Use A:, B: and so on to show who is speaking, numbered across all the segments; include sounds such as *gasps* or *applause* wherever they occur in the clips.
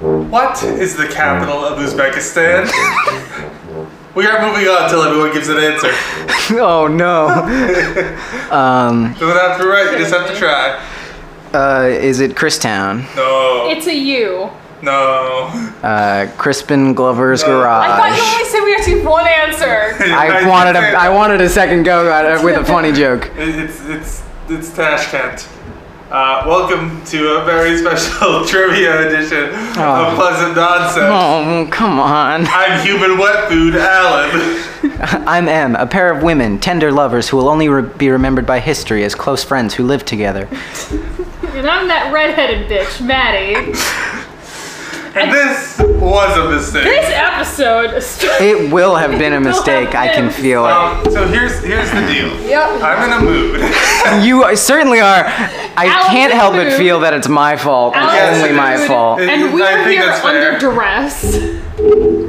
A: What is the capital of Uzbekistan? *laughs* we are moving on until everyone gives an answer.
B: *laughs* oh no. *laughs* um,
A: You don't have to be right, you just have to try.
B: uh, is it Christown?
A: No.
C: It's a U.
A: No. *laughs*
B: Uh, Crispin Glover's
A: No.
C: I thought you
B: Garage.
C: only said we had to have one
B: *laughs*
C: answer.
B: I wanted a I wanted a second go at it with a funny
C: *laughs*
B: joke.
A: It- It's it's it's Tashkent. Uh, welcome to a very special *laughs* trivia edition
B: Oh.
A: of Pleasant Nonsense.
B: Oh come on. *laughs*
A: I'm human wet food, Alan. *laughs*
B: I'm M, a pair of women, tender lovers who will only re- be remembered by history as close friends who live together.
C: And I'm that redheaded bitch, Maddie.
A: And this was a mistake.
C: This episode. is-
B: It will have
C: *laughs*
B: been a mistake. I can feel it.
A: Um, so here's here's the deal.
C: Yep.
A: I'm in a mood. *laughs*
B: You are- certainly are. I
C: Alex
B: can't
C: is
B: help
C: rude.
B: but feel that it's my fault. and
C: Alex
A: is
B: only my
C: rude.
B: fault.
A: It-
C: And we
A: I
C: are
A: think
C: here
A: that's fair.
C: under duress.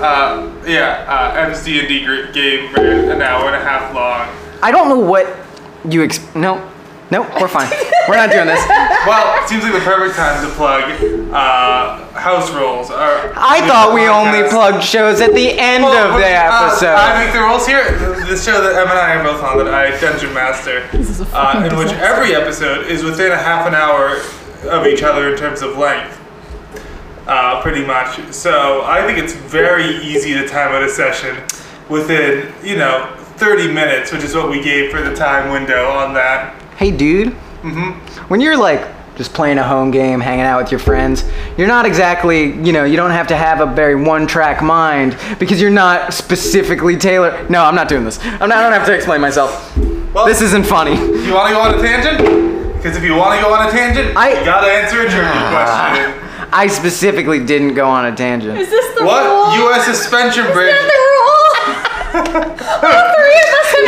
A: Uh, yeah, uh, M's D&D gr- game ran an hour and a half long.
B: I don't know what you ex. No, no, we're
C: *laughs*
B: fine. we're not doing this.
A: Well, it seems like the perfect time to plug uh, house rules. Uh, Our
B: I thought we only
A: podcast.
B: plugged shows at the end
A: Well,
B: of the
A: uh,
B: episode.
A: I make the rules here. This show that Em and I are both on, that I dungeon master,
C: is a
A: uh,
C: fucking
A: in which
C: disaster.
A: every episode is within a half an hour of each other in terms of length. Uh, pretty much. So I think it's very easy to time out a session within, you know, 30 minutes, which is what we gave for the time window on that.
B: hey, dude.
A: Mm-hmm.
B: When you're like just playing a home game, hanging out with your friends, you're not exactly, you know, you don't have to have a very one-track mind because you're not specifically tailored. No, I'm not doing this. I'm not, I don't have to explain myself.
A: Well,
B: This isn't funny.
A: You want to go on a tangent? Because if you want to go on a tangent,
B: I- Ah.
A: you gotta answer a trivia question.
B: I specifically didn't go on a tangent.
C: Is this the
A: What
C: rule?
A: U.S. suspension bridge?
C: Is that the rule?
A: *laughs*
C: All three of us have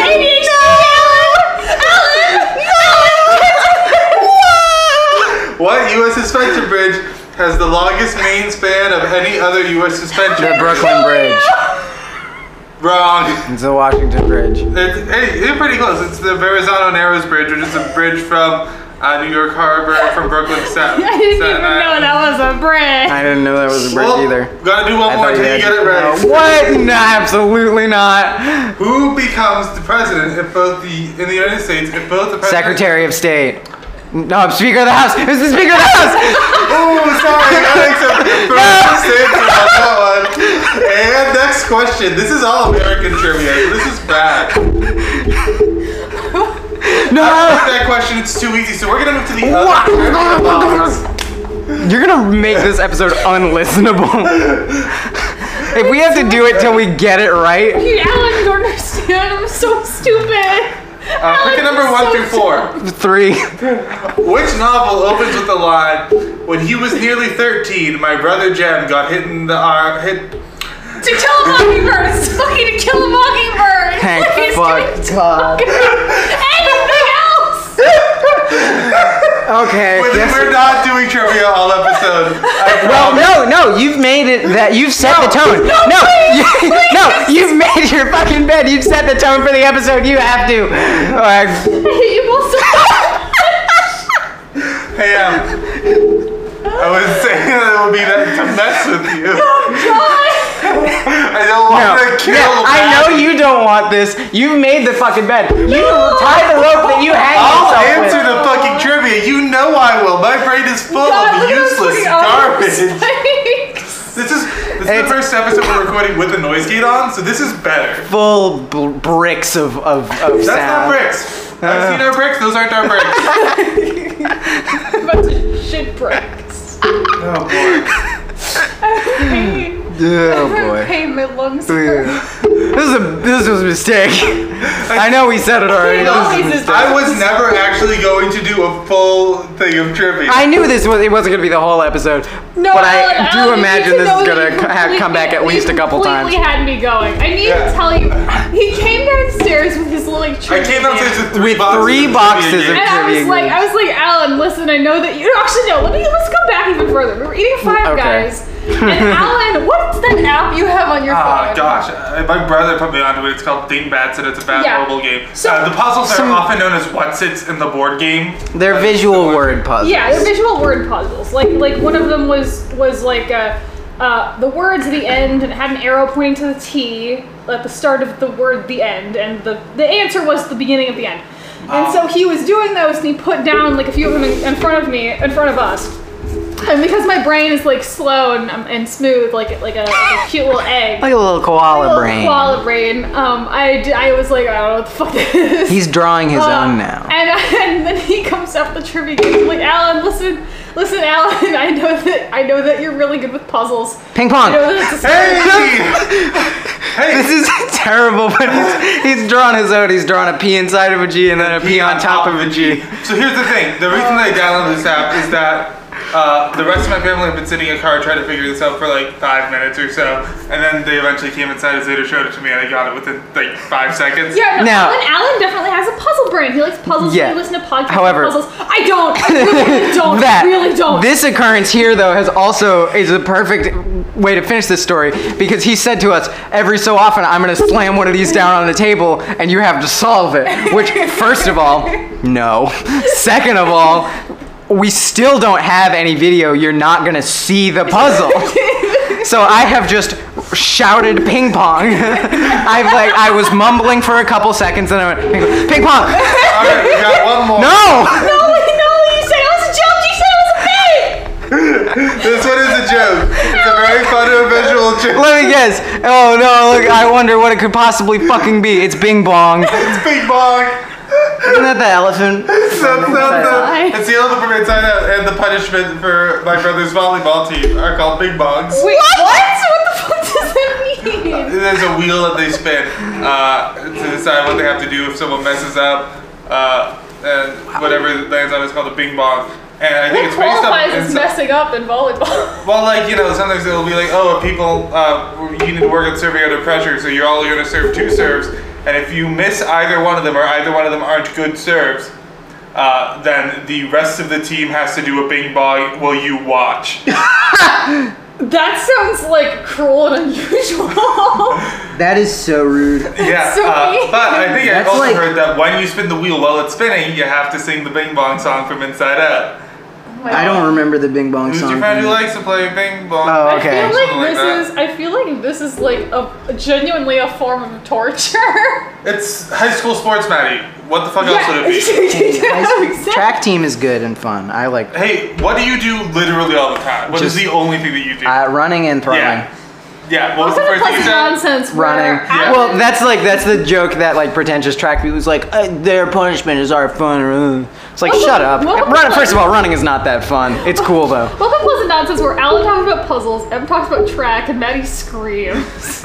C: ADHD. Alan! Alan!
A: What U.S. suspension bridge has the longest main span of any other U.S. suspension?
B: The Brooklyn Bridge.
A: Wrong.
B: It's the Washington Bridge.
A: It's, it- it's pretty close. It's the Verrazano Narrows Bridge, which is a bridge from uh, New York Harbor from Brooklyn to
C: *laughs*
A: Staten
C: I didn't
A: Staten
C: even know
A: Island.
C: that was a bread.
B: I didn't know that was a bridge
A: Well,
B: either.
A: Gotta do one
B: I
A: more
B: thought
A: till
B: had-
A: you get it right.
B: No, what? No, absolutely not.
A: Who becomes the president if both the in the United States if both the president
B: Secretary of State. No, I'm Speaker of the House. Who's the Speaker of the House?
A: *laughs* Oh, sorry, Alex, I'm
B: *laughs*
A: first answer on that one. And next question. This is all American trivia. This is bad.
B: No.
A: that question. It's too easy. So we're gonna move to the
B: What?
A: other. round.
B: You're gonna make this episode unlistenable. If we have to do it till we get it right,
C: Dude, Alan, you don't understand. I'm so stupid.
A: Uh, pick a number one
C: so
A: through four.
B: three.
A: Which novel opens with the line, "When he was nearly 13, my brother Jem got hit in the arm." Hit.
C: To kill a mockingbird. It's fucking to kill a mockingbird.
B: Thank
C: Please
B: fuck
C: do
B: God.
C: Anything else? *laughs*
B: Okay.
A: But
B: yes.
A: we're not doing trivia all episode. I
B: *laughs* Well,
A: promise.
B: no, no, you've made it that you've set the tone. No, no, you, *laughs* no, you've made your fucking bed. You've set the tone for the episode. You have to. All right.
C: I hate you both so
A: Hey, um, I was saying that it would be that to mess with you.
C: *laughs* God.
A: I don't
B: No.
A: want to kill.
B: Yeah, I know
A: Matt.
B: you don't want this. You've made the fucking bed. You tie the rope that you hang
A: I'll answer
B: yourself with.
A: the fucking trivia. You know I will. My brain is full
C: God,
A: of
C: look at those
A: useless
C: fucking
A: garbage.
C: *laughs* arms.
A: This is this is the
B: It's-
A: first episode we're recording with the noise gate on, so this is better.
B: Full bl- bricks of of, of
A: That's
B: sound.
A: not bricks. I've seen
B: Uh.
A: our bricks. Those aren't our
B: *laughs*
A: bricks. Oh,
C: Like, bunch of shit bricks.
A: oh boy.
C: Hey,
B: Oh boy.
C: *laughs* hey, my lungs hurt.
B: Yeah. This is a this was a mistake. I know we said it already. This is a
C: always is
B: mistake.
A: I was never actually going to do a full thing of trivia.
B: I knew this was it wasn't gonna be the whole episode,
C: No,
B: but
C: Alan,
B: I do
C: Alan, you
B: imagine
C: need to
B: this
C: know
B: is
C: that
B: gonna
C: you
B: c- have come back at
C: completely-
B: least a couple
C: you
B: times.
C: completely had me going. I need
A: Yeah.
C: to tell you, he came downstairs with his little like.
A: I came downstairs with three
B: With
A: boxes.
B: three
A: of
B: boxes
A: trivia
B: of-
C: And
A: games.
C: I
B: Trivia
C: was like, I was like, Alan, listen, I know that you actually no. Let me let's go back even further. We were eating Five
B: Okay.
C: Guys, and Alan, what's that app you have on your
A: Ah,
C: phone?
A: gosh. Uh, my brother put me onto it. It's called Dingbats, and it's a bad
C: Yeah.
A: mobile game.
C: So-
A: uh, the puzzles are
B: some-
A: often known as what's it's in the board game. Uh,
B: They're
A: That's
B: visual
A: the word
B: word puzzles.
C: Yeah, they're visual word puzzles. Like like one of them was was like uh, uh, the words the end and it had an arrow pointing to the T at the start of the word the end, and the the answer was the beginning of the end. And so he was doing those, and he put down like a few of them in, in front of me, in front of us. And because my brain is like slow and, um, and smooth, like like a, like a cute little egg,
B: Like a little koala
C: little
B: brain.
C: koala brain, um, I, d- I was like, I don't know what the fuck this is.
B: He's drawing his
C: Uh,
B: own now.
C: And, *laughs* and then he comes up the trivia game. He's like, Alan, listen, listen, Alan. *laughs* I know that I know that you're really good with puzzles.
B: Ping
C: I know
B: pong.
C: that it's a
A: Hey!
B: *laughs* This is terrible, but he's, he's drawn his own. He's drawn a P inside of a G and then a P on top of a G.
A: *laughs* So here's the thing. The reason that I downloaded this app is that uh, the rest of my family have been sitting in a car trying to figure this out for like five minutes or so, and then they eventually came inside and Zeta showed it to me, and I got it within like five seconds.
C: yeah, no,
B: Now-
C: Alan, Alan definitely has a puzzle brain. He likes puzzles.
B: Yeah.
C: He listens to podcasts.
B: However-
C: puzzles. I don't.
B: *laughs*
C: I really don't.
B: that
C: I really don't.
B: this occurrence here though has also is a perfect way to finish this story because he said to us every so often i'm going to slam one of these down on the table and you have to solve it which first of all no *laughs* second of all we still don't have any video you're not going to see the puzzle
C: *laughs*
B: so i have just shouted ping pong *laughs* i've like i was mumbling for a couple seconds and i went ping pong, ping pong.
A: All right, we got one more.
B: no
C: no, wait, no, you said it was a joke. You said it was a fake.
A: This one is a joke. It's a very fun and visual joke.
B: Let me guess. Oh no! Look, I wonder what it could possibly fucking be. It's Bing Bong. Isn't
A: It's Big Bong.
B: that the elephant?
A: That's not
C: Bye.
A: the, it's the elephant from Inside Out, and the punishment for my brother's volleyball team are called Big Bongs.
C: Wait, what? *laughs* What the fuck does that mean?
A: There's a wheel that they spin uh, to decide what they have to do if someone messes up, uh, and whatever lands on is called a bing bong. And I think
C: What
A: it's based on
C: qualifies as messing up in volleyball? *laughs*
A: well, like you know, sometimes it'll be like, oh, if people, uh, you need to work on serving under pressure, so you're all going to serve two serves, and if you miss either one of them or either one of them aren't good serves. Uh, then the rest of the team has to do a bing bong while you watch.
C: That sounds like cruel and unusual. *laughs*
B: That is so rude.
A: Yeah,
C: So
A: uh,
C: mean.
A: but I think I
B: That's
A: also
B: like-
A: heard that when you spin the wheel while it's spinning, you have to sing the Bing Bong song from Inside Out.
B: I don't remember the Bing Bong
A: Who's
B: song.
A: your friend who likes to play Bing Bong?
B: Oh,
C: I
B: okay.
C: feel
A: Something like
C: like
A: that.
C: this is. I feel like this is like a genuinely a form of
A: *laughs*
C: torture.
A: It's high school sports, Maddie. What the fuck else would it
C: *laughs*
B: *laughs*
C: exactly.
B: Track team is good and fun. I like
A: be? Hey, what do you do literally all the time? What is
B: Just-
A: the only thing that you do?
B: uh, running and throwing.
A: yeah. Yeah, what was
C: What
A: the
C: kind of
A: first thing you
C: pleasant
A: said?
C: nonsense? where
B: Running.
C: Alan-
B: Well, that's like that's the joke that like pretentious track people is like uh, their punishment is our fun. It's like
C: Well,
B: shut
C: well,
B: up.
C: well,
B: Run,
C: well,
B: first of all, running is not that fun. It's cool though.
C: What the pleasant nonsense where Alan talks about puzzles, Em talks about track, and Maddie screams.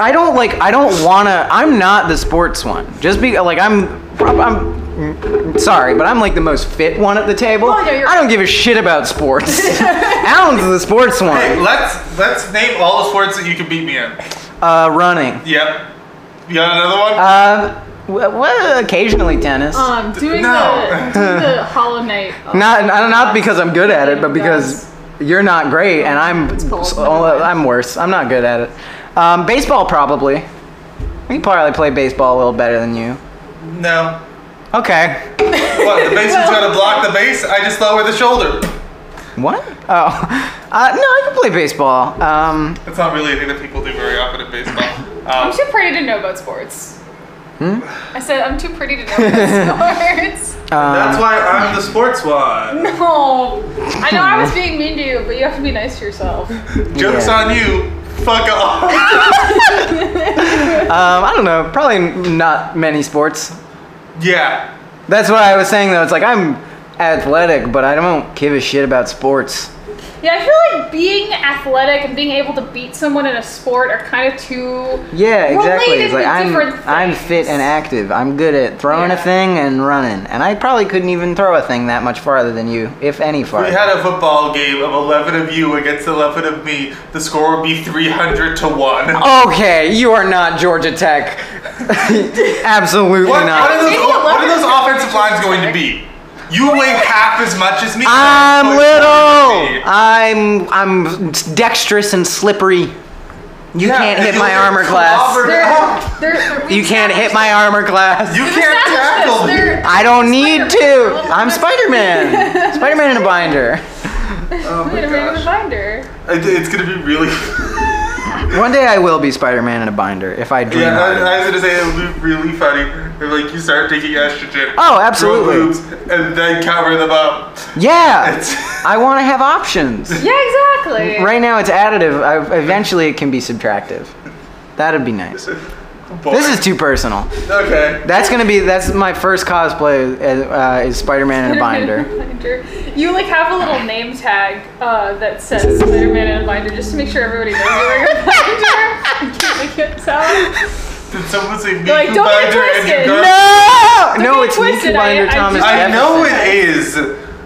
A: *laughs*
B: I don't like. I don't wanna. I'm not the sports one. Just be like I'm. prob- I'm. mm, Sorry, but I'm like the most fit one at the table.
C: Oh, yeah, you're-
B: I don't give a shit about
C: *laughs*
B: sports. Alan's the sports
A: Hey,
B: one.
A: let's let's name all the sports that you can beat me in.
B: Uh, running.
A: Yep. You got another one?
B: Uh, w- well, occasionally tennis.
C: Um, doing
A: No.
C: the doing the
B: *laughs*
C: Hollow Knight.
B: Not not not because I'm good at it, but because you're not great and I'm
C: cool.
B: s- oh, I'm worse. I'm not good at it. Um, baseball probably. We probably play baseball a little better than you.
A: no.
B: Okay.
A: What? The
C: *laughs*
A: baseman's gonna block the base? I just lower the shoulder.
B: What? Oh. Uh, no, I can play baseball. Um,
A: That's not really a thing that people do very often in baseball.
C: I'm
A: Um,
C: too pretty to know about sports.
B: Hmm?
C: I said I'm too pretty to know
B: *laughs*
C: about sports. *laughs*
B: Uh,
A: that's why I'm the sports one.
C: No, I know I was being mean to you, but you have to be nice to yourself.
A: Joke's
B: Yeah.
A: on you. Fuck off. *laughs*
B: Um, I don't know. Probably not many sports.
A: yeah.
B: That's what I was saying though. It's like I'm athletic, but I don't give a shit about sports.
C: Yeah, I feel like being athletic and being able to beat someone in a sport are kind of two.
B: Yeah, exactly.
C: Related
B: It's like
C: but
B: I'm
C: different
B: I'm
C: things.
B: fit and active. I'm good at throwing
C: Yeah.
B: a thing and running, and I probably couldn't even throw a thing that much farther than you, if
A: We
B: any farther.
A: had a football game of 11 of you against 11 of me. The score would be 300 to 1.
B: *laughs* okay, you are not Georgia Tech. *laughs* Absolutely
A: What, what are
B: not.
A: those,
C: Maybe
A: what are
C: 11
A: those offensive lines going to be? You weigh half as much as me.
B: I'm
A: What are
B: little.
A: you going to be?
B: I'm I'm dexterous and slippery. You
A: Yeah,
B: can't hit
D: you'll
B: my
D: get
B: armor glass.
D: clobbered.
C: *laughs* They're,
D: Oh.
C: they're, they're,
B: You can't hit my armor glass.
D: You can't tackle me.
B: I don't need to.
C: Spider-Man.
B: I'm Spider
C: *laughs*
B: Man. Spider Man in a binder.
D: Oh my
C: Spider-Man in a
D: gosh.
C: binder.
A: It, it's gonna be really. *laughs*
B: One day I will be Spider Man in a binder if I dream.
A: Yeah,
B: about it.
A: I, I was gonna say it would be really funny if like you start taking estrogen.
B: Oh, absolutely.
A: grow boobs, and then cover them up.
B: Yeah.
A: It's- *laughs*
B: I want to have options.
C: Yeah, exactly.
B: Right now it's additive. I, eventually it can be subtractive. That'd be nice.
A: Boy.
B: This is too personal.
A: okay.
B: That's gonna be that's my first cosplay uh, uh, is Spider Man in a
C: *laughs*
B: binder.
C: binder. You like have a little name tag uh, that says Spider-Man in a binder just to make sure everybody knows you're wearing *laughs* a binder. You can't make it sound.
A: Did someone say me
C: They're like,
A: who
C: "Don't get
A: binder and
C: twisted."
A: you go-
B: No, no,
C: get
B: it's Nicky
C: twisted, I-
B: Binder
C: I
B: Thomas.
C: just-
A: I
B: Jefferson.
A: know it is.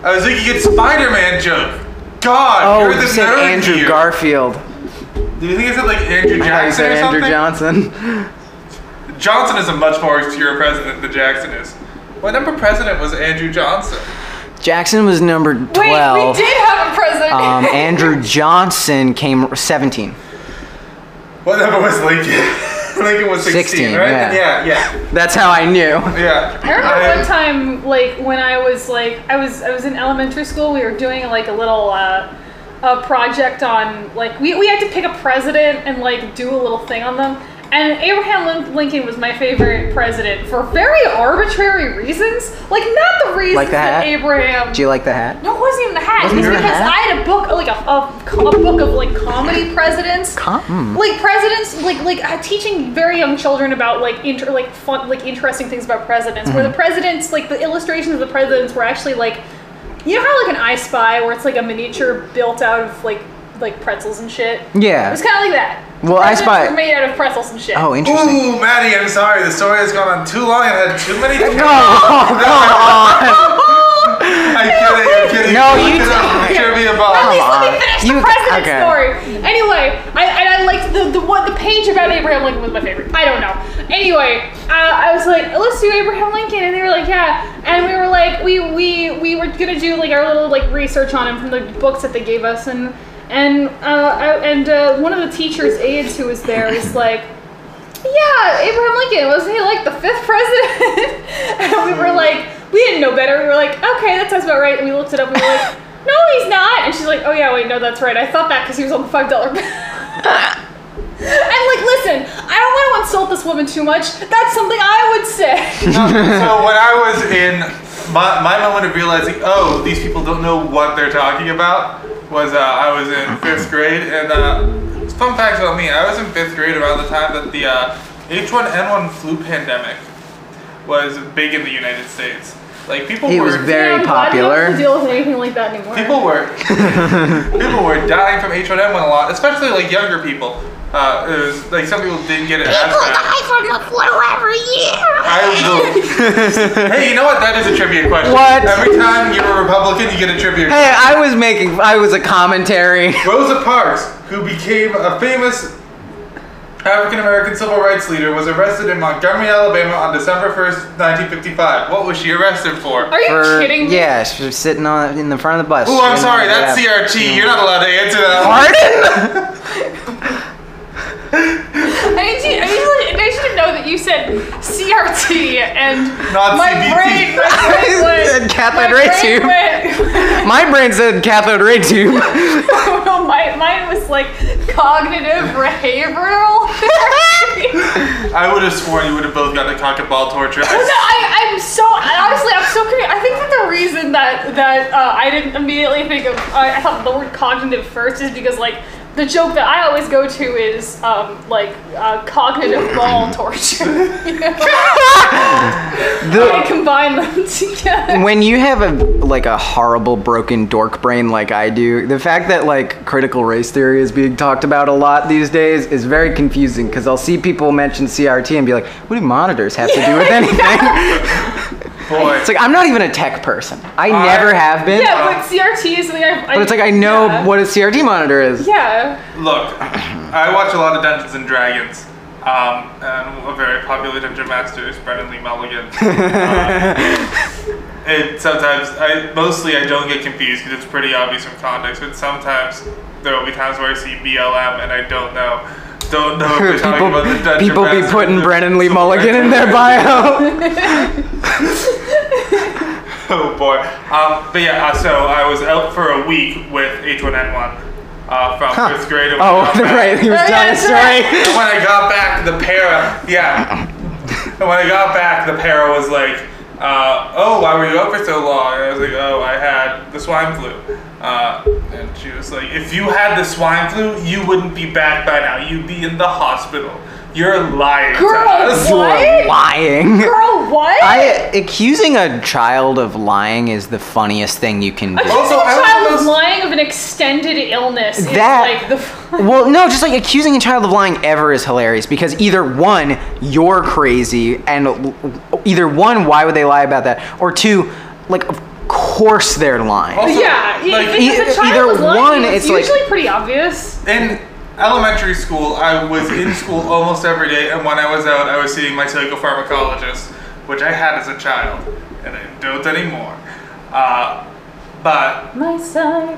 A: I was thinking it's Spider-Man joke. God,
B: Oh,
A: you're the
B: you said
A: nerd
B: Andrew
A: here.
B: Garfield.
A: Do you think it's like Andrew
B: I thought you
A: Jackson
B: said
A: or
B: Andrew
A: something?
B: Johnson.
A: Johnson is a much more obscure president than Jackson is. What number president was Andrew Johnson?
B: Jackson was number
C: Wait,
B: twelve.
C: we did have a president. *laughs*
B: um, Andrew Johnson came seventeen.
A: What number was Lincoln? *laughs* Lincoln was 16,
B: 16,
A: right?
B: yeah.
A: yeah, yeah.
B: That's how I knew.
A: yeah.
C: I remember
A: I-
C: one time, like when I was like I was I was in elementary school. We were doing like a little uh, a project on like we we had to pick a president and like do a little thing on them. And Abraham Lin- Lincoln was my favorite president for very arbitrary reasons. Like not the reasons
B: Like the hat?
C: that Abraham.
B: Do you like the hat?
C: no, it wasn't even the hat. It
B: Wasn't
C: was
B: there a
C: because
B: hat?
C: I had a book, like a, a, a book of like comedy presidents
B: Com- mm.
C: like presidents like like uh, teaching very young children about like inter like fun like interesting things about presidents where
B: Mm-hmm.
C: the presidents like the illustrations of the presidents were actually like you know how like an i spy where it's like a miniature built out of like like pretzels and shit it
B: Yeah.
C: was kind of like that
B: Well, I
C: Presidents
B: Spy-
C: were made out of pretzels and shit
B: Oh,
A: Ooh,
B: interesting.
A: Maddie, I'm sorry. The story has gone on too long. I've had too
B: *laughs*
A: many. *laughs*
B: No, Oh, come on.
A: I'm kidding. I'm kidding.
B: *laughs* No, you
A: Look it *laughs* up.
B: don't.
A: Trivia
C: At
A: bomb.
C: least let
B: on.
C: me finish
B: You-
C: the president
B: okay.
C: story. Anyway, I, and I liked the the one the page about Abraham Lincoln was my favorite. I don't know. Anyway, uh, I was like, let's do Abraham Lincoln, and they were like, yeah, and we were like, we we we were gonna do like our little like research on him from the books that they gave us, and and uh, I, and uh, one of the teachers' aides who was there was like. Yeah, Abraham Lincoln wasn't he like the fifth president? *laughs* and we were like, we didn't know better. We were like, okay, that sounds about right. And we looked it up. and We were like, no, he's not. And she's like, oh yeah, wait, no, that's right. I thought that because he was on the five dollar. bill. *laughs* I'm like, listen, I don't want to insult this woman too much. That's something I would say.
A: so when I was in my, my moment of realizing, oh, these people don't know what they're talking about, was uh, I was in fifth grade, and uh, fun facts about me: I was in fifth grade around the time that the uh, H1N1 flu pandemic was big in the United States. Like people
B: It
A: were
B: was very
C: *laughs* I'm glad we don't
B: popular.
C: have to deal with anything like that anymore.
A: People were people were dying from H1N1 a lot, especially like younger people. Uh, it was, like some people didn't get it as bad.
E: from the flu every year.
A: I will. hey, you know what? That is a trivia question.
B: What?
A: Every time you're a Republican, you get a trivia. question.
B: Hey, I was making, I was a commentary.
A: Rosa Parks, who became a famous African American civil rights leader, was arrested in Montgomery, Alabama, on December 1st, 1955. What was she arrested for?
C: Are you
B: For,
C: kidding me?
B: yeah, she was sitting on in the front of the bus.
A: Oh, I'm
B: She
A: sorry.
B: didn't
A: That's
B: have-
A: CRT. You're not allowed to answer that. one.
B: Pardon?
C: I need you. I need, you- I need you to know that you said CRT and
A: Not
C: my
A: CBT.
C: brain. My
B: *laughs*
C: brain
B: I
C: went,
B: said cathode
C: my
B: ray
C: brain
B: tube.
C: went- *laughs*
B: My brain said cathode ray tube.
C: Oh, no, my, mine was like cognitive behavioral *laughs* therapy.
A: I would have sworn you would have both gotten a cock and ball torture.
C: No, I, I'm so honestly, I'm so confused. I think that the reason that that uh, I didn't immediately think of, I, I thought the word cognitive first is because like the joke that I always go to is um, like uh,
B: *laughs*
C: cognitive ball torture. *laughs* You know? I Oh,
B: The,
C: combine them *laughs* together.
B: when you have a like a horrible broken dork brain like I do, the fact that like critical race theory is being talked about a lot these days is very confusing because I'll see people mention CRT and be like, "What do monitors have to do
C: *laughs*
B: with anything?"
A: Boy.
B: It's like I'm not even a tech person. I never have been.
C: Yeah, but CRT is something I've. I,
B: But it's like I know
C: yeah.
B: what a CRT monitor is.
C: Yeah.
A: Look, I watch a lot of Dungeons and Dragons. Um, and a very popular dungeon master is Brendan Lee
B: *laughs*
A: Mulligan. Um, and sometimes, I mostly I don't get confused because it's pretty obvious from context. But sometimes there will be times where I see BLM and I don't know. don't know if
B: *laughs*
A: they're talking about the Dutch
B: people be
A: ambassador
B: putting
A: or the-
B: Brennan Lee Mulligan in their bio. *laughs*
A: *laughs* Oh boy. Um, but yeah, uh, so I was out for a week with H1N1 uh, from fifth grade. and when I
B: Oh,
A: got back-
B: right. He was
C: Oh,
B: telling a
C: yeah, that's
B: story.
A: And when I got back, *laughs* the para, yeah. *laughs* And when I got back, the para was like, uh, "Oh, why were you out for so long?" And I was like, "Oh, I had the swine flu." Uh, and she was like, "If you had the swine flu, you wouldn't be back by now. You'd be in the hospital. You're lying to
C: Girl,
A: us."
C: what?
B: You're lying.
C: Girl, what?
B: I accusing a child of lying is the funniest thing you can do.
A: *laughs* Also, I was
C: child
A: supposed-
C: is lying of an extended illness. is,
B: That-
C: like the. *laughs*
B: Well, no, just like accusing a child of lying ever is hilarious because either one, you're crazy, and l- either one, why would they lie about that? Or two, like, of course they're lying.
A: Also,
C: yeah,
A: like,
C: if,
B: e-
C: if a child
B: either
C: was
B: one,
C: lying, it's,
B: it's like-
C: usually pretty obvious.
A: in elementary school, I was in school almost every day, and when I was out, I was seeing my psychopharmacologist, which I had as a child, and I don't anymore. Uh, but
C: My son.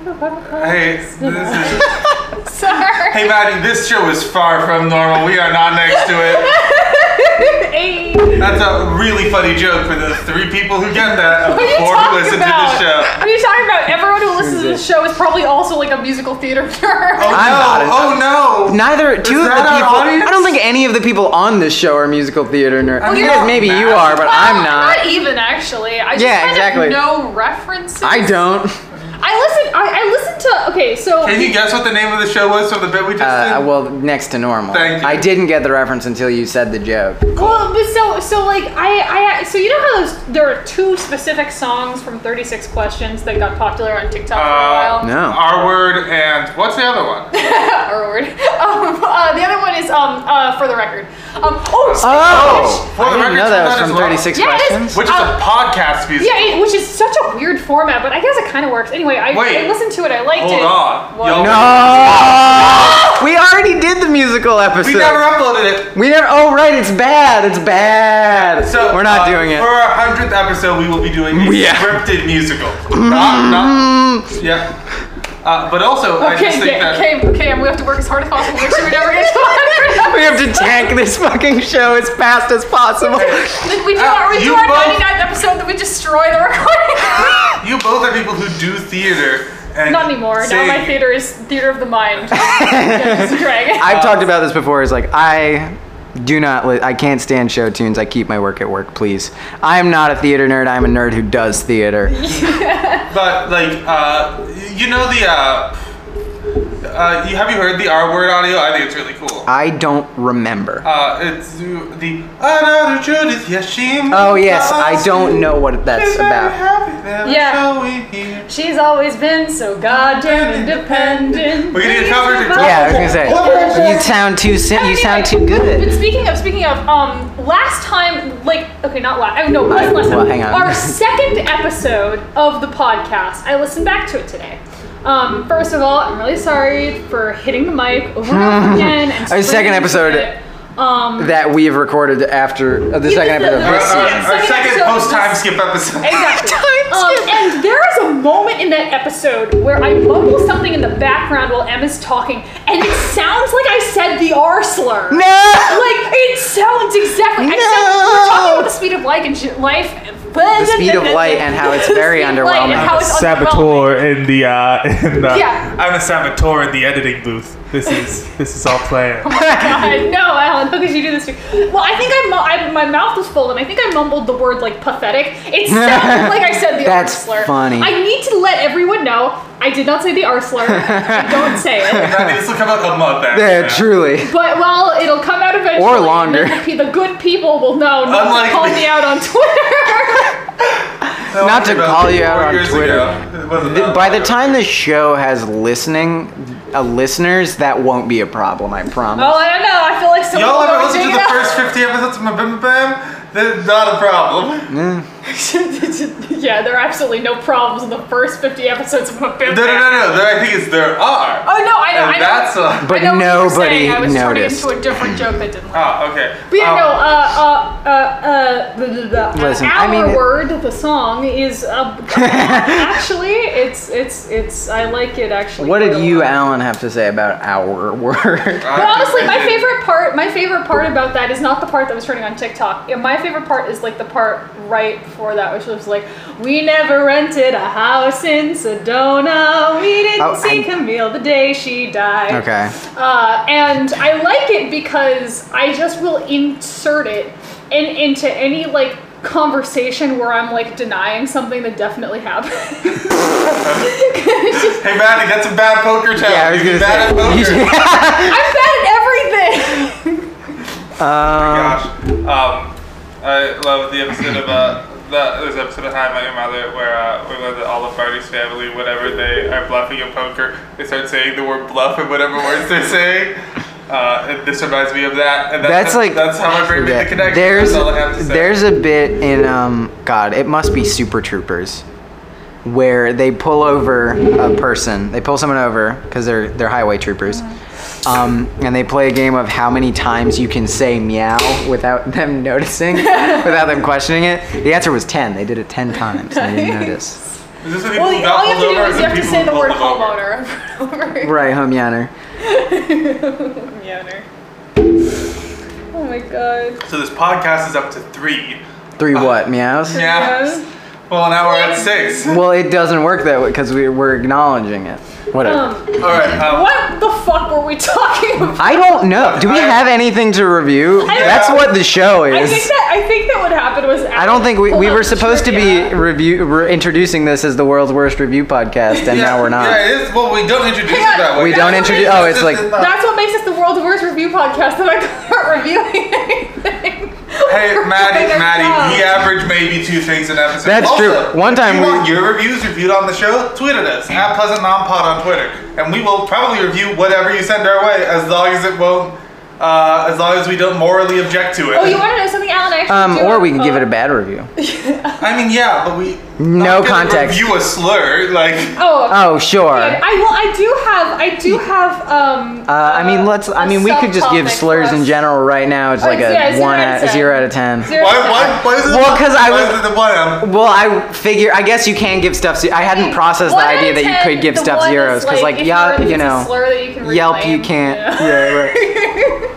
A: hey, this is,
C: Sorry.
A: hey, Maddie, this show is far from normal. We are not next to it.
C: Hey.
A: That's a really funny joke for the three people who get that
C: What are you
A: before who listen
C: talking about?
A: to the show.
C: What are you talking about? Everyone who listens to this show is probably also like a musical theater nerd.
A: Oh
B: I'm not an-
A: no! Oh no!
B: Neither two of the
A: that our
B: people.
A: audience?
B: I don't think any of the people on this show are musical theater nerds.
A: I'm
B: you
A: not
B: guys, maybe you
A: mad.
B: are, but
C: Well,
B: I'm not.
C: even actually. I just
B: Yeah,
C: kind
B: exactly.
C: of know references.
B: I don't.
C: I listen. I, I listen to. Okay, so
A: Can you guess what the name of the show was from the bit we just
B: Uh,
A: did?
B: well, next to normal.
A: Thank you.
B: I didn't get the reference until you said the joke.
C: Well, but so so like I I so you know how those, there are two specific songs from Thirty Six Questions that got popular on TikTok for a
A: Uh,
C: while.
B: No.
C: *laughs*
A: R word and what's the other one?
C: Our word. *laughs* Um, uh, the other one is um uh, for the record. Um, oh, speaking of
B: Oh,
A: Well,
B: I
A: the
B: didn't know
A: record's
B: that was
A: not as
B: from
A: long.
B: 36
C: Yeah, it is.
B: questions.
A: Which is
C: Uh,
A: a podcast music.
C: which- yeah, it- which is such a weird format, but I guess it kind of works. Anyway, I,
A: Wait.
C: I listened to it. I liked
A: Hold
C: it.
A: on.
C: What?
A: Y'all-
B: No, Oh! we already did the musical episode.
A: We never uploaded it.
B: We never. Oh, right. It's bad. It's bad.
A: So
B: we're not
A: uh,
B: doing it.
A: For our hundredth episode, we will be doing a
B: Yeah.
A: scripted
B: *laughs*
A: musical. not, not, yeah. Uh, but also, I
C: Okay,
A: just think
C: Cam,
A: that
C: Cam, Cam, we have to work as hard as possible to make sure we never get to
B: *laughs*
C: 100.
B: We have
C: *laughs*
B: to tank this fucking show as fast as
A: *laughs*
B: possible.
C: Then we do,
A: Uh,
C: our, we
A: you
C: do our
A: both-
C: 99th episode, then we destroy the
A: *laughs*
C: recording.
A: you both are people who do theater. And
C: Not anymore.
A: sing.
C: Now my theater is theater of the mind. Yeah, just Greg.
B: I've talked about this before. Is like I do not. Li- I can't stand show tunes. I keep my work at work, please. I am not a theater nerd. I'm a nerd who does theater.
A: But like, uh, you know the. Uh, uh, you, have you heard the R word audio? I think it's really cool.
B: I don't remember.
A: Uh, it's uh, the another Judith Yashim.
B: Oh yes, I
A: uh,
B: don't know what that's about.
C: Yeah.
A: Yeah.
C: She's always been so goddamn independent.
A: We're gonna get covered in
B: Yeah, I was gonna say you sound too. Sim- you
C: Anyway,
B: sound too
C: But
B: good.
C: speaking of speaking of, um, last time, like, okay, not last. Oh no, it wasn't last time.
B: Well, hang on. *laughs*
C: Our second episode of the podcast. I listened back to it today. Um, first of all, I'm really sorry for hitting the mic over
B: *laughs*
C: and over again. And
B: Our second
C: screaming into
B: episode-
C: it. Um,
B: That we have recorded after uh, the
C: Yeah,
B: second
C: this is
B: episode of this
C: the- Yeah,
B: season.
A: Our, Uh, our
C: second
A: second
C: episode
A: post time
C: was-
A: skip
C: *laughs*
A: episode.
B: *laughs*
C: Exactly. Um, and there is a moment in that episode where I mumble something in the background while Emma's talking, and it sounds like I said the R slur.
B: No.
C: Like it sounds exactly. I said
B: No.
C: we're talking about the speed of light and shit, life. The
B: speed of light and how
C: *laughs*
B: it's very
C: speed of light and
B: underwhelming.
C: how it's underwhelming. *laughs*
A: saboteur in the uh, in the
C: Yeah.
A: I'm a saboteur in the editing booth. This is this is all
C: *laughs* Oh
A: planned.
C: God, no, Alan, how could you do this to me? Well, I think I, mu- I my mouth was full, and I think I mumbled the word like pathetic.
B: *laughs*
C: It sounded like I said the
B: That's
C: R slur.
B: funny.
C: I need to let everyone know I did not say the
B: *laughs*
C: R slur. I don't say it.
A: I mean, this will come out a month after.
B: Yeah,
A: that.
B: truly.
C: But well, it'll come out eventually.
B: Or longer.
C: and then The, pe- the good people will know not
A: Unlike
C: to call
A: me.
C: me out on Twitter. *laughs*
A: That
B: Not
A: was
B: to
A: about
B: call you out
A: four
B: on
A: years
B: Twitter.
A: ago. It wasn't
B: Th-
A: that
B: By
A: long
B: the
A: ago.
B: time the show has listening, uh, listeners, that won't be a problem. I promise.
C: well, I don't know. I feel like someone.
A: y'all
C: will
A: ever
C: know
A: listen to the
C: everything about-
A: first 50 episodes of my Bim Bam? Bam? That's not a problem.
C: *laughs* Yeah, there are absolutely no problems in the first 50 episodes of Mukbang.
A: No, no, no, no. There, I think it's there are.
C: Oh, no, I know, I know.
A: And that's a.
B: But
C: I know what
B: nobody
C: you were saying. I was
B: noticed.
C: turning into a different joke that didn't work.
A: Oh, okay.
C: But yeah,
A: Um,
C: no, uh, uh, uh, uh, the, the, the
B: Listen,
C: our
B: I mean it-
C: word, the song
B: *laughs*
C: is, uh, actually, it's, it's, it's, I like it actually.
B: What
C: quite
B: did
C: a
B: you,
C: lot.
B: Alan, have to say about our word?
A: I
C: But honestly,
A: think
C: my
A: I did-
C: favorite part, my favorite part about that is not the part that was turning on TikTok. Yeah, My favorite part is like the part right before that, which was like, "We never rented a house in Sedona. We didn't
B: Oh,
C: see
B: I-
C: Camille the day she died."
B: *laughs* Okay.
C: Uh, and I like it because I just will insert it in, into any like conversation where I'm like denying something that definitely happened. *laughs*
A: Hey, Maddie, that's a bad poker town.
B: Yeah, I was
A: You're
B: gonna
A: bad
B: say-
A: at poker.
C: I'm bad at everything.
B: Um,
A: gosh. Um, I love the episode of uh, the, this episode of How I Met Your Mother where uh, we learn that all of Barney's family, whenever they are bluffing in poker, they start saying the word bluff in whatever words they're saying. Uh, and this reminds me of that. And
B: that's
A: how- *laughs*
B: like
A: that's how my brain made the
B: Yeah,
A: connection.
B: There's
A: that's all I have to say.
B: there's a bit in um God, it must be Super Troopers, where they pull over a person. They pull someone over because they're they're highway troopers. Um, and they play a game of how many times you can say meow without *laughs* them noticing, without them questioning it. The answer was ten. They did it ten times. And they didn't notice.
A: Is this the people
C: Well,
A: who got
C: all you have to
A: pulled
C: do
A: over
C: is
A: or
C: you have to
A: people
C: say
A: who
C: the
A: pulled
C: word
A: them over?
C: homeowner over and over.
B: Right, home yawner.
C: Meowner. Oh my god.
A: So this podcast is up to three.
B: Three what meows?
A: Uh, Yeah.
C: Yeah.
A: Well, now we're at six.
B: Well, it doesn't work that way because we, we're acknowledging it. Whatever.
C: Um,
A: All right. Um,
C: what the fuck were we talking about?
B: I don't know. Do we
A: I-
B: have anything to review?
C: I-
B: That's what the show
C: I think
B: is.
C: that I think that what happened was
B: I don't think we, we were supposed to be
C: Hang
B: review re- introducing this as the world's worst review podcast, and now we're
A: Yeah,
B: not.
A: it is. Well, we don't introduce it
C: Hang on.
A: that way.
B: We
C: that's
B: don't
C: what
B: introduce.
C: it
B: Oh,
C: is.
B: it's
C: *laughs*
B: like
C: That's what makes us the world's worst review podcast that *laughs* I can't reviewing anything. *laughs*
A: Hey,
C: We're
A: Maddie,
C: doing our
A: Maddie, we
C: job.
A: average maybe two things an episode.
B: That's
A: Also,
B: true. One time
A: if you
B: we-
A: want your reviews reviewed on the show, tweet at us at Pleasant Nompod on Twitter, and we will probably review whatever you send our way as long as it won't, uh, as long as we don't morally object to it.
C: Oh, you want to know something, Alan? I actually
B: um,
C: do
B: or
C: have-
B: we can give
C: uh,
B: it a bad review.
A: I mean, yeah, but we
B: No
A: not gonna
B: context.
A: Review a slur
C: *laughs*
A: like.
C: Oh, okay.
B: Oh, sure.
C: Good. I well, I do have, I do have. Um,
B: Uh, I mean, let's. I mean, we could just give slurs in general right now. It's
C: Oh,
B: like
C: yeah,
B: a
C: zero
B: one
C: out of
B: out,
C: ten.
B: zero out of ten.
C: Zero-
A: Why? Why? Why is it?
B: Well, 'cause I
A: why
B: was-
A: is it the bottom?
B: Well, I figure. I guess you can give stuff. ze- I hadn't processed the
C: Mm. One out
B: idea
C: of
B: that you
C: 10,
B: could give
C: the
B: stuff
C: one is
B: zeros because, like,
C: if
B: yeah,
C: you're-
B: you
C: it's a
B: know.
C: slur that you can
B: Yelp, you
C: reclaim,
B: can't.
C: yeah.
B: Yeah, right.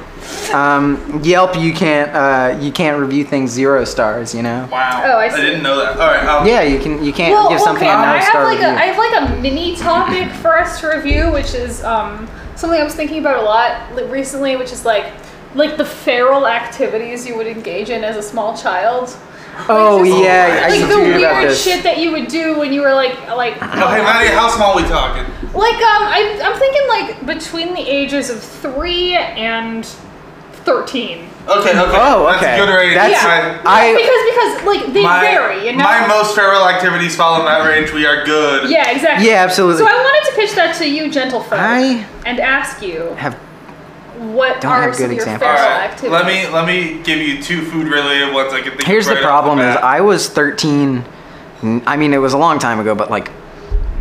B: um, Yelp, you can't. Uh, you can't review things zero stars. You know.
A: Wow.
C: Oh, I see.
A: didn't know that. All right. Um,
B: Yeah, you can. You can't
C: Well,
B: give something
C: okay,
B: a
C: I
B: nine
C: have
B: star
C: like
B: review.
C: a, I have like a mini topic for us to review, which is um, something I was thinking about a lot li- recently, which is like, like the feral activities you would engage in as a small child.
B: oh
C: just-
B: yeah, I
C: like
B: used
C: the
B: to hear
C: weird
B: about this.
C: shit that you would do when you were like, like,
A: Okay, Oh, Maddie, how small we talking?
C: Like, um, I, I'm thinking like between the ages of three and thirteen.
A: Okay. Okay.
B: Oh, okay.
A: That's a good rating.
B: That's-
A: I-
B: I-
C: because because like they vary, and
A: my most feral activities fall in that range. We are good.
C: yeah, exactly.
B: Yeah, absolutely.
C: So I wanted to pitch that to you, gentlefolk,
B: I-
C: and ask you
B: Have
C: what
B: Don't
C: are
B: have
C: some
B: good
C: of your
B: examples.
C: feral
A: All right.
C: activities.
A: Let me let me give you two food related ones I can think.
B: here's
A: of
B: the
A: right off
B: problem: is
A: bat.
B: I was 13. n- I mean, it was a long time ago, but like,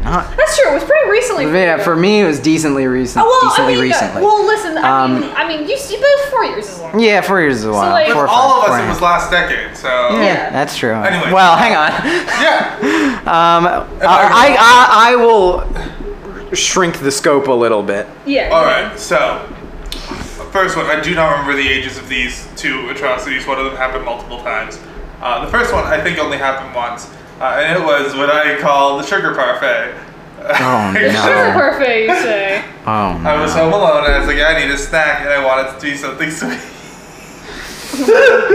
B: not.
C: That's true. It was pretty recently.
B: Yeah,
C: you.
B: for me, it was decently recent.
C: Oh, well,
B: decently
C: I mean,
B: recently.
C: Well, listen. I
B: Um,
C: mean, I mean, you see, but four years is long.
B: yeah, four years is a while.
C: like-
B: four or
A: With all
B: five,
A: of
B: four
A: us,
B: and
A: it
B: a
A: was last decade. So
B: half. yeah,
C: Yeah.
B: that's true.
A: Anyway.
B: Well, hang on.
A: yeah.
B: Um, I, I, I will shrink the scope a little bit.
C: Yeah.
A: All right. So first one, I do not remember the ages of these two atrocities. One of them happened multiple times. Uh, the first one I think only happened once, uh, and it was what I call the sugar parfait. *laughs*
B: Oh,
C: Sugar
B: no.
C: parfait, you say?
B: Oh,
A: I was home alone and I was like, I need a snack and I wanted to do something *laughs* sweet.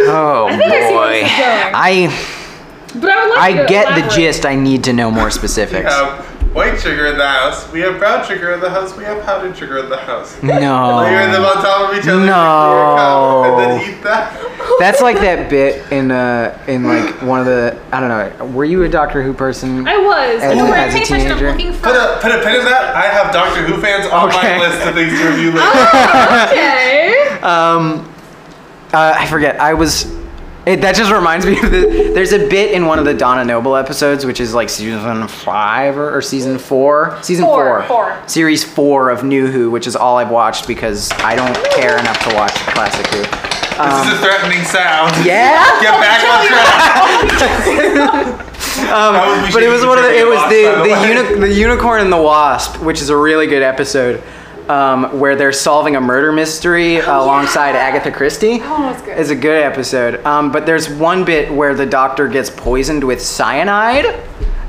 B: oh
C: I think I see where
B: boy.
C: this is going.
B: I
C: But I would like you
B: I
C: to
B: get the
C: elaborate.
B: gist. I need to know
A: *laughs*
B: more
A: We
B: specifics.
A: have white sugar in the house, we have brown sugar in the house, we have powdered sugar in the house. Layer them
B: No,
A: on top of each other,
B: No.
A: clear a cup, and then eat that.
B: that's like that bit in uh in like one of the I don't know. Were you a Doctor Who person?
C: I was.
B: As
C: you
B: a-
C: were
B: as a
C: paying attention. I'm
B: teenager?
C: looking for.
A: Put a, put a pin in that. I have Doctor Who fans on
B: Okay.
A: my list of things to review later.
B: *laughs*
C: okay.
B: Um, uh, I Um, forget. I was It, that just reminds me of the, there's a bit in one of the Donna Noble episodes, which is like season five or, or season four, season
C: Four, four.
B: series four of New Who, which is all I've watched because I don't care enough to watch classic Who.
C: Oh.
F: this is a threatening sound.
B: Yeah,
F: Get back on
C: *laughs*
F: track. I would wish
B: Um, but it
F: you
B: was
F: could
B: one of the,
F: forget
B: it was
F: Lost, by
B: the the,
F: way.
B: uni- the unicorn and the wasp, which is a really good episode. Um, where they're solving a murder mystery alongside Agatha Christie.
C: Oh, that's good.
B: is a good episode. Um, but there's one bit where the doctor gets poisoned with cyanide.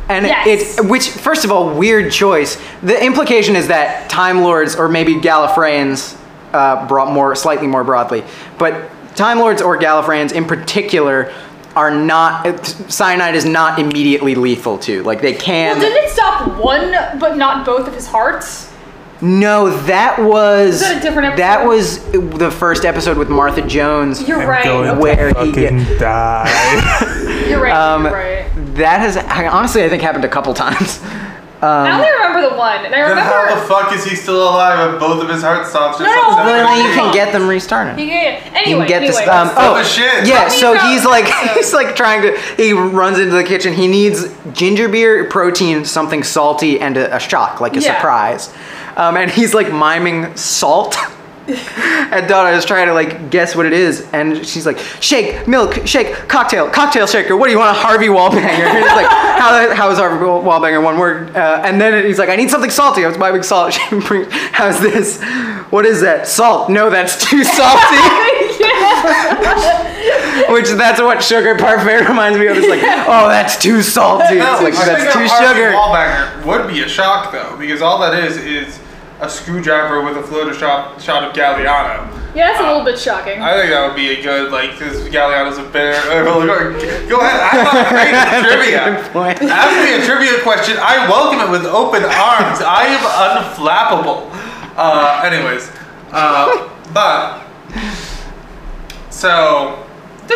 B: And
C: Yes.
B: it, which, first of all, weird choice. The implication is that Time Lords or maybe Gallifreyans, uh, brought more slightly more broadly, but Time Lords or Gallifreyans in particular are not cyanide is not immediately lethal to. Like they can.
C: Well, didn't it stop one but not both of his hearts?
B: no, that was
C: Is that a different
B: that
C: episode?
B: was the first episode with Martha Jones.
C: You're right.
F: going
C: okay.
B: where he get-
F: Fucking die.
C: You're right.
B: Um,
C: you're right.
B: That has I- honestly, I think, happened a couple times.
C: I only remember the one, and I
A: Then how the
C: remember.
A: fuck is he still alive if both of his heart stops or
C: No, no,
A: something?
B: Well,
C: no,
B: then
C: no,
B: you can
C: no.
B: get them restarted.
C: Yeah, yeah, yeah. Anyway,
B: You can get
C: anyway,
B: this. Um,
C: *laughs*
A: Stop
B: oh
A: the shit.
B: Yeah.
C: Stop
B: So
C: me from-
B: he's like,
C: *laughs*
B: he's like trying to. He runs into the kitchen. He needs ginger beer, protein, something salty, and a, a shock, like a
C: Yeah.
B: surprise. Um, and he's like miming salt. *laughs* and Donna is trying to like guess what it is, and she's like, "Shake, milk, shake, cocktail, cocktail shaker. What do you want, a Harvey Wallbanger?" And he's like, "How how is Harvey Wall- Wallbanger one word?" Uh, and then he's like, "I need something salty. I was miming salt." *laughs* She brings, "How's this? What is that? Salt? No, that's too salty." *laughs* oh. Which that's what sugar parfait reminds me of. It's
A: *laughs*
B: like, oh, that's too salty.
A: No,
B: It's like
A: I
B: that's
A: think
B: too
A: a Harvey
B: sugar.
A: Wallbanger would be a shock though, because all that is is a screwdriver with a floater shot, shot of Galliano.
C: yeah, that's a little bit shocking.
A: I think that would be a good like because Galliano's a *laughs* better. uh, well, Go go ahead, I'm not afraid of
B: Good
A: trivia.
B: point.
A: Ask me a trivia question. I welcome it with open arms. I am unflappable. Uh, anyways, uh, but so. *laughs*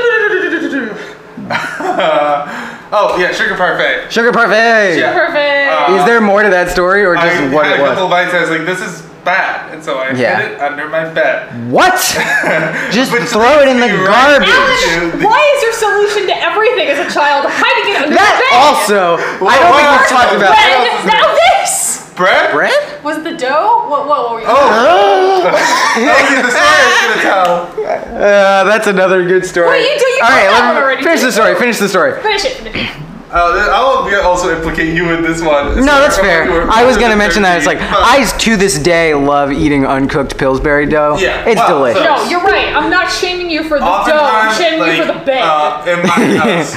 A: oh yeah, sugar parfait.
B: Sugar parfait.
A: Yeah.
C: Perfect.
A: Uh,
B: Is there more to that story, or just
A: I
B: what
A: had
B: it
A: a couple
B: was?
A: of bites. I was like, "This is bad," and so I
B: Yeah.
A: hid it under my bed.
B: What?
A: *laughs*
B: Just
A: But
B: throw it in the
A: you're right.
B: garbage.
C: Alan, why is your solution to everything as a child hiding it under your
B: That
C: bed?
B: also, I don't
A: what
B: think
A: else?
B: we've talked about
A: Bread.
C: And now this
A: Bread?
B: bread.
C: was the dough. What? What were you?
A: *laughs* Oh. That was the story I was gonna tell.
B: Uh, that's another good story.
C: Wait, you do- you
B: All
C: told
B: right,
C: that
B: let
C: one
B: me
C: already,
B: finish
C: too.
B: the story. Finish the story.
C: Finish it. Finish it.
A: Oh, th- I'll be- also implicate you in this one.
B: No, that's fair. I was gonna mention that. It's like I to this day love eating uncooked Pillsbury dough.
A: Yeah,
B: It's
A: well, so-
B: delicious.
C: No, you're right. I'm not shaming you for the dough. I'm
A: Oftentimes,
C: shaming
A: like,
C: you for the bed.
F: uh, in
C: *laughs*
F: my house,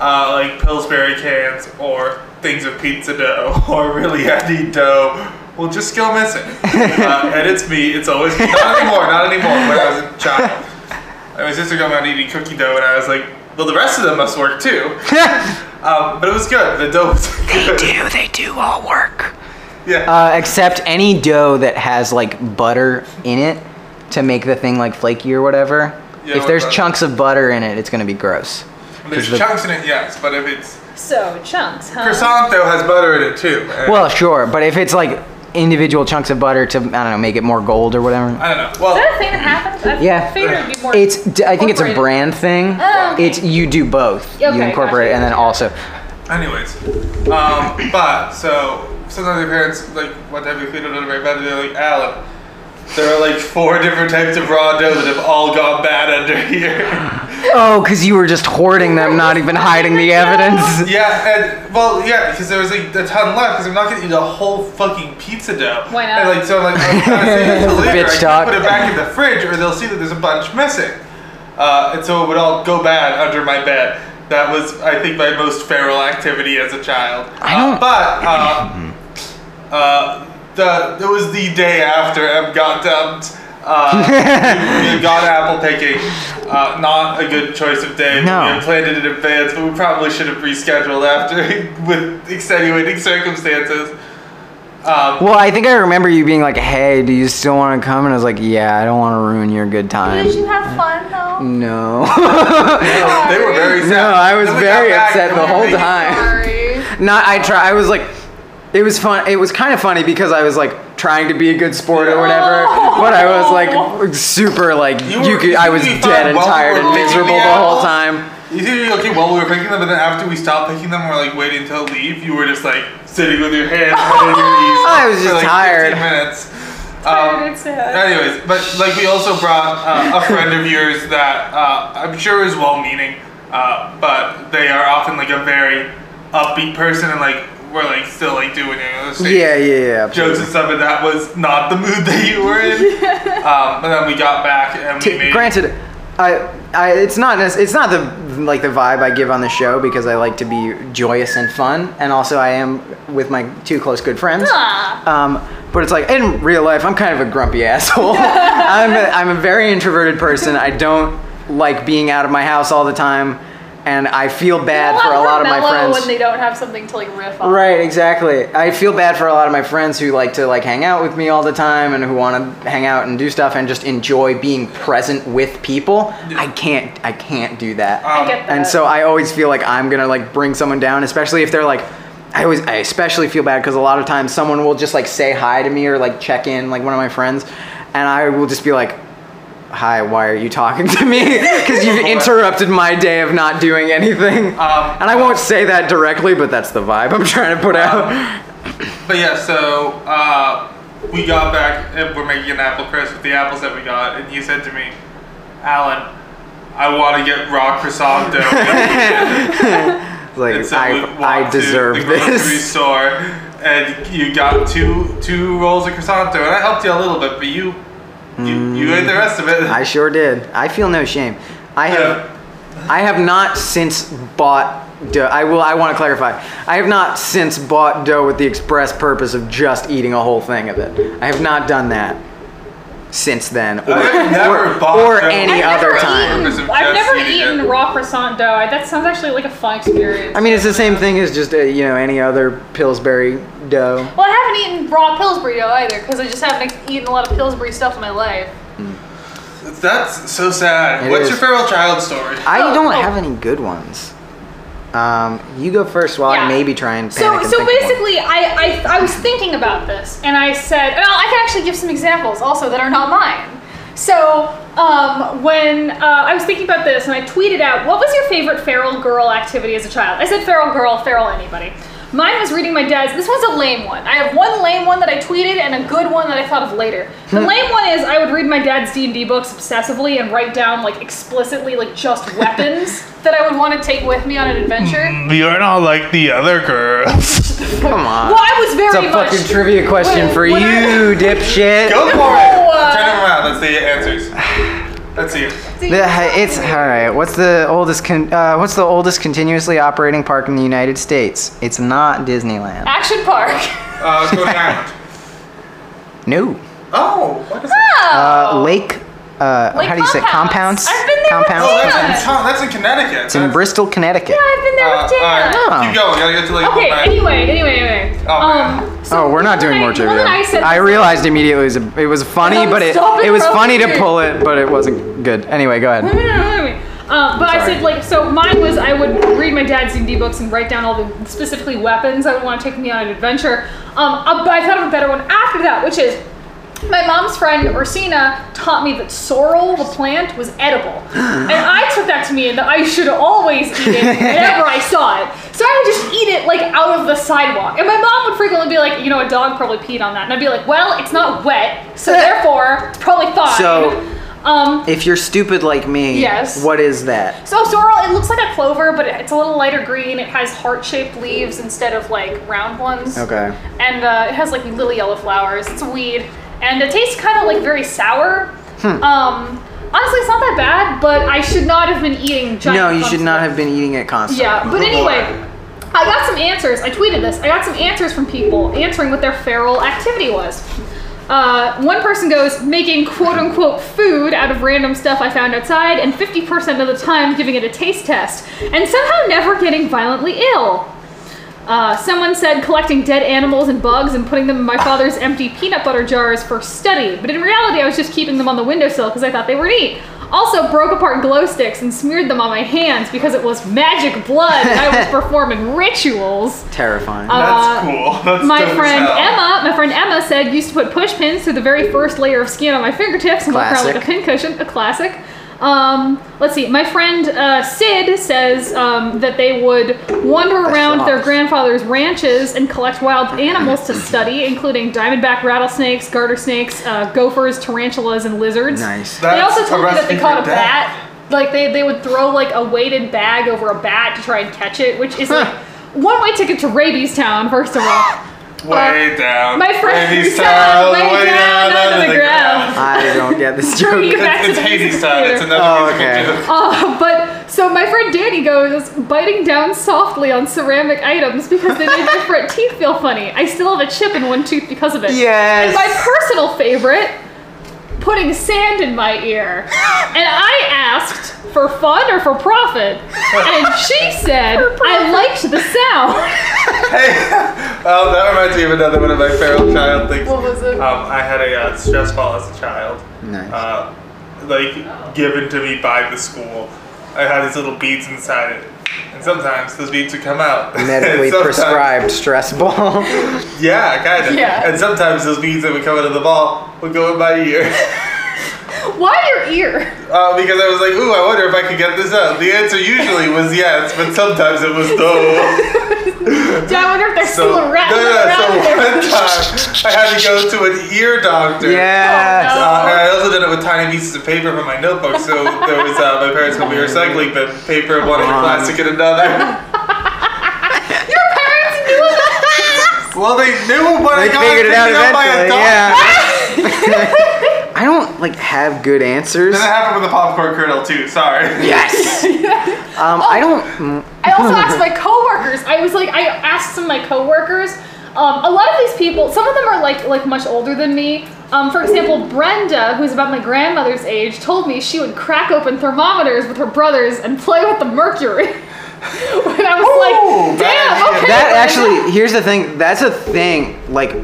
F: uh, like Pillsbury cans or things of pizza
A: *laughs*
F: dough or really heavy dough will just go missing. Uh, and it's me. It's always me.
A: Not anymore. Not anymore. When I was a child, and my sister got me on eating cookie dough, and I was like, "Well, the rest of them must work
C: *laughs*
A: too." Um, but it was good. The dough was *laughs* good.
B: do. They do all work.
A: Yeah.
B: Uh, except any dough that has like butter in it to make the thing like flaky or whatever.
A: Yeah,
B: if
A: with
B: there's
A: butter.
B: chunks of butter in it, it's gonna be gross.
A: There's
B: the-
A: chunks in it, yes, but if it's
C: so chunks, huh?
A: croissant dough has butter in it too. and-
B: Well, sure, but if it's like individual chunks of butter to I don't know make it more gold or whatever.
A: I don't know. Well,
C: Is that a thing that happens? I
B: Yeah.
C: figured it'd be more.
B: It's d- I think it's a
C: Incorporated.
B: brand thing.
C: Oh, okay.
B: It's you do both.
C: Okay,
B: you incorporate
C: gotcha,
B: it and then
C: gotcha.
B: also
A: Anyways, um, but so sometimes my parents like one time we cleaned it under my bed and they're like, Alan, there are like four different types of raw dough that have all gone bad under here. *laughs*
B: oh, because you were just hoarding them, not even hiding
C: *laughs*
B: the evidence.
A: yeah, and well, yeah, because there was like a ton left because I'm not gonna eat a whole fucking pizza dough.
C: Why not?
A: And like so, I'm like "Oh, I'm trying to
B: *laughs*
A: save it till later.
B: Bitch
A: I
B: talk.
A: can put it back in the fridge, or they'll see that there's a bunch missing, uh, and so it would all go bad under my bed. That was, I think, my most feral activity as a child.
B: I
A: Uh,
B: don't-
A: but. Uh, Uh, the it was the day after Em got dumped.
B: *laughs*
A: Uh, we, we got apple picking. Uh, not a good choice of day.
B: No.
A: We had planned it in advance, but we probably should have rescheduled after *laughs* with extenuating circumstances. Um,
B: Well, I think I remember you being like, "Hey, do you still want to come?" And I was like, "Yeah, I don't want to ruin your good time."
C: Did you have fun though? *laughs*
B: No. *laughs*
A: they were very sad.
B: No, I was
A: Then we got
B: very
A: back
B: upset
A: and
B: the
A: we
B: whole
A: made-
B: time.
C: Sorry.
B: Not I try. I was like, it was fun. It was kind of funny because I was like trying to be a good sport or whatever. But I was like super like you,
A: You were-
B: could, I was
A: you
B: dead and
A: thought
B: tired
A: while
B: and
A: we were
B: miserable the
A: making the apple?
B: whole time.
A: You think you're okay while we were picking them, but then after we stopped picking them, we're like waiting till leave. You were just like sitting with your
C: *laughs*
A: hands on your knees.
B: I was just
A: for, like,
B: tired.
A: 15 minutes.
C: Tired
A: Um,
C: and sad.
A: anyways, but like we also brought uh, a friend of yours that uh, I'm sure is well-meaning, uh, but they are often like a very upbeat person, and like we're like still like doing you know, the same
B: Yeah, yeah, yeah.
A: jokes and stuff, and that was not the mood that you were in.
C: *laughs*
A: um, but then we got back and we
B: T-
A: made
B: granted, I, I, it's not nec- it's not the like the vibe I give on the show because I like to be joyous and fun, and also I am with my two close good friends.
C: Ah.
B: Um, but it's like in real life, I'm kind of a grumpy *laughs* asshole. I'm a, I'm a very introverted person. I don't like being out of my house all the time, and I feel bad
C: Well,
B: for a
C: we're
B: lot of my
C: mellow
B: friends.
C: when they don't have something to like riff on.
B: Right, exactly. I feel bad for a lot of my friends who like to like hang out with me all the time and who want to hang out and do stuff and just enjoy being present with people. I can't I can't do that.
C: I get that.
B: and so I always feel like I'm going to like bring someone down, especially if they're like I always I especially feel bad cuz a lot of times someone will just like say hi to me or like check in like one of my friends and I will just be like Hi, why are you talking to me? *laughs* Because you've interrupted my day of not doing anything.
A: Um,
B: and I won't say that directly, but that's the vibe I'm trying to put out.
A: But yeah, so uh, we got back and we're making an apple crisp with the apples that we got, and you said to me, Alan, I want to get raw croissant dough.
B: *laughs* Like
A: and so we walked
B: I, I deserve
A: to the grocery
B: this.
A: store, and you got two two rolls of croissant dough, and I helped you a little bit, but you you, you ate the rest of it.
B: Mm, I sure did. I feel no shame. I have, I have not since bought dough. I will. I want to clarify. I have not since bought dough with the express purpose of just eating a whole thing of it. I have not done that since then, or,
A: I've never
B: or-
A: bought
B: or
A: dough.
B: any
C: I've
B: other
C: never
B: time.
A: Because of
C: Eaten,
A: just
C: I've never
A: eating
C: eaten
A: it.
C: raw croissant dough. I- That sounds actually like a fun experience.
B: I mean, it's the same thing as just uh you know any other Pillsbury dough.
C: well, I haven't eaten raw Pillsbury dough either because I just haven't eaten a lot of Pillsbury stuff in my life.
A: That's so sad.
B: It
A: What's
B: is.
A: your farewell child story?
G: Um,
B: I
C: Oh,
B: don't
C: oh.
B: have any good ones. Um, you go first while
C: Yeah.
B: I maybe try and
C: So,
B: panic and
C: so
B: think of one.
C: basically, I, I I was thinking about this, and I said, well, I can actually give some examples also that are not mine. So, um, when uh, I was thinking about this, and I tweeted out, "What was your favorite feral girl activity as a child?" I said, "Feral girl, feral anybody." Mine was reading my dad's. This was a lame one. I have one lame one that I tweeted and a good one that I thought of later. The
B: Hmm.
C: lame one is I would read my dad's D and D books obsessively and write down like explicitly like
B: *laughs*
C: just weapons that I would want to take with me on an adventure.
B: Hmm.
G: You're not like the other girls.
B: come on.
C: Well, I was
B: It's
C: very
B: a
C: much.
B: fucking trivia question
C: when-
B: for you,
C: when I- *laughs*
B: dipshit.
A: Go for it.
C: uh,
A: Turn it around. Let's see your answers. Let's see.
B: The- it's all right. What's the oldest? Con- uh, what's the oldest continuously operating park in the United States? It's not Disneyland.
C: Action Park.
A: *laughs* Uh, Coney
B: *laughs*
A: Island.
B: No.
A: Oh, what is it?
B: Uh,
C: Oh.
B: lake. Uh,
C: Lake
B: how do you say
C: compounds.
B: compounds?
C: I've been there
B: Compounds.
A: Oh,
C: with
B: Compounds?
A: that's in, Con- that's in Connecticut.
B: It's in
A: That's-
B: Bristol, Connecticut.
C: Yeah, I've been there
A: Uh,
C: with Dan.
A: all
B: Oh.
A: right, Keep going. Gotta get to like
C: Okay.
A: back.
C: Anyway, anyway, anyway.
A: Oh, man.
C: um. so
B: Oh, we're not
C: the one
B: doing
C: I-
B: more
C: the one
B: trivia.
C: that I said.
B: I realized immediately it was, a, it was funny,
C: No,
B: but it,
C: stop it,
B: it was
C: Rosie.
B: funny to pull it, but it wasn't good. Anyway, go
C: Wait,
B: ahead.
C: wait, wait, wait, wait. Um, but I said like so. Mine was I would read my dad's D&D books and write down all the specifically weapons I would want to take me on an adventure. Um, uh, but I thought of a better one after that, which is my mom's friend Ursina taught me that sorrel, the plant, was edible, and I took that to mean that I should always eat it whenever I saw it. So I would just eat it like out of the sidewalk, and my mom would frequently be like, you know, a dog probably peed on that, and I'd be like, well, it's not wet, so therefore it's probably fine.
B: So-
C: Um,
B: If you're stupid like me,
C: Yes.
B: what is that?
C: so sorrel, it looks like a clover, but it's a little lighter green. It has heart-shaped leaves instead of like round ones.
B: Okay.
C: And uh, it has like little yellow flowers. It's a weed, and it tastes kind of like very sour.
B: Hmm.
C: Um, honestly, it's not that bad, but I should not have been eating. Giant
B: No, you
C: clumps
B: should
C: of
B: not
C: it.
B: have been eating it constantly.
C: Yeah, but
A: Google
C: anyway,
A: it.
C: I got some answers. I tweeted this. I got some answers from people answering what their feral activity was. Uh, one person goes, making quote unquote food out of random stuff I found outside, and 50% of the time giving it a taste test, and somehow never getting violently ill. Uh, someone said collecting dead animals and bugs and putting them in my father's empty peanut butter jars for study, but in reality, I was just keeping them on the windowsill because I thought they were neat. Also, broke apart glow sticks and smeared them on my hands because it was magic blood and I was performing rituals.
B: Terrifying.
C: Uh,
D: That's
A: *laughs*
D: cool. That's
C: my
D: dope as
C: friend
D: hell.
C: Emma, my friend Emma said used to put push pins through the very first layer of skin on my fingertips and walk around like a
B: Classic.
C: pincushion, a classic. Um, let's see. My friend uh, Sid says um, that they would wander around their
B: sauce.
C: grandfather's ranches and collect wild animals to study, including diamondback rattlesnakes, garter snakes, uh, gophers, tarantulas, and lizards.
B: Nice.
C: they
D: That's
C: also
D: a
C: told me that
D: recipe
C: they
D: for
C: caught a
D: death.
C: bat. Like they, they would throw like a weighted bag over a bat to try and catch it, which is like
B: Huh.
C: one way ticket to Rabies Town, first of all.
D: Way down.
C: uh, My friend *laughs*
D: Hades
C: fell
D: style,
C: way down onto the ground.
B: I don't get
C: *laughs*
B: this joke.
C: Bring it back
D: It's, it's
C: to the
D: Hades
C: music
D: style. It's
C: theater.
D: another
B: Oh,
D: musical
A: *laughs*
B: okay.
D: joke.
C: Uh, but so my friend Danny goes biting down softly on ceramic items because they made my front teeth feel funny. I still have a chip in one tooth because of it.
B: Yes.
C: And my personal favorite, putting sand in my ear. And I asked for fun or for profit, and she said I liked the sound. *laughs*
D: Hey, oh, that reminds me of another one of my feral child things.
C: What was it?
A: Um, I had a uh, stress ball as a child,
B: Nice.
A: uh, like given to me by the school. I had these little beads inside it, and sometimes those beads would come out. *laughs* And
B: *laughs* Medically
A: sometimes-
B: prescribed stress ball.
A: Yeah, kind of.
C: *laughs* Yeah.
A: And sometimes those beads that would come out of the ball would go in my ear *laughs*
C: Why your ear?
A: uh, because I was like, "Ooh, I wonder if I could get this out." The answer usually was yes, but sometimes it was no.
C: Do I wonder if they're
A: So,
C: *laughs* still rattling
A: no, no,
C: around
A: so
C: in there?
A: one time I had to go to an ear doctor.
B: *laughs*
C: Oh,
B: yes.
A: Uh, and I also did it with tiny pieces of paper from my notebook. So there was uh, my parents would
B: *laughs*
A: be recycling but paper in one of
B: on.
A: plastic in
C: *laughs*
A: another.
C: Your parents knew that.
A: Well, they knew what I
B: They
A: got Oh,
B: figured it out
A: picked up by a
B: eventually.
A: dog.
B: Yeah.
C: *laughs*
B: *laughs* I don't like have good
A: *laughs*
B: answers.
D: That happened with the popcorn kernel too. Sorry.
B: Yes. Um, I don't.
C: *laughs*
B: mm,
C: I also asked my coworkers. I was like, I asked some of my coworkers. Um, a lot of these people, some of them are like like much older than me. Um, for example, Brenda, who's about my grandmother's age, told me she would crack open thermometers with her brothers and play with the mercury. *laughs* and I was like, damn, okay.
B: That
C: Brenda."
B: actually, here's the thing. That's a thing. Like,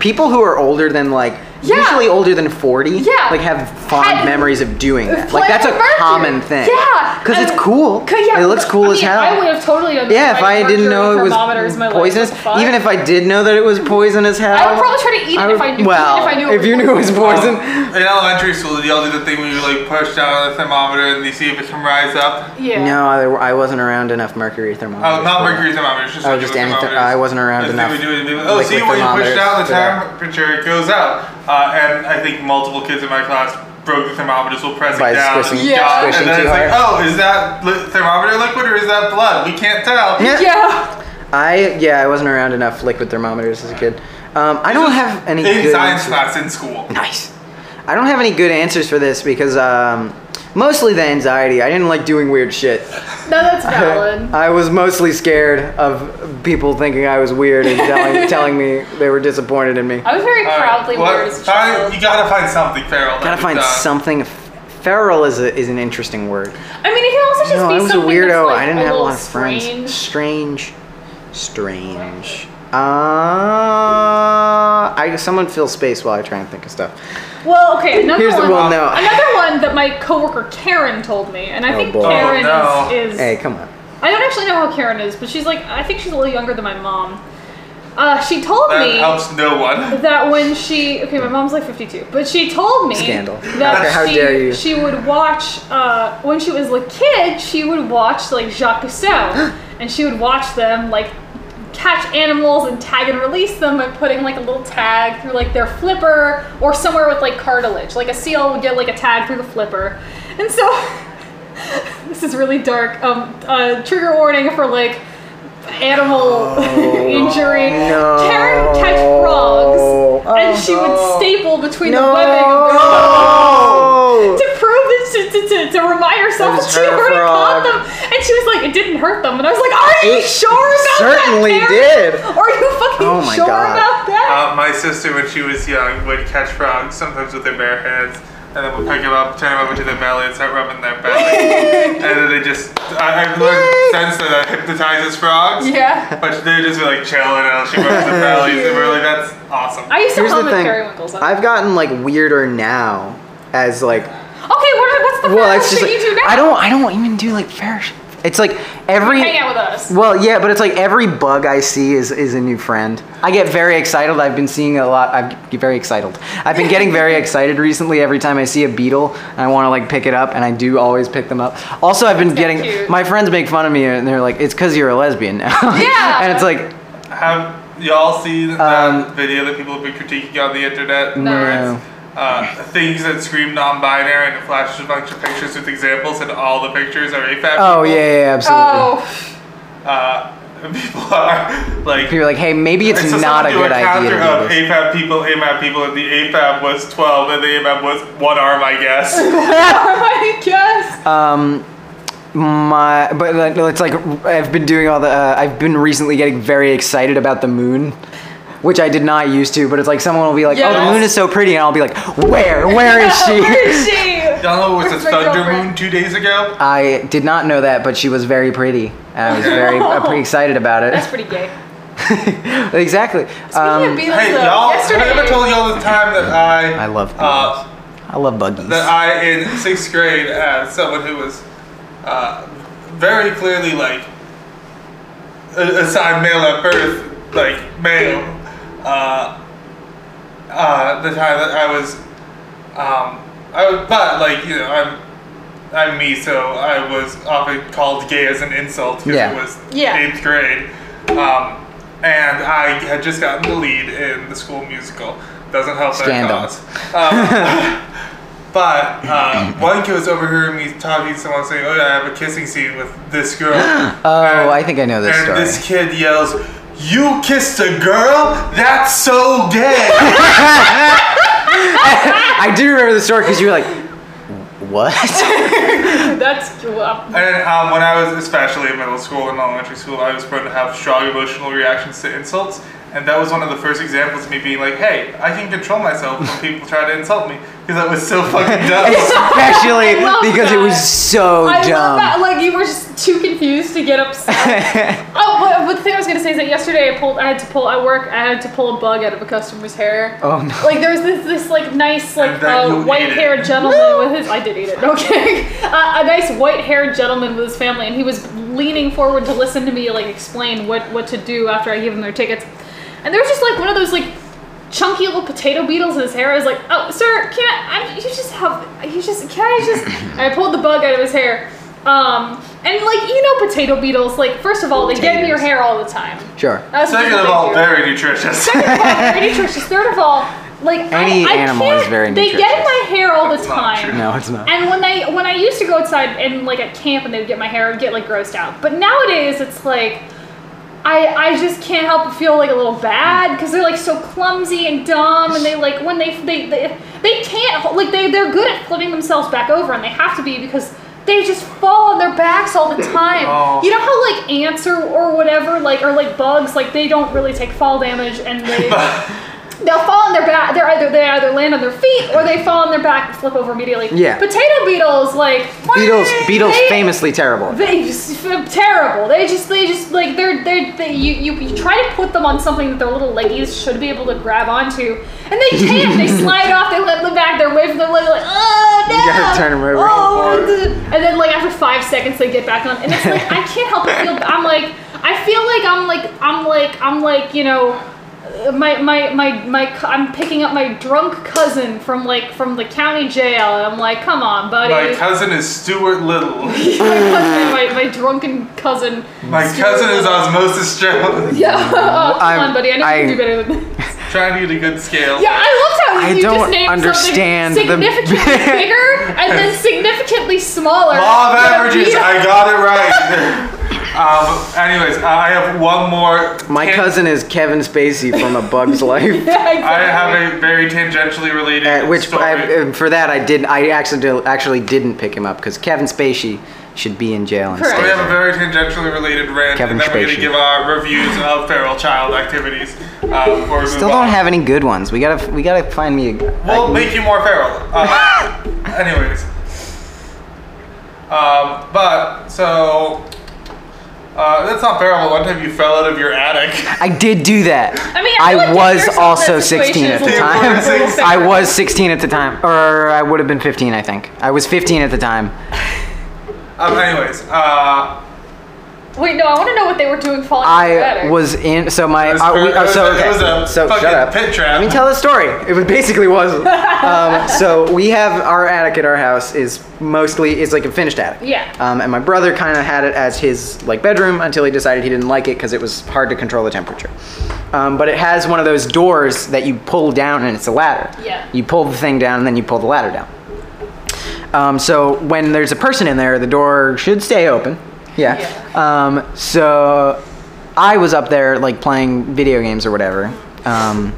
B: people who are older than like.
C: Yeah.
B: Usually older than 40,
C: Yeah.
B: like have fond
C: Had-
B: memories of doing that. Like
C: Play
B: that's a
C: with the mercury.
B: common thing.
C: Yeah,
B: because it's
C: and-
B: cool.
C: Cause, yeah,
B: it looks cool
C: I
B: as
C: mean,
B: hell.
C: I would have totally understood.
B: Yeah, if I didn't know it was poisonous, even if I did know that it was poison as hell,
C: I would probably try to eat it if I knew-
B: Well,
C: even if I knew it was Oh,
B: you knew it was poison,
D: *laughs* In elementary school, did y'all do the thing where you like push down on the thermometer and you see if it can rise up?
C: yeah.
B: no, I, I wasn't around enough mercury thermometers.
D: Oh, not
B: for that.
D: mercury thermometers. Just
B: Oh,
D: regular
B: just any ther-
D: thermometers.
B: I wasn't around
D: That's the
B: enough
D: thing we do, we do- Oh,
B: liquid
D: see when you push
B: thermometers
D: down the
B: for that.
D: temperature, it goes out. Uh, and I think multiple kids in my class broke the thermometers while pressing
B: By
D: down.
B: squishing-
D: and, got-
B: squishing
D: and then
B: too
D: it's like, oh, is that li- thermometer liquid or is that blood? We can't tell.
B: Yeah,
C: Yeah. *laughs*
B: I yeah, I wasn't around enough liquid thermometers as a kid. Um, I don't have any
D: In
B: good
D: science
B: answers.
D: class in school.
B: Nice. I don't have any good answers for this because um, mostly the anxiety. I didn't like doing weird shit.
C: No,
B: *laughs*
C: that's valid.
B: I was mostly scared of people thinking I was weird and
C: *laughs*
B: telling, telling me they were disappointed in me.
C: I was very proudly
D: Alright, what-
C: weird as a
D: find-
C: child.
D: You gotta find something feral.
B: Gotta find
A: uh,
D: something.
B: something. Feral is a, is an interesting word.
C: I mean, it can also just
B: No,
C: be
B: I was a
C: something
B: weirdo.
C: That's like
B: I didn't
C: a
B: have a
C: little
B: lot of
C: strange.
B: friends. Strange, strange. Uh, I someone fill space while I try and think of stuff.
C: Well, okay, another
B: Here's the-
C: one.
B: well, no.
C: Another one that my coworker Karen told me, and I
B: Oh,
C: think
B: boy.
C: Karen
D: Oh, no.
C: is. is
B: Hey, come on.
C: I don't actually know how Karen is, but she's like I think she's a little younger than my mom. Uh, she told
D: That
C: me
D: helps no one.
C: that when she okay, my mom's like 52, but she told me
B: Scandal.
C: that
B: Okay, how
C: she
B: dare you.
C: she would watch uh, when she was a kid, she would watch like Jacques
B: *gasps*
C: Cousteau, and she would watch them like catch animals and tag and release them by putting like a little tag through like their flipper or somewhere with like cartilage. Like a seal would get like a tag through the flipper, and so. *laughs* This is really dark. Um, uh, trigger warning for like animal *laughs* injury.
B: Oh, no.
C: Karen would catch frogs, and
B: Oh,
C: she would
B: no.
C: staple between the
B: No.
C: webbing of their
B: Oh.
C: to prove that she, to, to, to remind herself
B: That
C: that
B: is
C: she
B: her
C: already caught
B: frog.
C: them, and she was like, "It didn't hurt them," and I was like, "Are you
B: It
C: sure about
B: certainly
C: that?"
B: did.
C: Are you fucking
B: Oh my
C: sure
B: God.
C: about that?
A: Uh, my sister, when she was young, would catch frogs sometimes with her bare hands, and then would pick them up, turn them over to their belly, and start rubbing their
C: *laughs*
A: belly. and then they just, I, I've learned since that that hypnotizes frogs.
C: yeah.
A: But they just be like chilling, and she rubs their bellies, and we're like, that's awesome.
C: I used to
B: Here's
C: hum
B: the
C: at
B: thing.
C: periwinkles.
B: I've gotten like weirder now, as like
C: okay, what are, what's the the
B: well,
C: Ferris
B: it's just
C: shit
B: like-
C: you do now.
B: I don't. I don't even do like fair. sh- It's like every.
C: hang out with us.
B: Well, yeah, but it's like every bug I see is, is a new friend. I get very excited. I've been seeing a lot. I get very excited. I've been getting
C: *laughs*
B: very excited recently every time I see a beetle and I want to like pick it up, and I do always pick them up. Also, I've been getting
C: cute.
B: my friends make fun of me and they're like, "It's because you're a lesbian now." *laughs*
C: Yeah.
B: and it's like,
A: Have y'all seen that
B: Um,
A: video that people have been critiquing on the internet?
B: No.
A: Where it's, uh, things that scream non-binary and it flashes a bunch of pictures with examples, and all the pictures are AFAB.
B: oh
A: people.
B: yeah, yeah, yeah, absolutely.
C: Oh, *laughs*
A: Uh, *laughs* and people are like.
B: People are like, "Hey, maybe it's
A: I saw
B: not a
A: someone do
B: good idea."
A: counter
B: To do
A: of
B: this.
A: AFAB people, AMAB people, and the AFAB was 12, and the AMAB was one arm, I guess.
C: I guess.
B: My, but like, no, it's like I've been doing all the. Uh, I've been recently getting very excited about the moon, which I did not used to. But it's like someone will be like, "Oh, the
C: Yes.
B: moon is so pretty," and I'll be like, "Where? Where is she?"
C: *laughs* Where is she?
A: *laughs* Y'all know
C: *laughs*
A: what was
C: Where's
A: the
C: my
A: Thunder
C: girlfriend?
A: Moon two days ago?
B: *laughs* I did not know that, but she was very pretty. I was very uh, pretty excited about
C: That's
B: it. *laughs*
C: pretty gay.
B: exactly.
C: Speaking of
B: Um,
C: Beatles,
A: Hey,
C: though,
A: y'all,
C: uh, yesterday,
A: I never told y'all the time that I.
B: I love
A: uh,
B: I love buggies.
A: that I, in sixth grade, as someone who was uh, very clearly like a- assigned male at birth, like male, uh, uh, the time that I was, um, I was, but like you know, I'm, I'm me, so I was often called gay as an insult because
B: Yeah.
A: it was
C: Yeah.
A: eighth grade, um, and I had just gotten the lead in the school musical. Doesn't help
B: Scandal.
A: that cause. Um,
B: *laughs*
A: but uh, *coughs* one kid was overhearing me talking to someone saying, "Oh yeah, I have a kissing scene with this girl."
B: *gasps* oh,
A: and-
B: I think I know this
A: and
B: story.
A: this kid yells, "You kissed a girl? That's so gay!"
B: *laughs* *laughs* I do remember the story because you were like, "What?"
C: that's well,
A: and um, when I was, especially in middle school and elementary school, I was prone to have strong emotional reactions to insults, and that was one of the first examples of me being like, "Hey, I can control myself
B: *laughs*
A: when people try to insult me because that was so fucking dumb."
B: *laughs* Especially
C: *laughs* I love
B: because it
C: that.
B: was so
C: I
B: dumb.
C: love that. Like you were just too confused to get upset.
B: *laughs*
C: oh, but, but the thing I was gonna say is that yesterday I pulled. I had to pull at work. I had to pull a bug out of a customer's hair.
B: Oh, no.
C: Like there was this this like nice like
A: And then you
C: uh,
A: ate
C: white haired
A: it.
C: gentleman with his. I did eat it. *laughs* Okay. uh, a nice white haired gentleman with his family, and he was leaning forward to listen to me like explain what what to do after I gave him their tickets. And there was just like one of those like chunky little potato beetles in his hair. I was like, oh, sir, can I, I you just have, you just, can I just,
A: *coughs*
C: and I pulled the bug out of his hair. Um, and like, you know, potato beetles, like, first of all, they get in your
B: Potatoes.
C: hair all the time.
B: Sure.
C: That's what
A: Second
C: they
A: of all,
C: do.
A: very nutritious.
C: Second of all, very nutritious. Third of all, like,
B: Any
C: I, I
B: animal
C: can't,
B: is very
C: They get in
B: nutritious.
C: my hair all
A: That's
C: the
A: not
C: time.
A: true.
B: No, it's not.
C: And when they when I used to go outside and like at camp and they would get my hair, I'd get like grossed out. But nowadays it's like I I just can't help but feel like a little bad because they're like so clumsy and dumb and they like when they they they, they can't ho- like they they're good at flipping themselves back over and they have to be because. They just fall on their backs all the time.
A: Oh.
C: You know how like ants or, or whatever like or like bugs like they don't really take fall damage and they they'll fall on their back. They're either they either land on their feet or they fall on their back and flip over immediately.
B: Yeah.
C: Potato beetles, like
B: Beatles. Beatles
C: they-
B: famously terrible.
C: They just, f- terrible. They just they just like they're they're they, you, you you try to put them on something that their little leggies should be able to grab onto, and they can't. they slide off. They let them back. They're away from their leg. Like oh no.
B: You gotta turn 'em over.
C: Oh, d- and then like after five seconds they get back on, and it's like I can't help but feel. I'm like I feel like I'm like I'm like I'm like you know my my my my cu- I'm picking up my drunk cousin from like from the county jail, and I'm like, come on, buddy.
A: My cousin is Stuart Little.
C: my, cousin, *laughs* my, my drunken cousin.
A: My cousin is Osmosis Jones.
C: Yeah, *laughs* oh, come
B: I'm-
C: on, buddy. I know you
B: I-
C: can do better than this.
A: Trying to get a good scale.
C: Yeah, I loved how
B: I
C: you
B: don't
C: just named
B: understand the-
C: something
B: *laughs*
C: significantly bigger and then significantly smaller.
A: Law of
C: than a
A: averages,
C: beetle.
A: I got it right. *laughs* um, anyways, I have one more.
B: My
A: tan-
B: cousin is Kevin Spacey from A
C: *laughs*
B: Bug's Life.
C: *laughs* Yeah, exactly.
A: I have a very tangentially related.
B: Uh, which
A: story.
B: I, uh, for that I did I actually actually didn't pick him up because Kevin Spacey should be in jail
C: Correct.
A: we
B: instead.
A: have a very tangentially related rant, and
B: Kevin
A: then we're going
B: Spacey.
A: to give our reviews of feral child activities. Uh, or
B: Still don't have any good ones. We gotta we gotta find me. A,
A: We'll make you more feral. Uh, *laughs* anyways. Um, but, so.
D: Uh, that's not bearable. One time you fell out of your
A: *laughs*
D: attic.
B: I did do that.
C: I mean, I feel like
B: was
C: there's some
B: also
C: of that situation
B: 16 at the
C: is a
D: little
B: time.
D: embarrassing.
B: I was 16 at the time, or I would have been 15, I think. I was 15 at the time.
D: Um, anyways, uh,
C: Wait, no, I want to know what they were doing falling out of the
B: I
C: attic.
B: was in. So my.
D: it was,
B: uh, we-
D: it
B: uh,
D: was
B: so
D: a- it
B: okay.
D: was a
B: so
D: fucking
B: shut up.
D: pit trap.
B: Let me tell the story. It was basically
C: *laughs*
B: was. Um, so we have our attic at our house is mostly it's like a finished attic.
C: Yeah.
B: Um, and my brother kind of had it as his like bedroom until he decided he didn't like it because it was hard to control the temperature. Um, but it has one of those doors that you pull down and it's a ladder.
C: Yeah.
B: You pull the thing down and then you pull the ladder down. Um, so when there's a person in there, the door should stay open. Yeah. Um, so I was up there like playing video games or whatever, um,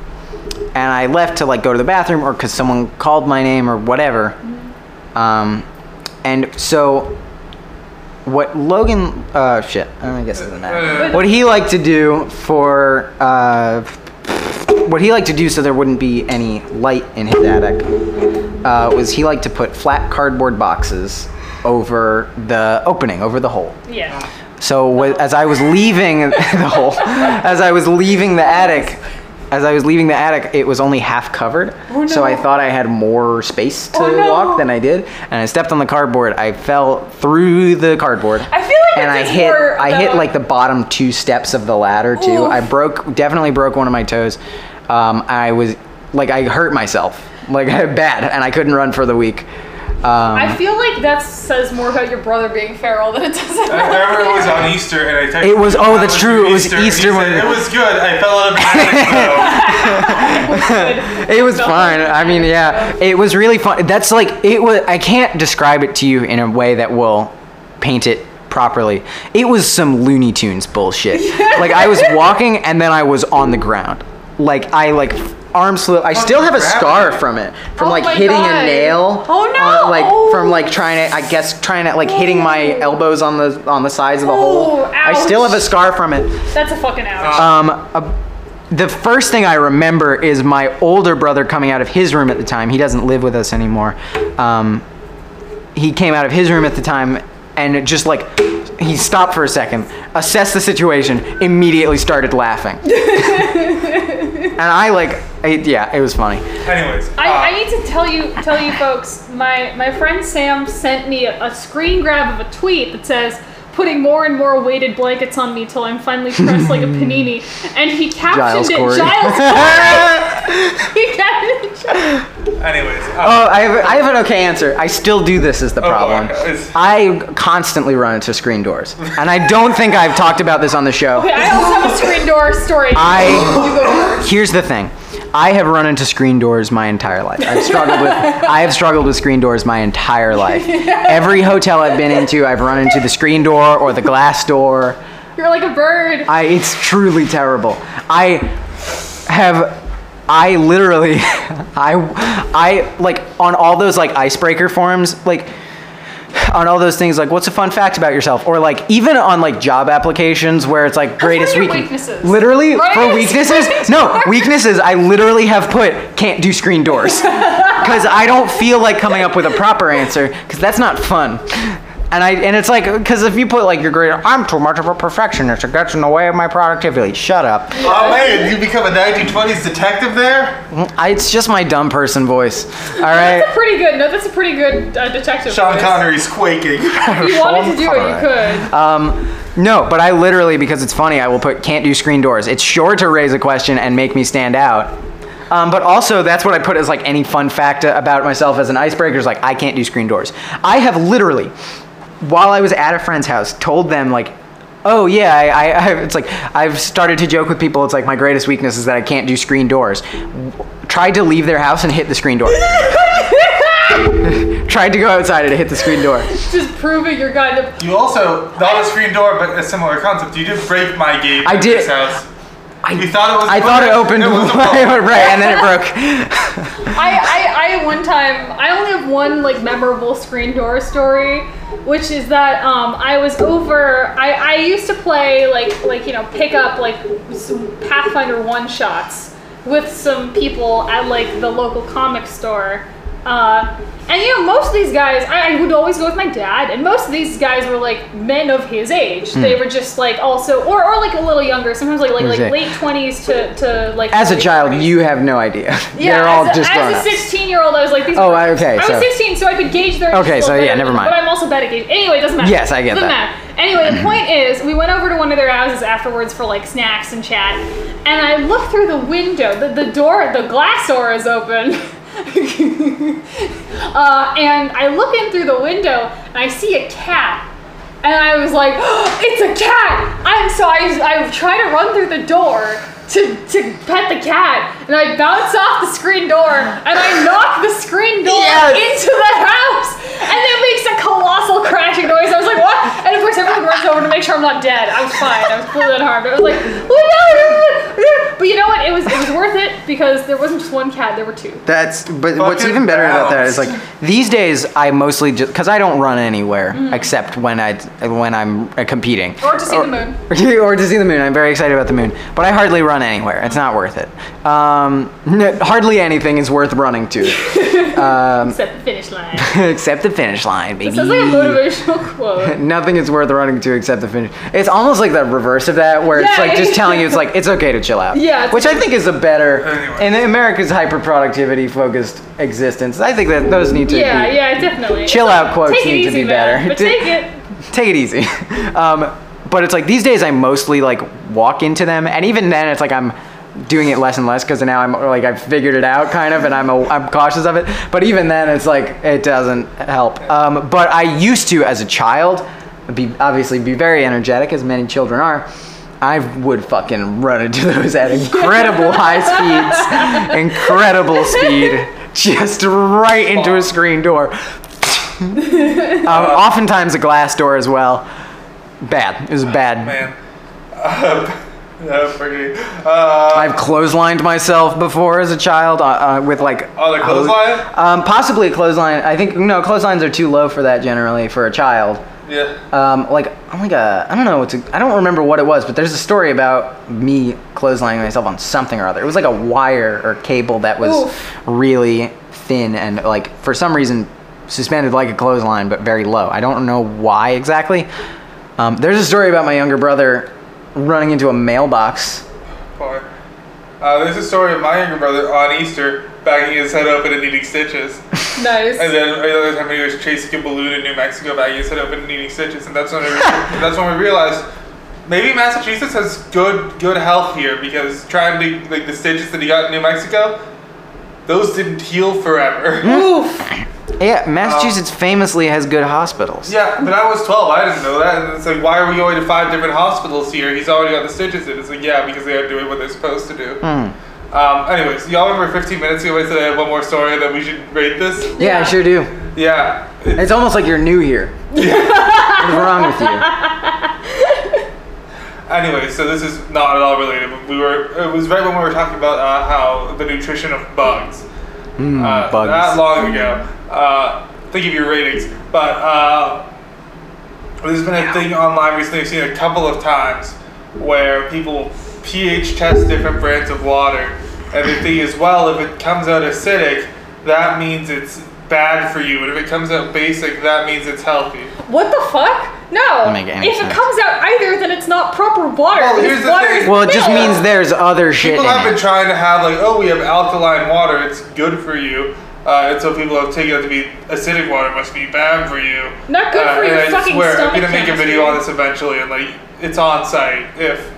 B: and I left to like go to the bathroom or because someone called my name or whatever. Um, and so what Logan? Uh, shit. I guess it doesn't matter. What he liked to do for. Uh, what he liked to do so there wouldn't be any light in his attic uh, was he liked to put flat cardboard boxes over the opening, over the hole.
C: yeah.
B: So wh- as I was leaving *laughs* the hole, as I was leaving the attic, as I was leaving the attic, it was only half covered.
C: Oh,
B: So I
C: no.
B: thought I had more space to
C: Oh, no.
B: walk than I did, and I stepped on the cardboard. I fell through the cardboard.
C: I feel like
B: and I
C: it's just
B: hit
C: more
B: I hit
C: the-
B: like the bottom two steps of the ladder too.
C: Oof.
B: I broke definitely broke one of my toes. Um, I was like I hurt myself like *laughs* bad, and I couldn't run for the week. Um,
C: I feel like that says more about your brother being feral than it does.
D: I remember it was on Easter, and I. texted
B: It was-
D: you,
B: oh,
D: "How
B: that's
D: was
B: true, it was
D: and you
B: Easter
D: said,
B: when-
D: It was good. I fell out of my
B: *laughs*
D: attic. Though.
B: it was fun. I mean, yeah, it was really fun. That's like it was. I can't describe it to you in a way that will paint it properly. It was some Looney Tunes
C: *laughs*
B: bullshit. Like I was walking and then I was on the ground. Like I like arm slip. I still have a
D: gravity.
B: scar from it from
C: Oh
B: like
C: my
B: hitting
C: God.
B: a nail.
C: Oh, no.
B: on- like from like
C: Oh.
B: trying to. I guess trying to like hitting my
C: Oh.
B: elbows on the on the sides of the hole.
C: Oh,
B: I still have a
C: ouch.
B: scar from it.
C: That's a fucking
A: Oh,
C: ouch.
B: Um, a, the first thing I remember is my older brother coming out of his room at the time. He doesn't live with us anymore. Um, he came out of his room at the time and it just like he stopped for a second, assessed the situation, immediately started laughing. and I like, it, yeah, it was funny.
D: Anyways, uh,
C: I, I need to tell you tell you folks, my my friend Sam sent me a, a screen grab of a tweet that says putting more and more weighted blankets on me till I'm finally pressed
B: *laughs*
C: like a panini. And he
B: Giles
C: captioned it
B: Corey. *laughs*
C: Giles Corey. he captioned it Giles-
D: anyways. Uh,
B: Oh, I have, I have an okay answer. I still do this is the problem.
D: okay. It's-
B: I constantly run into screen doors, and I don't think I've talked about this on the show.
C: Okay, I also have a screen door story. *laughs*
B: I here's the thing. I have run into screen doors my entire life. I've struggled with I have struggled with screen doors my entire
C: *laughs*
B: life. Every hotel I've been into, I've run into the screen door or the glass door.
C: You're like a bird.
B: I it's truly terrible. I have I literally *laughs* I I like on all those like icebreaker forums like on all those things like what's a fun fact about yourself or like even on like job applications where it's like greatest
C: your
B: weakness
C: weaknesses?
B: literally
C: Right?
B: for weaknesses no weaknesses I literally have put can't do screen doors because I don't feel like coming up with a proper answer because that's not fun. And I and it's like because if you put like your grade, I'm too much of a perfectionist. It gets in the way of my productivity. Shut up.
D: oh man, you become a 1920s detective there?
B: I, it's just my dumb person voice. All
C: That's a
B: right.
C: pretty good. No, that's a pretty good uh, detective.
D: Sean
C: voice.
D: Connery's quaking.
B: *laughs*
C: If you wanted to do it, you
B: Connery.
C: could.
B: Um, no, but I literally because it's funny, I will put can't do screen doors. It's sure to raise a question and make me stand out. Um, but also that's what I put as like any fun fact about myself as an icebreaker is like I can't do screen doors. I have literally while I was at a friend's house, told them like, "Oh yeah, I, I, I it's like I've started to joke with people. It's like my greatest weakness is that I can't do screen doors." Tried to leave their house and hit the screen door. *laughs* Tried to go outside and hit the screen door.
C: Just proving you're kind of.
D: You also not a screen door, but a similar concept. You did break my gate.
B: I
D: at
B: did-
D: This house.
B: I,
D: You thought it was.
B: I thought it opened
D: It
B: *laughs*
D: was a ball.
B: right, and then it broke.
C: I, I, I one time I only have one like memorable screen door story, which is that um, I was over. I, I used to play like like you know pick up like some Pathfinder one shots with some people at like the local comic store. Uh, And you know, most of these guys, I, I would always go with my dad, and most of these guys were like men of his age. They were just like also, or, or like a little younger. Sometimes like like,
B: Hmm. Who's
C: like
B: it?
C: late twenties to, to like.
B: As a
C: early
B: child,
C: 40s.
B: you have no idea.
C: *laughs* Yeah,
B: They're all
C: as a,
B: just grown
C: as a
B: ups.
C: 16 year old, I was like, these
B: Oh,
C: are-
B: okay,
C: I was
B: so-
C: 16, so I could gauge their. age
B: Okay,
C: a little
B: so yeah,
C: better,
B: never mind.
C: But I'm also bad at gauging. Anyway, it doesn't matter.
B: Yes, I get
C: doesn't
B: that.
C: matter. Anyway,
B: *laughs*
C: the point is, we went over to one of their houses afterwards for like snacks and chat, and I looked through the window. The, the door, the glass door is open. *laughs* uh, and I look in through the window and I see a cat and I was like, *gasps* "It's a cat!" I'm so I, I try to run through the door to, to pet the cat, and I bounce off the screen door, and I knock the screen door
B: Yes.
C: into the house, and it makes a colossal crashing noise. I was like, "What?" And of course, everyone runs over to make sure I'm not dead. I was fine. I was clearly unharmed. I was like, "Oh, "What?" But you know what? It was it was worth it because there wasn't just one cat. There were two.
B: That's but what's
A: Fucking
B: even better about that
A: bounce.
B: is like these days I mostly just because I don't run anywhere except when I when I'm uh, competing
C: Mm. Or to see the moon.
B: *laughs* or to see the moon. I'm very excited about the moon, but I hardly run anywhere. It's not worth it. Um, no, hardly anything is worth running to *laughs*
C: Except the finish line.
B: except the finish line, baby.
C: It
B: *laughs*
C: sounds like a motivational quote.
B: Nothing is worth running to except the finish. It's almost like the reverse of that, where it's like
C: Yeah.
B: just telling you it's like it's okay to chill out.
C: Yeah, it's
B: which I think is a better
A: Anyway.
B: in America's hyper productivity focused existence. I think that those need to
C: Yeah,
B: be,
C: yeah, definitely.
B: Chill
C: It's
B: out
C: like,
B: quotes
C: take it
B: need Oh, to
C: easy,
B: be
C: man,
B: better.
C: But
B: Di- *laughs*
C: take it.
B: take it easy. *laughs* um, but it's like these days I mostly like walk into them, and even then it's like I'm doing it less and less because now I'm like I've figured it out kind of, and I'm a, I'm cautious of it. But even then it's like it doesn't help. Um, but I used to as a child be obviously be very energetic as many children are. I would fucking run into *laughs* those at incredible high speeds, incredible speed, just right into a screen door
A: Uh,
B: um, oftentimes a glass door as well. Bad. It was bad.
A: Man.
D: *laughs*
A: Uh, that was pretty. Uh,
B: I've clotheslined myself before as a child uh, uh, with like.
A: oh, the clothesline?
B: Um, possibly a clothesline. I think no clotheslines are too low for that generally for a child.
A: Yeah.
B: Um, like I'm like a I don't know what to I don't remember what it was, but there's a story about me clotheslining myself on something or other. It was like a wire or cable that was
C: Oof.
B: really thin and like for some reason suspended like a clothesline but very low. I don't know why exactly. Um, there's a story about my younger brother running into a mailbox.
A: Far. Uh, there's a story of my younger brother on Easter banging his head open and needing stitches.
C: Nice.
A: And then another time he was chasing a balloon in New Mexico banging his head open and needing stitches. And that's when, we, *laughs* that's when we realized maybe Massachusetts has good good health here because trying to, like, the stitches that he got in New Mexico, those didn't heal forever. *laughs*
C: Oof.
B: Yeah, Massachusetts famously has good hospitals.
A: Oh. yeah, but I was 12. I didn't know that. And it's like, why are we going to five different hospitals here? He's already got the stitches in. It's like, yeah, because they are doing what they're supposed to do.
B: Hmm.
A: Um, anyways, y'all remember 15 minutes ago I said I had one more story that we should rate this?
B: Yeah, I
C: Yeah.
B: sure do.
A: Yeah. It-
B: It's almost like you're
A: *laughs*
B: new here. What's wrong with you?
A: Anyway, so this is not at all related. But we were it was right when we were talking about uh, how the nutrition of bugs.
B: Mm,
A: uh,
B: bugs.
A: Not long ago. Uh, think of your ratings, but uh, there's been a thing online recently. I've seen a couple of times where people pH test different brands of water, and the thing is, well, if it comes out acidic, that means it's bad for you, and if it comes out basic, that means it's healthy.
C: What the fuck? No.
B: Doesn't make any
C: if
B: sense.
C: it comes out either, then it's not proper water.
A: Well,
C: This
A: here's the
C: water
A: thing.
C: is
B: Well, it just
C: filth.
B: means there's other shit.
A: People
B: in
A: have
B: it.
A: been trying to have like, oh, we have alkaline water; it's good for you. Uh, and so people have taken it to be acidic water must be bad for you.
C: Not good
A: Uh,
C: for
A: and
C: your
A: I
C: fucking
A: swear,
C: stomach
A: I'm gonna make a
C: chemistry.
A: video on this eventually, and like, it's on site. If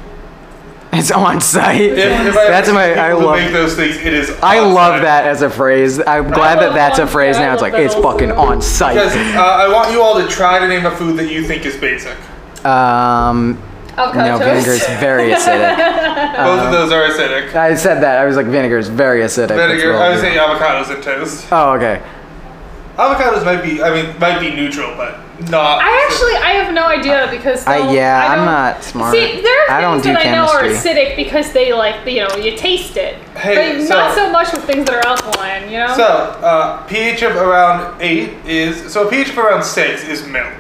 B: It's on site.
A: if, if I
B: That's
A: have
B: my.
A: people
B: I
A: who make
B: love.
A: those things, it is. On
B: I love
A: site.
B: that as a phrase. I'm glad that
C: love
B: that's a
C: on-
B: phrase
C: yeah, I
B: now. It's
C: love
B: like
C: that
B: it's
C: also.
B: fucking on
A: Because
B: site.
A: uh, I want you all to try to name a food that you think is basic.
B: Um, no,
C: Avocado toast.
B: vinegar's
C: *laughs*
B: very acidic.
A: Both
B: Uh-huh.
A: of those are acidic.
B: I said that. I was like, vinegar's very acidic. That's
A: Vinegar.
B: real
A: I would
B: good.
A: say avocados and toast.
B: Oh, okay.
A: Avocados might be. I mean, might be neutral, but not.
C: I actually, I have no idea because
B: I-
C: though
B: yeah,
C: I
B: I'm
C: don't-
B: not smart.
C: See, there are
B: I don't
C: things
B: do
C: that I know are
B: chemistry.
C: acidic because they like you know you taste it,
A: Hey,
C: but
A: so-
C: not so much with things that are alkaline. You know.
A: So, uh, pH of around eight is so a pH of around six is milk.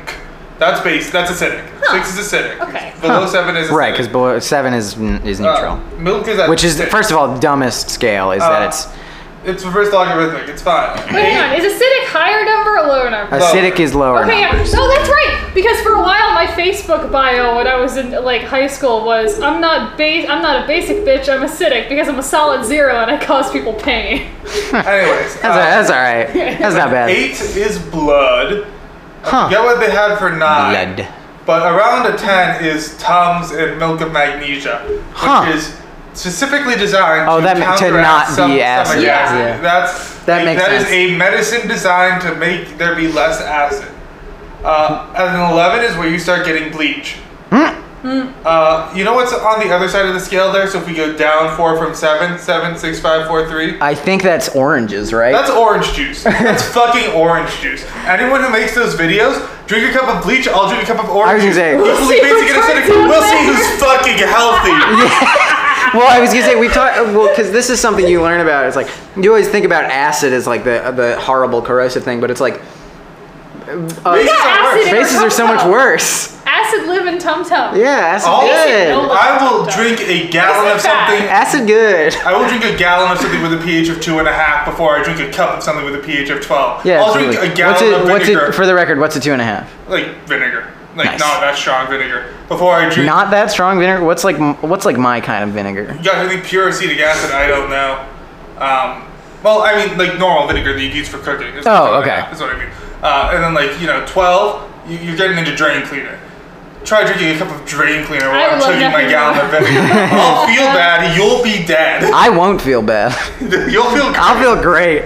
A: That's base. That's acidic. Six is acidic.
C: Okay.
A: Below seven is acidic.
B: Right, because below seven is n- is
A: Uh,
B: neutral,
A: milk is at
B: which is
A: six.
B: first of all dumbest scale is that
A: Uh,
B: it's
A: It's reverse logarithmic. It's
B: *laughs*
A: fine.
C: Wait, hang on. Is acidic higher number or lower number?
B: Acidic is lower.
C: Okay,
B: now.
C: yeah. No, that's right. Because for a while, my Facebook bio when I was in like high school was, "I'm not base. I'm not a basic bitch. I'm acidic because I'm a solid zero and I cause people pain." *laughs*
A: Anyways,
B: That's, all
A: uh,
B: right. that's all right. That's not
A: *laughs*
B: bad.
A: eight is blood.
B: Huh.
A: Get what they had for nine.
B: Blood.
A: But around a 10 is Tums and Milk of Magnesia, which
B: Huh.
A: is specifically designed
B: Oh,
A: to,
B: that meant to
A: counteract
B: not
A: some
B: be
A: stomach
B: acid.
C: Yeah.
B: Yeah.
A: That's
B: That makes
A: that is
B: sense.
A: a medicine designed to make there be less acid. Uh, and an 11 is where you start getting bleach.
B: Hmm.
A: Uh, you know what's on the other side of the scale there? So if we go down four from seven, seven, six, five, four, three.
B: I think that's oranges, right?
A: That's orange
B: *laughs*
A: juice. That's fucking orange juice. Anyone who makes those videos, drink a cup of bleach, I'll drink a cup of
B: I
A: orange
B: was gonna
A: juice.
B: say-
A: We'll
C: We'll
A: see,
C: see who
A: basic and
C: turns
A: acidic.
C: out
A: We'll see
C: better.
A: who's fucking
B: *laughs*
A: healthy.
B: well, I was gonna say we talked well because this is something you learn about. It's like you always think about acid as like the the horrible corrosive thing, but it's like uh,
A: Bases
C: Yeah,
A: are
C: acid
A: worse.
C: in
B: bases
C: our
B: are so much
C: tum-tum.
B: worse.
C: Acid live in tum tum.
B: Yeah, acid
A: Oh.
B: good.
C: No.
A: I will drink a gallon of
C: Isn't that-
A: something.
B: Acid good.
A: I will drink a gallon of something with a pH of two and a half before I drink a cup of something with a pH of twelve.
B: Yeah,
A: I'll drink a
B: absolutely.
A: gallon
B: what's it,
A: of
B: what's
A: vinegar,
B: it for the record? What's a two and a half?
A: like vinegar, like
B: Nice.
A: not that strong vinegar, before I drink.
B: Not that strong vinegar. What's like what's like my kind of vinegar?
A: You got really pure acetic acid. I don't know. Um, well, I mean, like normal vinegar that you use for cooking. Is
B: Oh,
A: what I-
B: okay.
A: That's what I mean. Uh, and then, like you know, twelve, you, you're getting into drain cleaner. Try drinking a cup of drain cleaner
C: I
A: while I'm
C: would love
A: chugging my
C: nothing
A: gallon of vinegar.
C: *laughs*
A: I'll feel bad. You'll be dead.
B: I won't feel bad. *laughs*
A: *laughs* You'll feel.
B: I'll feel great.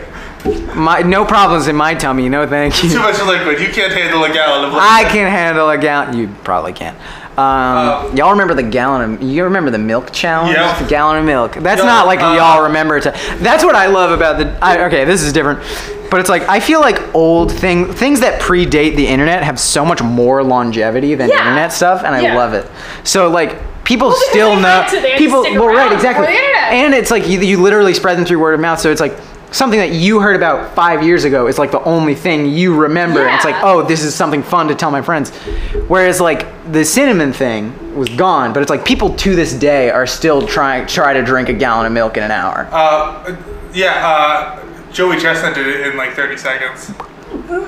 B: My no problems in my tummy. No, thank
A: too
B: you.
A: much liquid. You can't handle a gallon of liquid.
B: I can handle a gallon. You probably can't. Um, y'all remember the gallon of you remember the milk challenge?
A: Uh, Yeah.
B: The gallon of milk. That's
A: Yo,
B: not like
A: uh,
B: a y'all remember. To, that's what I love about the. I, okay, this is different, but it's like I feel like old thing things that predate the internet have so much more longevity than
C: Yeah.
B: internet stuff, and
C: Yeah.
B: I love it. So like people
C: because
B: still know
C: they had to, they had to
B: people.
C: stick
B: well, right,
C: around
B: exactly.
C: for the internet.
B: And it's like you, you literally spread them through word of mouth. So it's like. Something that you heard about five years ago is like the only thing you remember. And it's like,
C: Yeah.
B: oh, oh, this is something fun to tell my friends. Whereas like the cinnamon thing was gone, but it's like people to this day are still trying try to drink a gallon of milk in an hour.
A: Uh, yeah. Uh, Joey Chestnut did it in like 30 seconds.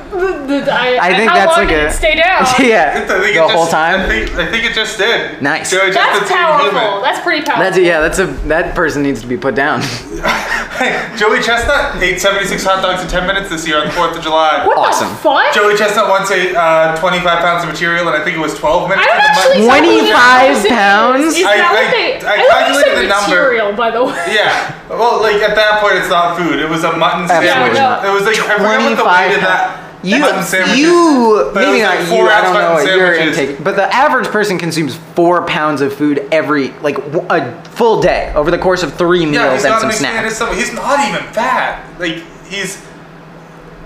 C: I,
B: I
C: and
B: think
C: how
B: that's
C: long
B: like
C: did
B: a
C: it stay down.
B: *laughs* yeah,
A: I think
B: the
A: it
B: whole
A: just- I
B: time.
A: think, I think it just did.
B: Nice.
A: Joey
C: That's
A: Chestnut's being human.
C: powerful. That's pretty powerful.
B: That's yeah. That's a that person needs to be put down.
A: *laughs* Joey Chestnut ate 76 hot dogs in 10 minutes this year on the 4th of July.
C: What
B: Awesome.
C: the fuck?
A: Joey Chestnut once ate uh, 25 pounds of material, and I think it was 12 minutes. in
C: I'm
A: the month.
C: actually so believing
B: 25
C: this is-
B: pounds?
C: Is
A: I-
C: that
A: I-
C: what they?
A: I
C: love you said
A: calculated the number.
C: material, by the way.
A: Yeah. Well, like at that point, it's not food. It was a mutton
B: Absolutely
A: sandwich.
C: not.
A: It was like I forget what the weight of that
B: You,
A: mutton sandwich. is.
B: you,
A: But it was
B: maybe not
A: like
B: you.
A: four
B: I
A: ounce
B: don't know what
A: mutton
B: your
A: sandwiches.
B: intake, but the average person consumes four pounds of food every like w- a full day over the course of three meals
A: Yeah, he's
B: and
A: not
B: some
A: mixing it in
B: snacks.
A: something. He's not even fat. Like he's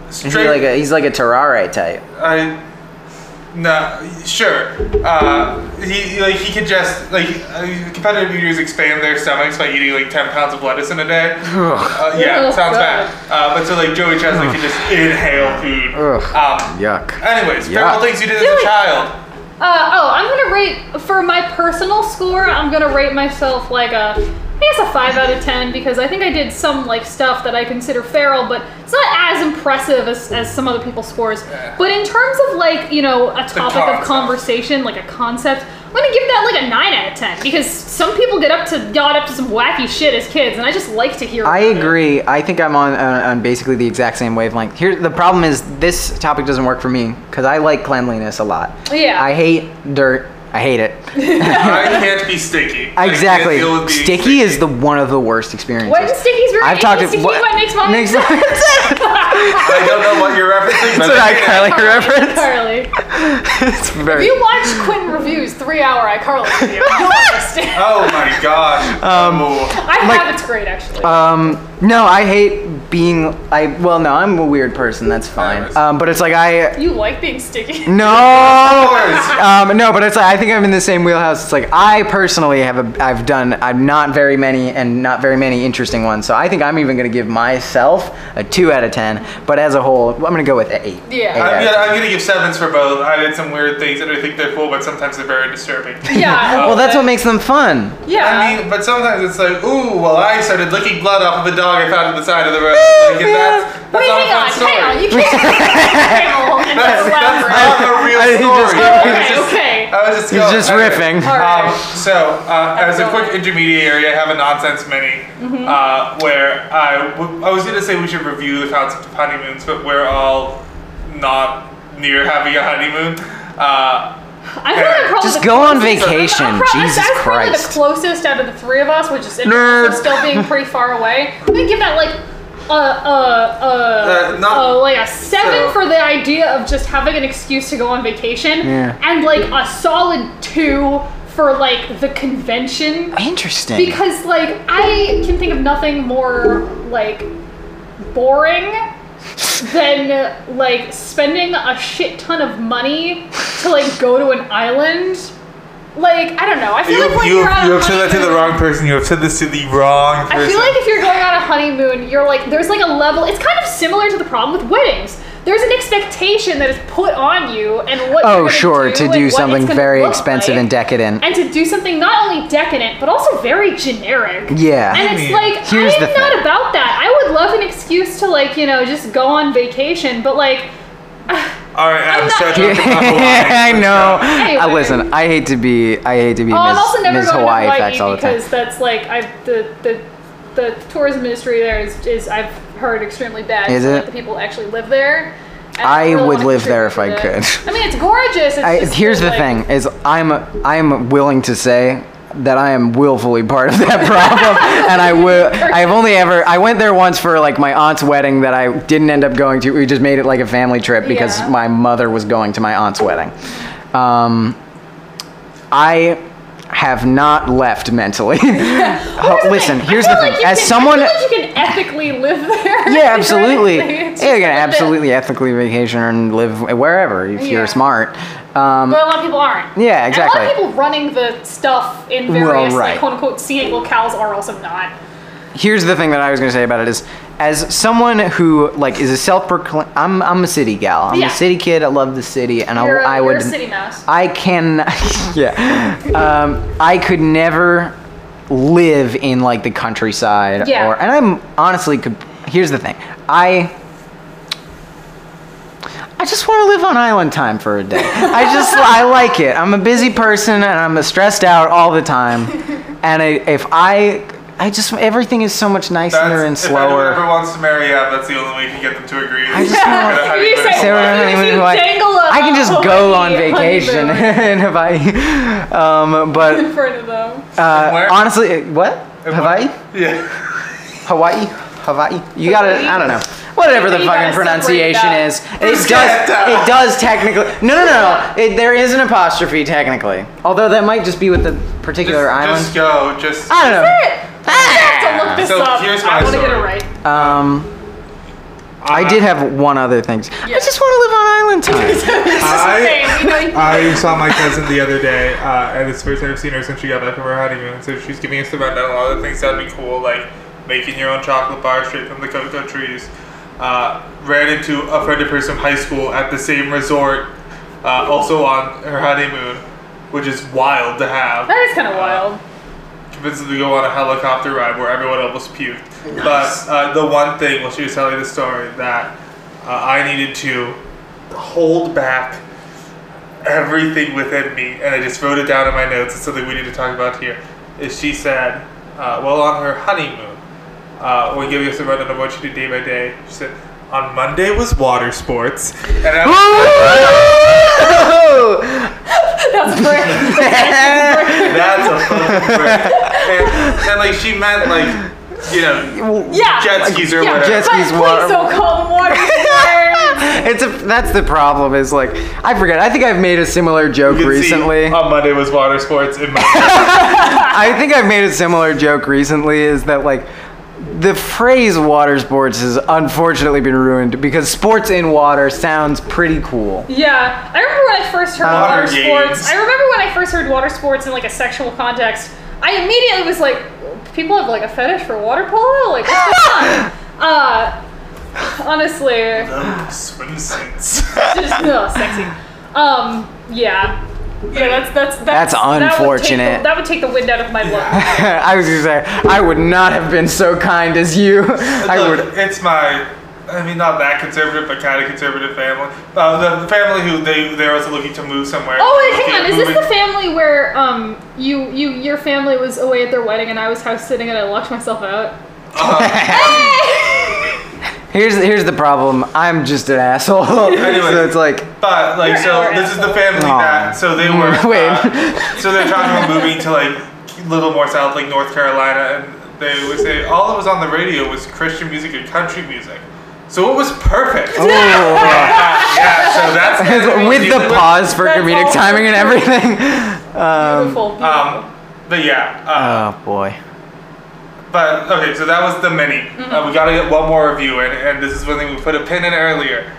B: He's
A: straight.
B: like a he's like a Terrare type.
A: I no sure. Uh, he like he could just like uh, competitive eaters expand their stomachs by eating like ten pounds of lettuce in a day. uh, yeah,
C: Oh,
A: sounds
C: God.
A: bad. Uh, but so like Joey Chestnut can just inhale food.
B: Ugh.
A: Um,
B: Yuck.
A: Anyways,
B: Yuck.
A: terrible things you did as
C: Do
A: a
C: it. *laughs*
A: child.
C: Uh, oh, I'm gonna rate for my personal score. I'm gonna rate myself like a, I guess a five out of ten because I think I did some like stuff that I consider feral, but it's not as impressive as, as some other people's scores. But in terms of like you know a topic of
A: concept.
C: conversation, like a concept, I'm gonna give that like a nine out of ten because some people get up to got up to some wacky shit as kids, and I just like to hear.
B: I
C: about it.
B: agree. I think I'm on, on on basically the exact same wavelength. Here, the problem is this topic doesn't work for me because I like cleanliness a lot.
C: Yeah.
B: I hate dirt. I
A: *laughs*
B: hate it.
A: I can't be sticky. I can't
B: Exactly.
A: deal with being
B: Sticky is the one of the worst experiences.
C: Wet and sticky's very.
B: I've talked to
C: sticky. What, makes mom *laughs*
B: Makes- *laughs*
C: upset.
A: I don't know what you're referencing,
B: That's
A: but
B: an
A: I can't.
B: iCarly *laughs* reference.
C: Entirely.
B: it's very.
H: You watch Quentin reviews three hour iCarly video.
B: *laughs*
H: You'll understand.
A: Oh my gosh. Um,
C: I
B: Uh, Like- uh,
C: have it's great actually.
B: Um, no, I hate being I well no I'm a weird person that's fine um, but it's like I
C: You like being sticky.
B: no um, no but it's like I think I'm in the same wheelhouse it's like I personally have a I've done I'm not very many and not very many interesting ones so I think I'm even gonna give myself a two out of ten but as a whole I'm gonna go with an eight
C: Yeah.
B: Eight out
A: I'm
B: of
A: gonna, I'm gonna give sevens for both. I did some weird things that I think they're cool, but sometimes they're very disturbing.
C: *laughs* Yeah.
B: Well, that's what makes them fun.
C: Yeah.
A: I mean, but sometimes it's like, ooh, well, I started licking blood off of a dog I found at the side of the road. Like, and that's, that's
C: Wait,
A: not
C: hang
A: a fun
C: on,
A: story.
C: hang on. You
A: *laughs*
C: can't hang on and
A: That's, that's
C: elaborate.
A: not a real
B: I- he
A: story.
B: just-
A: I was
C: Okay,
A: just-
C: okay.
A: I was just,
B: He's
A: going-
B: just
A: anyway.
B: riffing.
C: All right.
A: Um, so, uh, as a quick intermediary, I have a nonsense mini
C: Mm-hmm.
A: uh, where I, w- I was going to say we should review the concept of honeymoons, but we're all not near having a honeymoon. Uh,
C: I feel like I'm probably
B: Just
C: the
B: go on
C: closest-
B: vacation,
C: I'm pro-
B: Jesus
C: that's probably
B: Christ.
C: the closest out of the three of us, which is
B: Nerd.
C: still being pretty far away. I'm gonna give that like a uh, uh,
I: Uh, not-
C: uh, like a seven
I: so-
C: for the idea of just having an excuse to go on vacation,
B: Yeah.
C: and like a solid two for like the convention
B: Interesting.
C: because like I can think of nothing more like boring than like spending a shit ton of money to like go to an island. Like I don't know. I feel
A: you,
C: like when
A: you,
C: are on
A: you
C: a
A: have said that to the
C: honeymoon-
A: wrong person. You have said this to the wrong person.
C: I feel like if you're going on a honeymoon, you're like there's like a level. It's kind of similar to the problem with weddings. There's an expectation that is put on you and what. you're
B: oh,
C: gonna
B: sure,
C: do
B: to
C: and
B: do
C: what
B: something
C: it's gonna
B: very
C: look
B: expensive
C: like.
B: and decadent.
C: and to do something not only decadent but also very generic.
B: Yeah.
C: And it's
A: mean,
C: like
B: here's
C: I
B: the
C: am not
B: thing.
C: about that. I would love an excuse to like you know just go on vacation, but like
A: All right, Adam,
C: I'm not-
A: start
B: *laughs*
A: with the
C: *laughs*
B: I
A: Hawaii.
B: know.
C: Anyway.
B: I listen. I hate to be. I hate to be
C: oh, I'm also
B: Miss,
C: never
B: Miss
C: going
B: Hawaii,
C: to Hawaii
B: facts all the time.
C: because that's like I the the the tourism industry there is, is I've heard extremely bad.
B: Is
C: So, like,
B: it?
C: the people actually live there. don't
B: I
C: really
B: would
C: wanna
B: live there if
C: contribute
B: I
C: to
B: could.
C: that. I mean, it's gorgeous. It's
B: I,
C: just
B: here's the
C: like-
B: thing: is I'm I'm willing to say that I am willfully part of that *laughs* problem, and I will. I've only ever I went there once for like my aunt's wedding that I didn't end up going to. We just made it like a family trip because
C: Yeah.
B: my mother was going to my aunt's wedding. Um, I have not left
C: *laughs*
B: mentally. *laughs* Oh, Listen, here's
C: I
B: the
C: feel
B: thing:
C: like you
B: as
C: can-
B: someone.
C: I feel like you can ethically live there. *laughs*
B: Yeah, absolutely.
C: theoretically. It's
B: Yeah,
C: just
B: you can
C: like a bit-
B: absolutely ethically vacation and live wherever if
C: Yeah.
B: you're smart. Um,
C: But a lot of people aren't.
B: Yeah,
C: And
B: exactly.
C: a lot of people running the stuff in
B: Well,
C: various
B: right.
C: like, quote unquote scenic locales are also not.
B: here's the thing that I was gonna say about it is, as someone who like is a self-proclaimed, I'm I'm a city gal. I'm
C: Yeah.
B: a city kid. I love the city, and I
C: You're a-
B: I
C: you're
B: would
C: a city mouse. *laughs*
B: I can *laughs* yeah. Um, I could never live in like the countryside
C: Yeah.
B: or and I'm honestly could here's the thing. I I just want to live on island time for a day. I just *laughs* I like it. I'm a busy person and I'm stressed out all the time. And I, if I I just everything is so much nicer and
A: That's- If anyone ever
B: slower.
A: wants to marry up, that's the only way you can get them to agree.
B: I just wanna-
A: Get a
C: You
A: honeymoon.
C: say-
B: Sarah,
C: If
B: *laughs*
C: you
B: honeymoon in Hawaii.
C: dangle a
B: I can just
C: *laughs*
B: go on
C: Hawaii
B: vacation *laughs*
C: honeymoon
B: in Hawaii. Um, but
C: in front of them.
B: Uh,
A: where?
B: honestly, uh, what?
A: And
B: Hawaii?
A: what- Yeah.
B: Hawaii? Hawaii? You gotta, I don't know. Whatever the
C: You
B: fucking
C: gotta separate
B: pronunciation
C: it out.
B: is. It does, it does technically. No, no, no, no. It, there is an apostrophe technically. Although that might just be with the particular island.
A: Just go. Just.
B: I don't know.
C: I have to look this
A: So
C: up.
A: here's
C: I
A: my
C: wanna get it
A: story.
C: right. *laughs*
B: Um, I did have one other thing. I just want to live on island time.
A: I,
C: Hey, we
B: *laughs*
C: know you-
A: I saw my cousin the other day, uh, and it's the first time I've seen her since she got back from her honeymoon. So she's giving us the rundown on a lot of things that'd be cool, like making your own chocolate bar straight from the cocoa trees. Uh, ran into a friend of hers from high school at the same resort, uh, also on her honeymoon, which is wild to have.
C: That is kind of wild. *laughs*
A: convinced them to go on a helicopter ride where everyone almost puked. But uh, the one thing, while she was telling the story, that uh, I needed to hold back everything within me, and I just wrote it down in my notes. It's something we need to talk about here. Is she said, uh, well, on her honeymoon, uh, when giving us a rundown of what she did day by day, she said, on Monday was water sports, and I was
C: That's great.
A: that's a fucking break. And, and like she meant like, you know,
C: yeah.
A: jet skis or
C: yeah.
A: whatever.
B: Jet
C: But
B: skis,
C: please
B: water-
C: don't call them
B: *laughs*
C: water sports.
B: *laughs* it's a, that's the problem. Is like I forget. I think I've made a similar joke
A: You can
B: recently.
A: See, on Monday was water
B: *laughs*
A: sports. In my
B: I think I've made a similar joke recently is that like the phrase water sports has unfortunately been ruined because sports in water sounds pretty cool. *laughs*
C: Yeah, I remember when I first heard
B: Water
C: water sports.
J: games.
C: I remember when I first heard water sports in like a sexual context. I immediately was like, people have like a fetish for water polo. Like, what's going on?
B: *laughs*
C: Uh, honestly,
A: Um, swimsuits.
C: just no, sexy. Um, yeah, yeah. That's that's
B: That's
C: that's,
B: unfortunate.
C: That would, take the, that would take the wind out of my blood.
B: I was gonna say I would not have been so kind as you. I
A: Look,
B: would.
A: It's my. I mean, not that conservative, but kind of conservative family. Uh, the family who they they're also looking to move somewhere.
C: Oh wait, hang
A: Looking
C: on.
A: at
C: Is this
A: moving-
C: the family where um you you your family was away at their wedding and I was house sitting and I locked myself out?
B: Uh-huh. Here's here's the problem. I'm just an
C: *laughs*
B: asshole. so it's like
A: But like,
C: You're
A: so
C: our
A: this is the
C: asshole.
A: family
B: Aw.
A: that so
B: *laughs*
A: they were
B: Wait.
A: uh, so they're talking about moving to like a little more south, like North Carolina, and they would say all that was on the radio was Christian music and country music, so it was perfect. *laughs*
B: oh,
A: yeah, so that's
B: *laughs* with the pause for
C: That's
B: comedic
C: all.
B: timing and everything. Um,
C: Beautiful. beautiful.
A: Um, but yeah. Uh,
B: oh boy.
A: But okay, so that was the mini.
C: Mm-hmm.
A: Uh, we gotta get one more review in, and this is one thing we put a pin in earlier.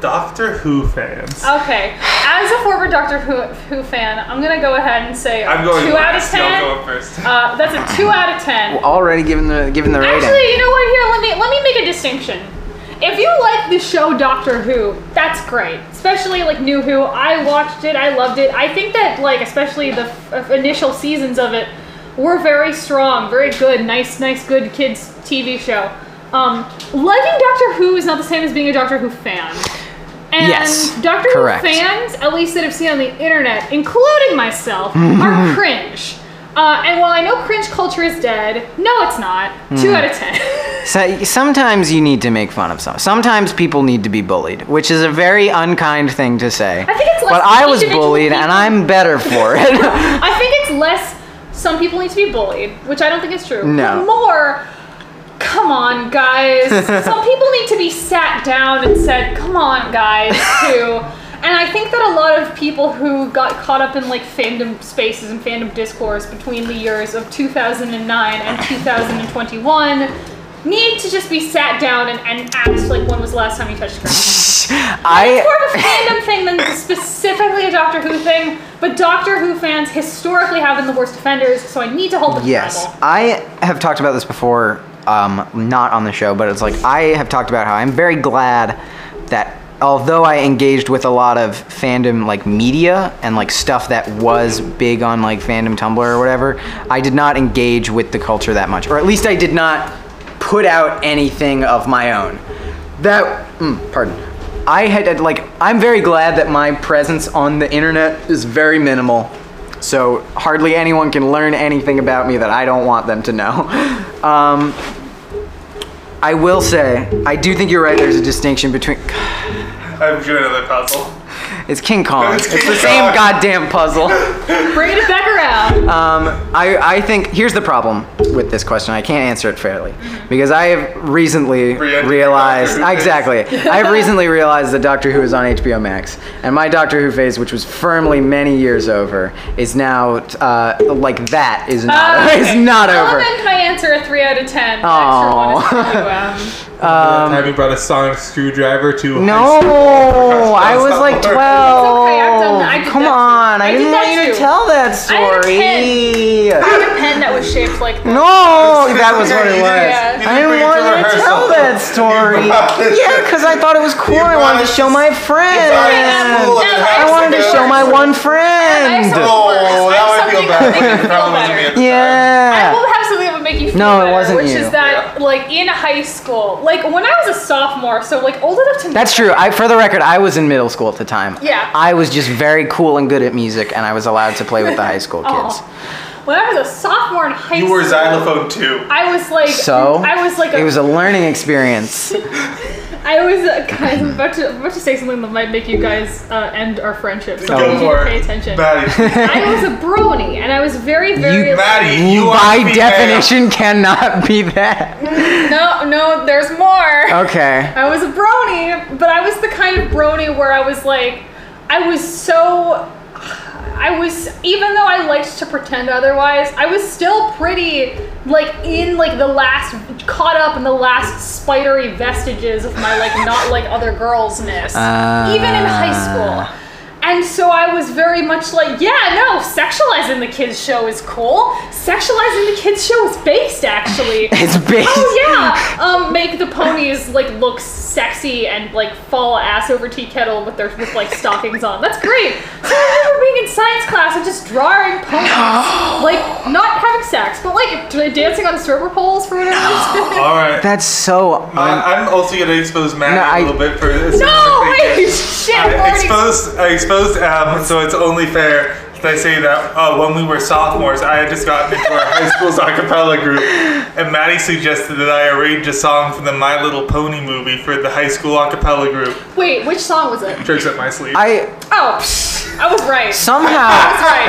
A: Doctor Who fans.
C: Okay, as a former Doctor Who, Who fan, I'm gonna go ahead and say
A: I'm going
C: two out of
A: last.
C: ten.
A: Y'all go first.
C: Uh, that's a two out of ten.
B: Already given the given the rating.
C: Actually, you know what? Here, let me let me make a distinction. If you like the show Doctor Who, that's great. Especially like New Who. I watched it. I loved it. I think that like especially the f- uh, initial seasons of it were very strong, very good, nice, nice, good kids TV show. Um, liking Doctor Who is not the same as being a Doctor Who fan. And
B: Yes,
C: Doctor
B: correct.
C: Who fans, at least that have seen on the internet, including myself,
B: Mm-hmm.
C: are cringe. Uh, and while I know cringe culture is dead, no, it's not.
B: Hmm.
C: Two out of ten. *laughs*
B: So, sometimes you need to make fun of some. Sometimes people need to be bullied, which is a very unkind thing to say. I
C: think it's less
B: but I was
C: individual
B: bullied, and
C: people.
B: I'm better for
C: *laughs*
B: it.
C: I think it's less. Some people need to be bullied, which I don't think is true.
B: No.
C: But more. Come on, guys. some people need to be sat down and said, "Come on, guys." Too. And I think that a lot of people who got caught up in like fandom spaces and fandom discourse between the years of 2009 and 2021 need to just be sat down and, and asked like when was the last time you touched grass? It's more
B: I
C: of a fandom thing than specifically a Doctor Who thing, but Doctor Who fans historically have been the worst offenders, so I need to hold them
B: yes,
C: accountable.
B: I have talked about this before, um, not on the show, but it's like I have talked about how I'm very glad that although I engaged with a lot of fandom like media and like stuff that was big on like fandom Tumblr or whatever, I did not engage with the culture that much, or at least I did not put out anything of my own. That, mm, pardon. I had, uh, like, I'm very glad that my presence on the internet is very minimal. So hardly anyone can learn anything about me that I don't want them to know. *laughs* Um, I will say, I do think you're right, there's a distinction between.
A: I'm doing another puzzle.
B: It's King Kong.
A: It's
B: It's,
A: King
B: the
A: Kong.
B: same goddamn
A: *laughs*
B: puzzle.
C: Bring it back around.
B: *laughs* Um, I, I think here's the problem with this question. I can't answer it fairly
C: Mm-hmm.
B: because I have recently
A: Re-entered
B: realized
A: Doctor Who
B: exactly. I have recently realized that Doctor Who is on HBO Max, and my Doctor Who phase, which was firmly many years over, is now uh, like that is not
C: Uh,
B: *laughs* is not
C: I'll
B: over.
C: amend my answer a 3 out of 10. The
B: Aw.
C: Extra one is
B: *laughs*
C: to, um,
A: Have you brought a sonic screwdriver to?
B: No, I was like
A: It's okay, I've done-
B: twelve.
C: I did
B: Come
C: that too.
B: on, I,
C: I did
B: didn't
C: that
B: want you to
C: too.
B: tell that
C: I had a
B: story.
C: I had a pen that was shaped like that.
B: No, that was what it was.
C: *laughs* Yeah.
B: I didn't want you to tell that
A: *laughs*
C: *laughs*
B: story. Yeah, because I thought it was cool.
J: You
B: I wanted to
J: brought
B: show my friend.
J: brought it cool.
C: No,
B: I
C: have
B: wanted to
C: something
B: show my
C: worse.
B: one
C: I have
B: friend.
C: something
J: Oh,
C: worse. I
J: that
C: have
J: would feel bad.
C: something that would make you feel
J: Probably wasn't me at the
C: better. I will
B: Yeah.
C: have something that would make you feel
B: No, it
C: better,
B: wasn't
C: which
B: you.
C: is that like in high school, like when I was a sophomore, so like old enough to *laughs*
B: That's true. I, for the record, I was in middle school at the time.
C: Yeah.
B: I was just very cool and good at music, and I was allowed to play with the high
C: *laughs*
B: school
C: Oh.
B: kids.
C: When I was a sophomore in high
A: You
C: school,
A: were xylophone too.
C: I was like,
B: So
C: I was like,
B: it
C: a,
B: was a learning experience.
C: I was uh, *laughs* guys. I'm about to, I'm about to say something that might make you guys uh, end our friendship. So
B: Go
C: I need you to
A: for it.
C: pay attention. *laughs*
A: Maddie,
C: I was a brony, and I was very, very.
B: You-
C: like,
A: Maddie, you
B: You,
A: are
B: by
A: female.
B: definition, cannot be that.
C: no, no, there's
A: *laughs*
C: more.
B: Okay.
C: I was a brony, but I was the kind of brony where I was like, I was so. I was even though I liked to pretend otherwise, I was still pretty like in like the last caught up in the last spidery vestiges of my like not like other girlsness. even in high school. And so I was very much like, yeah, no, sexualizing the kids show is cool. Sexualizing the kids show is based actually.
B: It's based. *laughs*
C: Oh yeah, um, make the ponies like look sexy and like fall ass over tea kettle with their with like stockings on. That's great. So I remember being in science class and just drawing ponies,
B: *gasps*
C: like not having sex, but like d- dancing on stripper poles for
B: *gasps*
C: whatever. reason.
A: All right.
B: That's so. un-
A: I, I'm also gonna expose Matt
B: No, I-
A: a little bit for this.
C: no, wait, shit, I'm
A: I
C: already.
A: exposed, I exposed Adam, so it's only fair that I say that uh, when we were sophomores, I had just gotten into our high school's a cappella group, and Maddie suggested that I arrange a song from the My Little Pony movie for the high school a cappella group.
C: Wait, which song was it?
A: Tricks up my sleeve.
B: I
C: Oh, psh, I was right. I was
B: somehow.
C: right.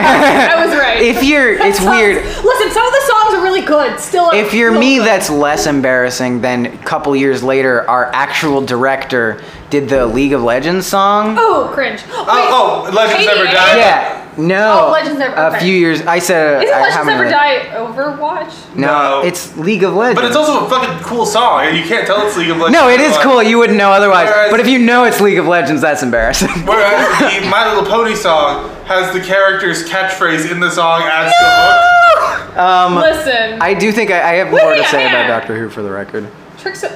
B: *laughs*
C: I was right.
B: If you're, it's
C: Songs-
B: weird.
C: Listen, some of the songs are really good. Still,
B: If you're
C: still
B: me,
C: good.
B: that's less embarrassing than a couple years later, our actual director did the League of Legends song.
C: oh cringe. Wait,
A: oh, Legends Never
C: Katie,
A: Die.
B: Yeah. No.
C: Oh, Legends Never-
B: A
C: okay.
B: few years. I said.
C: Isn't
B: I, how
C: Legends
B: many
C: Never
B: were-
C: Die Overwatch?
A: No.
B: No, It's League of Legends.
A: but it's also a fucking cool song, and you can't tell it's League of Legends.
B: No, it is
A: but-
B: cool. You wouldn't know otherwise.
A: Whereas-
B: But if you know it's League of Legends, that's embarrassing.
C: *laughs*
A: Whereas the My Little Pony song has the character's catchphrase in the song as the hook.
B: Um,
C: Listen,
B: I do think I, I have more to
C: Wait,
B: say about
C: yeah.
B: Doctor Who for the record.
C: tricks. Up.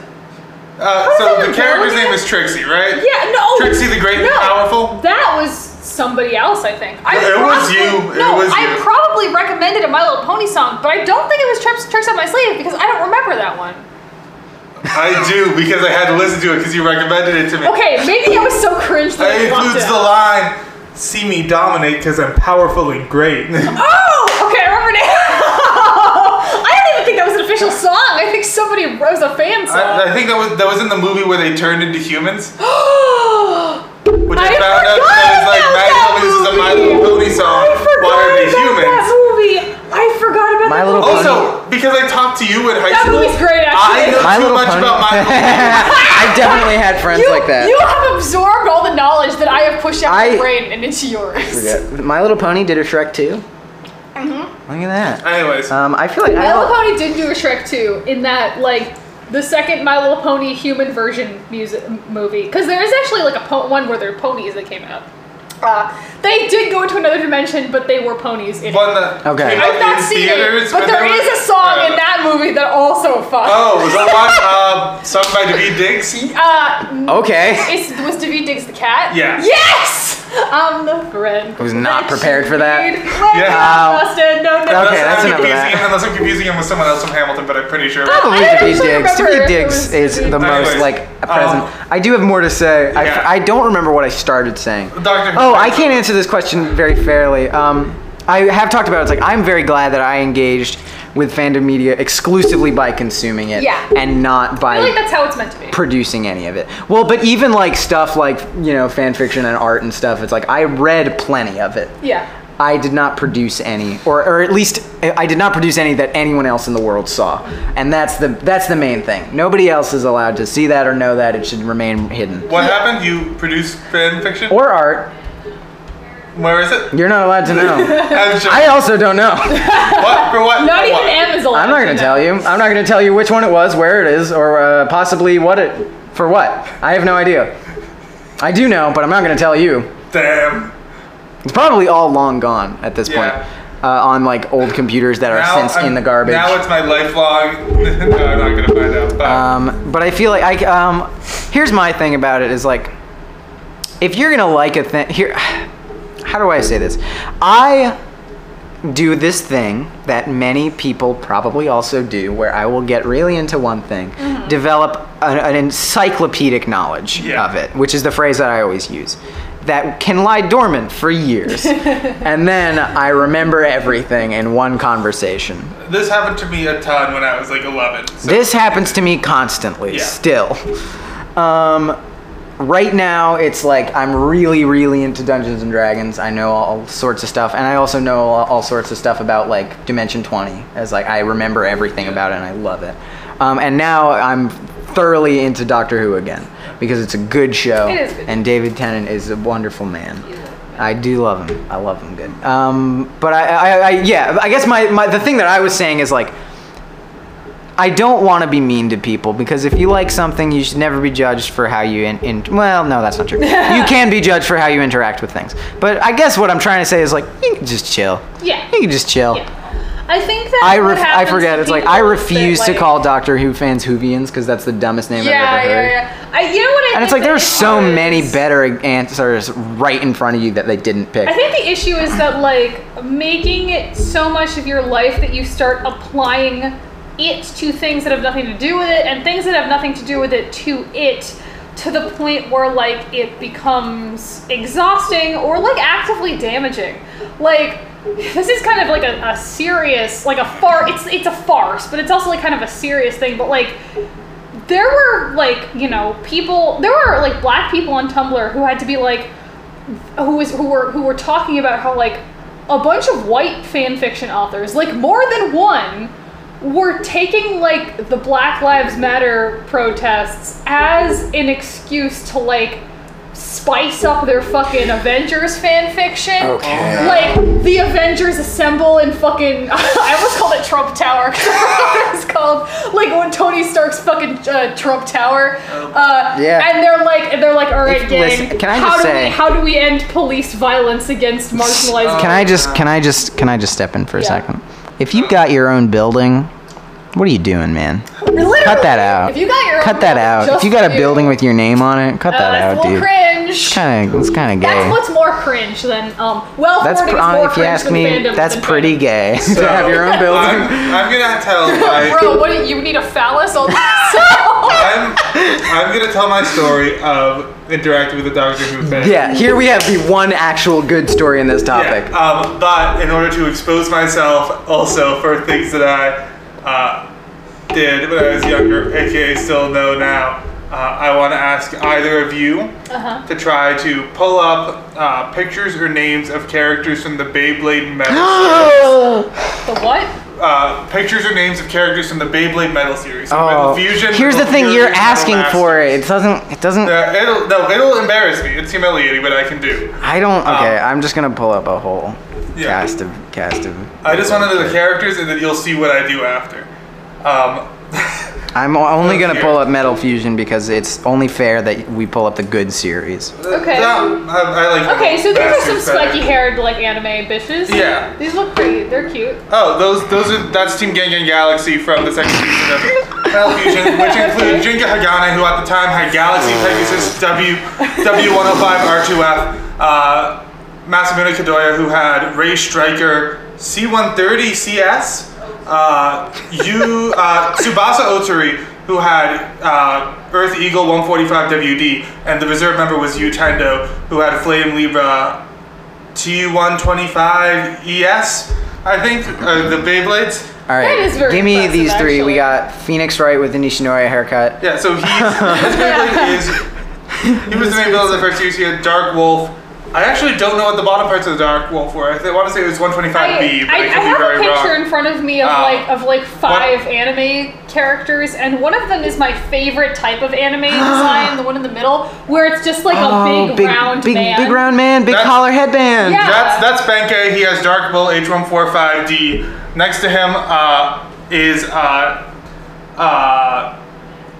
A: Uh,
C: does that
A: so
B: Oh
C: even
A: the character's
C: go?
A: name is Trixie, right?
C: Yeah, no.
A: Trixie the Great and
C: no,
A: Powerful?
C: That was somebody else, I think. I
A: No, it was
C: probably-
A: you. It
C: No,
A: was
C: I
A: you.
C: probably recommended a My Little Pony song, but I don't think it was Tricks, tricks Up My Sleeve because I don't remember that one.
A: I do because I had to listen to it because you recommended it to me.
C: Okay, maybe it was so cringe that
A: It
C: I blocked
A: includes
C: it
A: the
C: out.
A: line, "See me dominate because I'm powerful and
C: *laughs*
A: great."
C: Oh, okay, I remember now. *laughs* I don't even think that was an official song. I think somebody it was a
A: I, I
C: fan song. *gasps*
A: think that was that was in the movie where they turned into humans,
C: Oh,
A: which
C: I
A: I, found out
C: forgot
A: that was like
C: about
A: Maddie
C: that
A: This is a My
C: movie.
A: Little Pony song.
C: I forgot
A: Why are they
C: about
A: humans?
C: that movie. I forgot about
B: My
C: that
B: Little
C: movie.
A: Also, because I talked to you in high
C: That
A: school,
C: movie's great,
A: I
C: actually.
A: know
B: My
A: too
B: Little
A: much
B: Pony.
A: about My Little
B: *laughs*
A: Pony.
B: I definitely had friends
C: you,
B: like that.
C: You have absorbed all the knowledge that I have pushed out of
B: I-
C: your brain and into yours.
B: Yeah. My Little Pony did a Shrek too. Mm-hmm. Look at that.
A: Anyways,
C: Uh,
B: Um, I feel like I
C: My Little
B: don't,
C: Pony did do a Shrek 2 in that, like, the second My Little Pony human version music m- movie. Because there is actually, like, a po- one where there are ponies that came out. Uh, they did go into another dimension, but they were ponies in it.
A: one that
B: Okay.
A: came
C: I've
A: out
C: not
A: in
C: seen
A: theaters,
C: it, but there is a
A: was-
C: song
A: uh,
C: in that movie that also fucks.
A: Oh, was that one uh, sung by David Diggs?
C: Uh,
B: Oh. Okay.
C: is, was David Diggs the cat?
A: Yeah.
C: Yes! I'm the friend.
B: I was not prepared for that.
A: Yeah.
B: Wow.
C: Yeah. Busted, no, no.
B: Okay, that's
A: I'm
B: enough of
A: confusing
B: that.
A: him, Unless I'm confusing him with someone else from Hamilton, but I'm pretty sure.
C: Oh.
B: Probably David
C: I actually
B: Diggs.
C: remember
B: David
C: it
B: Diggs
C: was
B: is
C: David
B: the
A: Diggs.
B: most like a present.
A: Um,
B: I do have more to say. I
A: Yeah.
B: I, I don't remember what I started saying.
A: Doctor Who.
B: Oh, I can't answer this question very fairly. Um, I have talked about it. it's like I'm very glad that I engaged with fandom media exclusively by consuming it
C: Yeah.
B: and not by
C: I feel like that's how it's meant to be.
B: producing any of it. Well, but even like stuff like, you know, fan fiction and art and stuff, it's like I read plenty of it.
C: Yeah.
B: I did not produce any, or, or at least I did not produce any that anyone else in the world saw, and that's the that's the main thing. Nobody else is allowed to see that or know that. It should remain hidden.
A: What happened? You produced fan fiction?
B: Or art,
A: Where is
B: *laughs*
A: it?
B: you're not allowed
A: *laughs*
B: to know.
A: I'm sure.
B: I also don't know.
A: what for what?
C: Not
A: for
C: even
A: what?
C: Amazon.
B: I'm not gonna tell you. I'm not gonna tell you which one it was, where it is, or uh, possibly what it for what. I have no idea. I do know, but I'm not gonna tell you.
A: Damn.
B: It's probably all long gone at this
A: Yeah.
B: point. Uh, on like old computers that are
A: Now
B: since in
A: I'm-
B: the garbage.
A: Now it's my lifelong. *laughs* no, I'm not gonna find out. But
B: Um, but I feel like I um, here's my thing about it is like if you're gonna like a thing here, *sighs* how do I say this? I do this thing that many people probably also do, where I will get really into one thing, develop an, an encyclopedic knowledge
A: Yeah.
B: of it, which is the phrase that I always use. That can lie dormant for years, and then I remember everything in one conversation.
A: this happened to me a ton when I was like 11. So
B: Uh, This happens to me constantly,
A: Yeah.
B: still. Um, right now, it's like I'm really, really into Dungeons and Dragons. I know all sorts of stuff, and I also know all, all sorts of stuff about like Dimension 20. As like I remember everything about it, and I love it. Um, and now I'm thoroughly into Doctor Who again because it's a good show,
C: It is good.
B: and David Tennant is a wonderful man. I do love him. I love him good. Um, but I, I, I, yeah, I guess my, my, the thing that I was saying is like, I don't want to be mean to people because if you like something, you should never be judged for how you in, in well, no, that's not true.
C: *laughs*
B: you can be judged for how you interact with things. But I guess what I'm trying to say is like, you can just chill.
C: Yeah.
B: You can just chill.
C: Yeah. I think that.
B: I
C: what
B: ref- I
C: happens
B: forget.
C: to
B: It's like
C: people
B: I
C: is
B: refuse
C: that,
B: to
C: like-
B: call Doctor Who fans Whovians because that's the dumbest name I've
C: Yeah,
B: ever heard.
C: yeah, yeah. I, you know what I
B: And
C: think
B: it's like
C: the
B: there's so
C: issue
B: many
C: is-
B: better answers right in front of you that they didn't pick.
C: I think the issue is that like making it so much of your life that you start applying it to things that have nothing to do with it and things that have nothing to do with it to it to the point where like it becomes exhausting or like actively damaging. Like this is kind of like a, a serious like a far it's it's a farce, but it's also like kind of a serious thing, but like there were like, you know, people there were like black people on Tumblr who had to be like who was who were who were talking about how like a bunch of white fan fiction authors, like more than one, were taking like the Black Lives Matter protests as an excuse to like spice up their fucking Avengers fan fiction.
B: Okay.
C: Like the Avengers assemble in fucking *laughs* I almost called it Trump Tower. *laughs* 'cause I forgot what it's called like when Tony Stark's fucking uh, Trump Tower. Uh,
B: Yeah.
C: And they're like and they're like all right,
B: If-
C: gang.
B: listen, can I
C: how
B: just
C: do
B: say-
C: we, how do we end police violence against marginalized?
B: *laughs* Can I just can I just can I just step in for a
C: Yeah.
B: second? If you got your own building, what are you doing, man?
C: Literally,
B: Cut that out.
C: If you got your
B: Cut
C: own
B: that
C: building
B: out. If
C: just
B: you got a
C: for
B: building with your name on it, cut
C: uh,
B: that
C: that's
B: out,
C: a
B: dude.
C: little cringe.
B: Kind of, it's kind of
C: That's
B: gay.
C: what's more cringe than um. Well,
B: That's
C: flirting
B: pr-
C: is
B: uh,
C: more
B: if you
C: cringe
B: ask
C: than
B: me,
C: fandom
B: that's
C: than
B: pretty
C: fandom.
B: gay *laughs* to have your own
A: I'm,
B: building.
A: I'm gonna tell my
C: Bro, what do you you need a phallus *laughs* on this?
A: I'm, I'm gonna tell my story of interacting with a Doctor Who fan.
B: *laughs* Yeah, here we have the one actual good story in this topic.
A: Yeah, um, but in order to expose myself also for things that I uh, did when I was younger, aka still know now, uh, I want to ask either of you to try to pull up uh, pictures or names of characters from the Beyblade
B: *gasps*
A: Metal. Oh.
C: the what?
A: uh, pictures or names of characters from the Beyblade Metal series. So Metal
B: oh,
A: Fusion.
B: here's the
A: Metal
B: thing:
A: Fury,
B: you're
A: Metal
B: asking
A: Masters.
B: for it. It doesn't. It doesn't.
A: Uh, it'll, no, it'll embarrass me. It's humiliating, but I can do.
B: I don't. Okay, I'm just gonna pull up a whole
A: Oh. Yeah.
B: cast of cast of
A: I just want to know the characters, and then you'll see what I do after. Um, *laughs*
B: I'm o- only gonna
A: here.
B: pull up Metal Fusion because it's only fair that we pull up the good series.
C: Okay.
A: No, I, I like.
C: Okay, so these are some
A: bastards better.
C: spiky-haired like anime bitches.
A: Yeah.
C: These look pretty. They're cute.
A: Oh, those those are that's Team Gang Gang Galaxy from the second season of Metal
C: *laughs*
A: Fusion, which included Jinga Hagane, who at the time had Galaxy Pegasus W W105 R2F, uh, Masamune Kadoya, who had Ray Striker C130 CS, uh, Yu uh, Tsubasa Otori, who had uh, Earth Eagle 145 WD, and the reserve member was Yu Tendo, who had Flame Libra T125ES, E I think, uh, the Beyblades.
B: All right,
C: That is very
B: give me
C: impressive,
B: these three. We
C: actually.
B: got Phoenix Wright with an Ishinori haircut.
A: Yeah, so he's, *laughs* his Beyblade
C: *laughs*
A: is, he was the main villain of the first series, he had Dark Wolf. I actually don't know what the bottom parts of the Dark Wolf were. I want to say it was 125B, but I, could
C: I, I
A: be
C: have
A: very
C: a picture
A: wrong.
C: in front of me of
A: Uh,
C: like of like five anime characters, and one of them is my favorite type of anime
A: *gasps*
C: design, the one in the middle, where it's just like a big, round
B: Oh, big,
C: man.
B: big round *laughs* man, big
A: That's-
B: collar headband.
C: Yeah.
A: That's that's Benkei. He has Dark Bull H145D. Next to him uh, is uh, uh,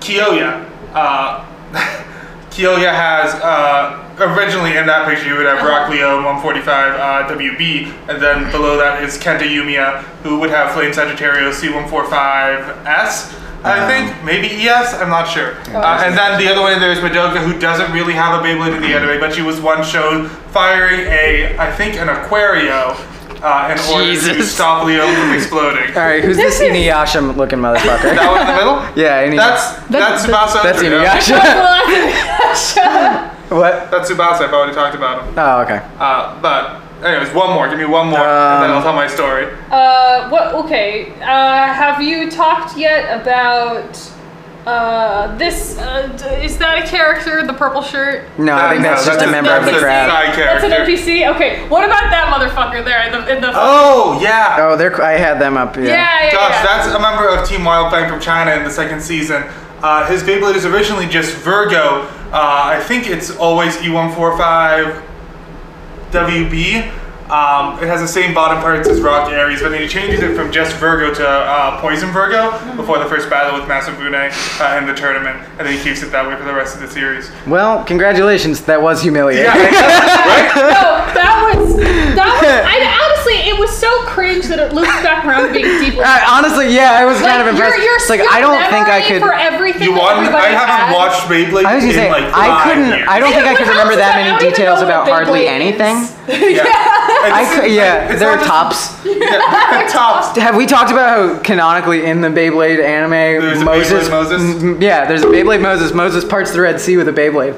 A: Kiyoya. Uh, *laughs* Kiyoya has uh, originally in that picture you would have Rock Leo 145 uh, WB, and then below that is Kenta Yumiya, who would have Flame Sagittarius C145S. I
B: Um,
A: think maybe ES. I'm not sure.
B: Oh,
A: Uh, and then the other one there is Madoka, who doesn't really have a Beyblade in the anime, but she was one shown firing a, I think, an Aquario uh, in order to
B: Jesus.
A: stop Leo
B: *laughs*
A: from exploding.
B: All right, who's this,
C: This is-
B: Inuyasha looking
A: *laughs*
B: motherfucker?
A: That one in the middle.
B: yeah, Inuyasha.
A: That's that's Tsubasa.
B: that's
A: Otomo.
C: *laughs*
B: Inuyasha. what?
A: That's Tsubasa. I've already talked about him.
B: Oh, okay.
A: Uh, but anyways, one more. Give me one more, and then
B: Um,
A: I'll tell my story.
C: *laughs* Uh, what? Okay. Uh, have you talked yet about uh this? Uh, d- is that a character? The purple shirt.
B: No, I think
A: No,
B: that's just a
A: a-
B: member of
A: that's
B: the
A: a
B: crowd.
A: Side
C: That's
A: character.
C: an NPC. Okay. What about that motherfucker there in the in the?
A: Oh yeah.
B: Oh, they're, I had them up. Yeah.
C: yeah, yeah,
A: Gosh,
C: yeah.
A: that's a member of Team Wild Bank from China in the second season. Uh, his Beyblade is E originally just Virgo. Uh, I think it's always E145 WB. Um, it has the same bottom parts as Rock Aries, but they changed it from just Virgo to uh, Poison Virgo before the first battle with Masabune uh, in the tournament, and then he keeps it that way for the rest of the series.
B: Well, congratulations. That was humiliating.
A: Yeah, *laughs* right?
C: No, that was
B: *laughs*
C: that was. I honestly, it was so cringe that it looped back around to being
B: *laughs*
C: deeply.
B: Uh, honestly, yeah, *laughs* I was kind
C: Like,
B: of impressed.
C: Your, your
B: It's like
C: skill
B: I don't think I
C: memory
B: could.
C: For everything
A: You
C: that
A: want? I
C: everybody
A: haven't
C: had.
A: watched Beyblade
B: I was
A: in
B: gonna say
A: like
B: I
A: five
B: couldn't.
A: years.
B: I don't think I could
C: What
B: remember
C: else
B: that
C: is I
B: many
C: don't even
B: details
C: know what
B: about
C: Beyblade
B: hardly
C: is.
B: anything.
A: *laughs* Yeah. And
B: I
A: this
B: could,
A: is-
B: yeah,
A: it's
B: there
A: not
B: are
A: just-
B: tops.
A: Yeah, tops.
B: Have we talked about how canonically in the Beyblade anime
A: There's a
B: Moses?
A: Beyblade Moses?
B: m- yeah, there's a Beyblade Moses. Moses parts the Red Sea with a Beyblade.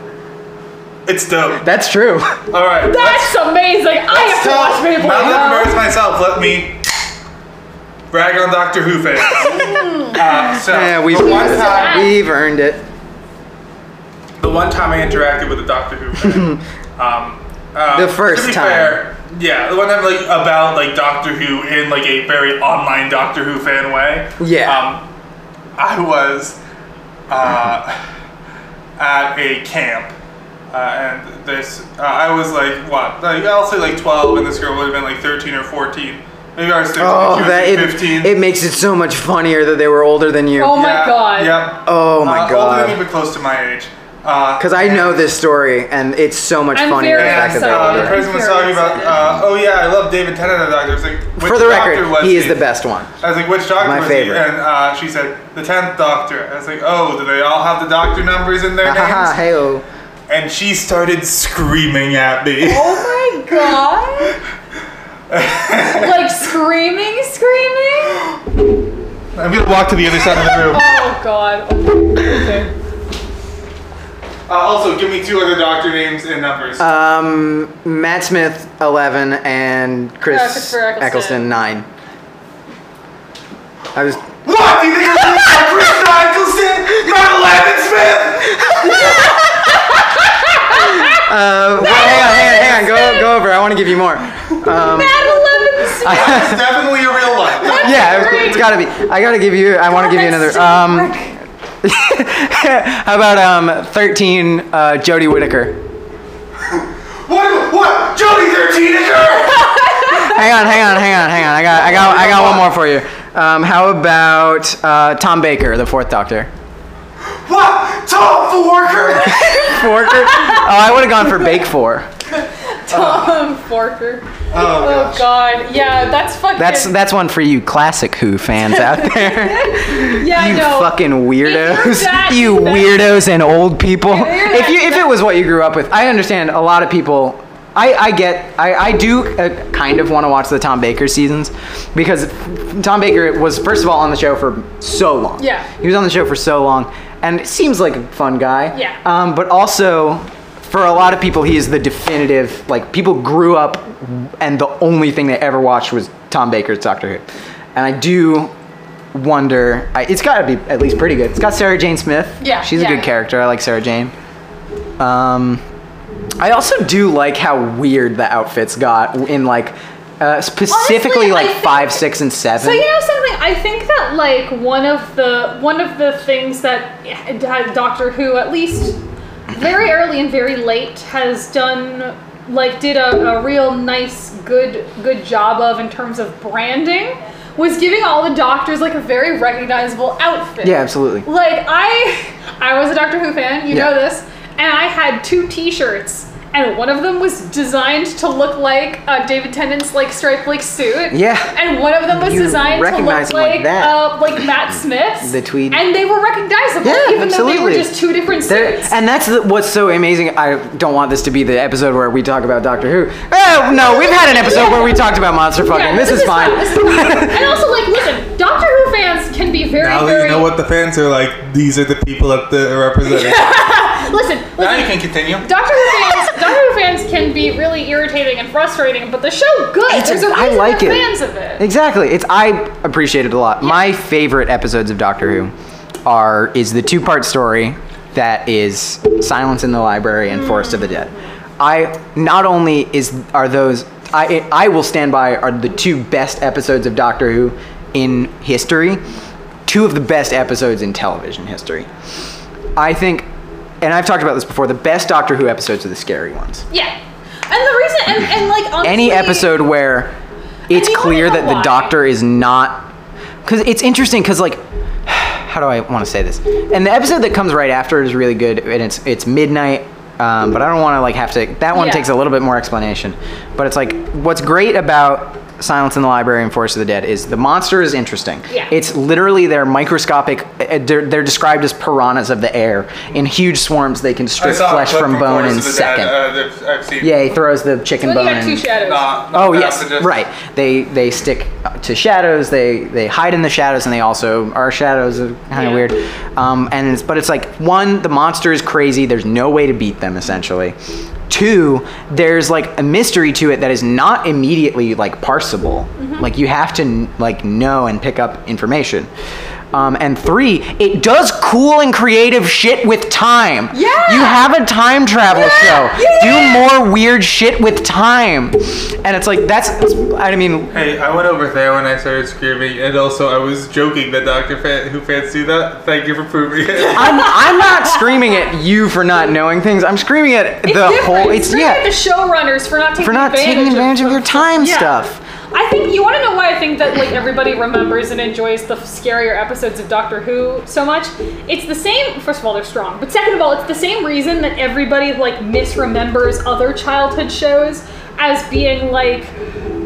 A: It's dope.
B: That's true.
A: All right.
C: That's amazing. I have to watch
A: now
C: Beyblade.
A: that I've embarrassed myself, let me brag on Doctor Who
B: *laughs*
A: fans. uh, so
B: yeah, we've
A: the one time,
B: we've earned it.
A: the one time I interacted with a Doctor Who fan, um,
B: *laughs*
A: um,
B: The first
A: to be
B: time.
A: Fair, yeah, the one time like about like Doctor Who in like a very online Doctor Who fan way.
B: Yeah.
A: Um, I was uh, *laughs* at a camp. Uh, and there's, uh, I was like, what? Like, I'll say like 12, and this girl would have been like 13 or 14. Maybe I was 13,
B: Oh,
A: she was
B: that
A: like
B: it,
A: 15.
B: it makes it so much funnier that they were older than you.
C: Oh my
A: Yeah,
C: god.
A: Yep.
B: Oh my
A: Uh, Older than me, but
B: god.
A: close to my age. Uh, Because
B: Because I know this story, and it's so much
C: I'm
B: funnier the
C: very
B: fact that
A: And
B: they're
A: uh, the
B: older.
A: person was talking about, uh, oh yeah, I love David Tennant as a doctor. I was like, which
B: For the
A: doctor
B: record,
A: was
B: he is the best one.
A: I was like, which doctor
B: My
A: was
B: favorite.
A: he? And uh, she said, the 10th doctor. I was like, oh, do they all have the doctor numbers in their
B: Haha,
A: names?
B: *laughs* hey oh.
A: And she started screaming at me.
B: *laughs*
C: Oh my god.
A: *laughs*
C: like screaming, screaming.
A: I'm gonna walk to the other side of the room. Uh,
C: Oh god. Okay.
A: Uh, also, give me two other doctor names and numbers.
B: Um, Matt Smith, 11, and Chris
C: Uh, Christopher
B: Eccleston.
C: Eccleston.
B: 9. I
C: *laughs*
B: was.
A: what? Do you think I'm doing that? Chris Nicholson? Not Eleven Smith?
B: Uh, wait, hang on, hang on, hang on. Go, go over. I want to give you more. Um,
A: It's definitely a real one.
B: yeah, it was- it's gotta be. I gotta give you. I want to give you another. Um, *laughs* how about um, 13, uh, Jodie Whittaker?
A: What? What? Jody 13 is her!
B: Hang on, hang on, hang on, hang on. I got, I got, I got one more for you. Um, how about uh, Tom Baker, the Fourth Doctor?
A: What? Tom Forker?
B: Forker? *laughs* Oh, I would have gone for Bake Four.
C: Tom Forker.
A: Oh, gosh.
C: Oh god. Yeah, that's fucking.
B: That's that's one for you classic Who fans out there.
C: yeah, I
B: you
C: know.
B: fucking weirdos.
C: that-
B: *laughs* you
C: that-
B: weirdos and old people.
C: If you're
B: If
C: that-
B: you if it was what you grew up with, I understand a lot of people. I, I get I, I do uh, kind of want to watch the Tom Baker seasons because Tom Baker was first of all on the show for so long.
C: Yeah.
B: He was on the show for so long and seems like a fun guy.
C: Yeah.
B: Um, but also for a lot of people he is the definitive like people grew up and the only thing they ever watched was Tom Baker's Doctor Who. And I do wonder. I, it's got to be at least pretty good. It's got Sarah Jane Smith.
C: Yeah,
B: she's
C: yeah.
B: a good character. I like Sarah Jane. Um, I also do like how weird the outfits got in like uh, specifically
C: Honestly,
B: like
C: I think-
B: five, six, and seven.
C: So you know something? I think that like one of the one of the things that had Doctor Who at least very early and very late has done like did a, a real nice good good job of in terms of branding was giving all the doctors like a very recognizable outfit.
B: yeah, absolutely.
C: Like I I was a Doctor Who fan, you
B: Yeah.
C: know this, and I had two t-shirts and one of them was designed to look like uh, David Tennant's like striped like suit.
B: Yeah.
C: And one of them was
B: You
C: designed to look
B: recognize them
C: like,
B: like that. Mm.
C: uh, like Matt Smith's.
B: The tweed.
C: And they were recognizable
B: Yeah,
C: even though they
B: absolutely.
C: were just two different
B: There-
C: suits.
B: and that's the, what's so amazing. I don't want this to be the episode where we talk about Doctor Who. Oh no, we've had an episode where we talked about monster fucking.
C: Yeah,
B: this, is, fine.
C: this is fine. and also, like, listen, Doctor Who fans can be very,
K: Now that
C: very.
K: you know what the fans are like, these are the people that the are represented.
C: Listen, listen,
K: Now you can continue.
C: Doctor Who fans, Doctor Who fans can be really irritating and frustrating, but the show good.
B: It's-
C: There's a reason
B: I like
C: we're
B: it.
C: fans of it.
B: Exactly. It's I appreciate it a lot. My favorite episodes of Doctor Who are is the two part story that is Silence in the Library and Forest of the Dead. I not only is are those I I will stand by are the two best episodes of Doctor Who in history. Two of the best episodes in television history. I think and I've talked about this before, the best Doctor Who episodes are the scary ones.
C: Yeah. And the reason it? And, and like honestly,
B: any episode where it's
C: you wanna
B: clear
C: know
B: that the
C: why.
B: doctor is not because it's interesting because like *sighs* how do i want to say this and the episode that comes right after is really good and it's it's midnight um, but i don't want to like have to that one
C: Yeah.
B: takes a little bit more explanation but it's like what's great about silence in the library and force of the dead is the monster is interesting
C: Yeah.
B: it's literally they're microscopic uh, they're, they're described as piranhas of the air in huge swarms they can
D: I
B: strip
D: saw a
B: flesh
D: clip
B: from bone
D: Force
B: in
D: of the Dead,
B: second
D: uh, that I've seen.
B: yeah he throws the chicken
C: But you
B: bone
C: got two
B: and-
C: shadows.
D: Not, not
B: Oh yes,
D: passages.
B: right. They they stick to shadows. They they hide in the shadows, and they also are shadows. Kind of
C: Yeah.
B: weird. Um, and it's, but it's like one, the monster is crazy. There's no way to beat them essentially. Two, there's like a mystery to it that is not immediately like parsable. Like you have to like know and pick up information. Um, and three, it does cool and creative shit with time. Yeah. You have a time travel show. Do more weird shit with time. And it's like that's. I mean,
D: Hey, I went over there when I started screaming, and also I was joking that Doctor Fan- Who fans do that. Thank you for proving *laughs* it.
B: I'm I'm not screaming at you for not knowing things. I'm screaming at the
C: It's different.
B: whole. It's
C: Screw
B: yeah.
C: the showrunners for not taking
B: for not
C: advantage
B: taking advantage of your time
C: Yeah.
B: stuff.
C: I think you want to know why I think that like everybody remembers and enjoys the scarier episodes of Doctor Who so much. It's the same. First of all, they're strong, but second of all, it's the same reason that everybody like misremembers other childhood shows as being like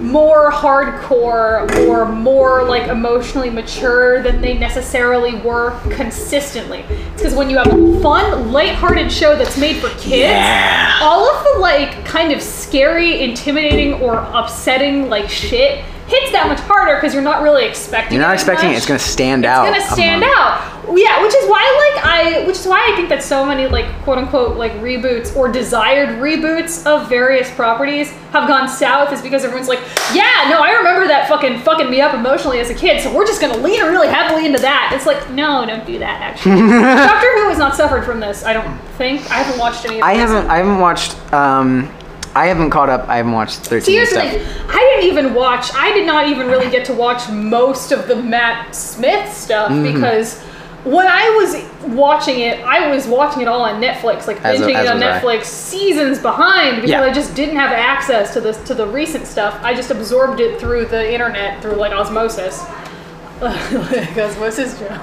C: more hardcore or more like emotionally mature than they necessarily were consistently. It's because when you have a fun, lighthearted show that's made for kids, all of the like kind of scary, intimidating, or upsetting like shit hits that much harder because you're not really expecting.
B: You're
C: it
B: not
C: as
B: expecting it.
C: much.
B: It's gonna stand out.
C: It's gonna stand
B: among-
C: out. Yeah, which is why like I, which is why I think that so many like quote unquote like reboots or desired reboots of various properties have gone south is because everyone's like, yeah, no, I remember that fucking fucking me up emotionally as a kid, so we're just gonna lean really heavily into that. It's like, no, don't do that. Actually,
B: *laughs*
C: Doctor Who has not suffered from this. I don't think I haven't watched any. of
B: I
C: this.
B: haven't. I haven't watched. Um, I haven't caught up. I haven't watched thirteen
C: See, here's the
B: stuff.
C: thing. I didn't even watch. I did not even really get to watch most of the Matt Smith stuff
B: Mm-hmm.
C: because when I was watching it, I was watching it all on Netflix, like
B: As-
C: binging
B: as
C: it on
B: was I.
C: Netflix, seasons behind because
B: Yeah.
C: I just didn't have access to this to the recent stuff. I just absorbed it through the internet through like osmosis. *laughs* like osmosis, *laughs* Joe.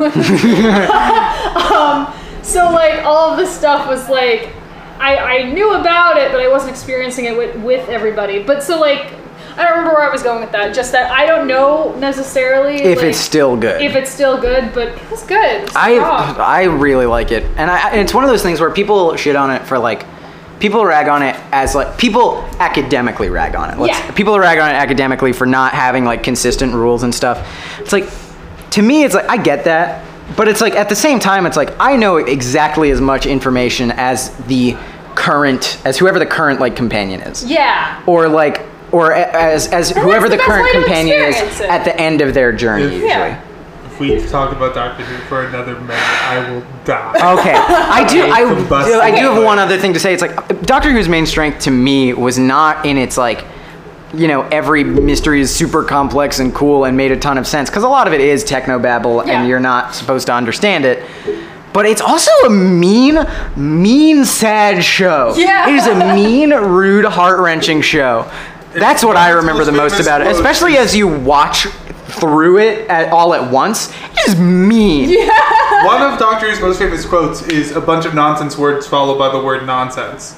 C: um, so like all of this stuff was like I, I knew about it but i wasn't experiencing it with, with everybody but so like i don't remember where i was going with that just that i don't know necessarily
B: If
C: like,
B: it's still good.
C: if it's still good but it was good It was
B: I
C: strong.
B: I really like it, and I and it's one of those things where people shit on it for like. People rag on it as like people academically rag on it. Let's,
C: Yeah.
B: People rag on it academically for not having like consistent rules and stuff. It's like, to me, it's like I get that, but it's like at the same time, it's like I know exactly as much information as the current, as whoever the current like companion is
C: yeah
B: or like or a- as as whoever the
C: that's the best
B: current
C: way to
B: companion is
C: experience it.
B: at the end of their journey usually.
C: Yeah.
A: If we talk about Doctor Who for another minute, I will die.
B: Okay, I do. I do, I do have
A: Okay.
B: one other thing to say. It's like Doctor Who's main strength to me was not in its like, you know, every mystery is super complex and cool and made a ton of sense because a lot of it is technobabble
C: Yeah.
B: and you're not supposed to understand it. But it's also a mean, mean, sad show.
C: Yeah.
B: it is a mean, rude, heart wrenching show. That's what I remember the most about it, especially as you watch through it at, all at once. It is mean.
D: One of Doctor Who's most famous quotes is a bunch of nonsense words followed by the word nonsense.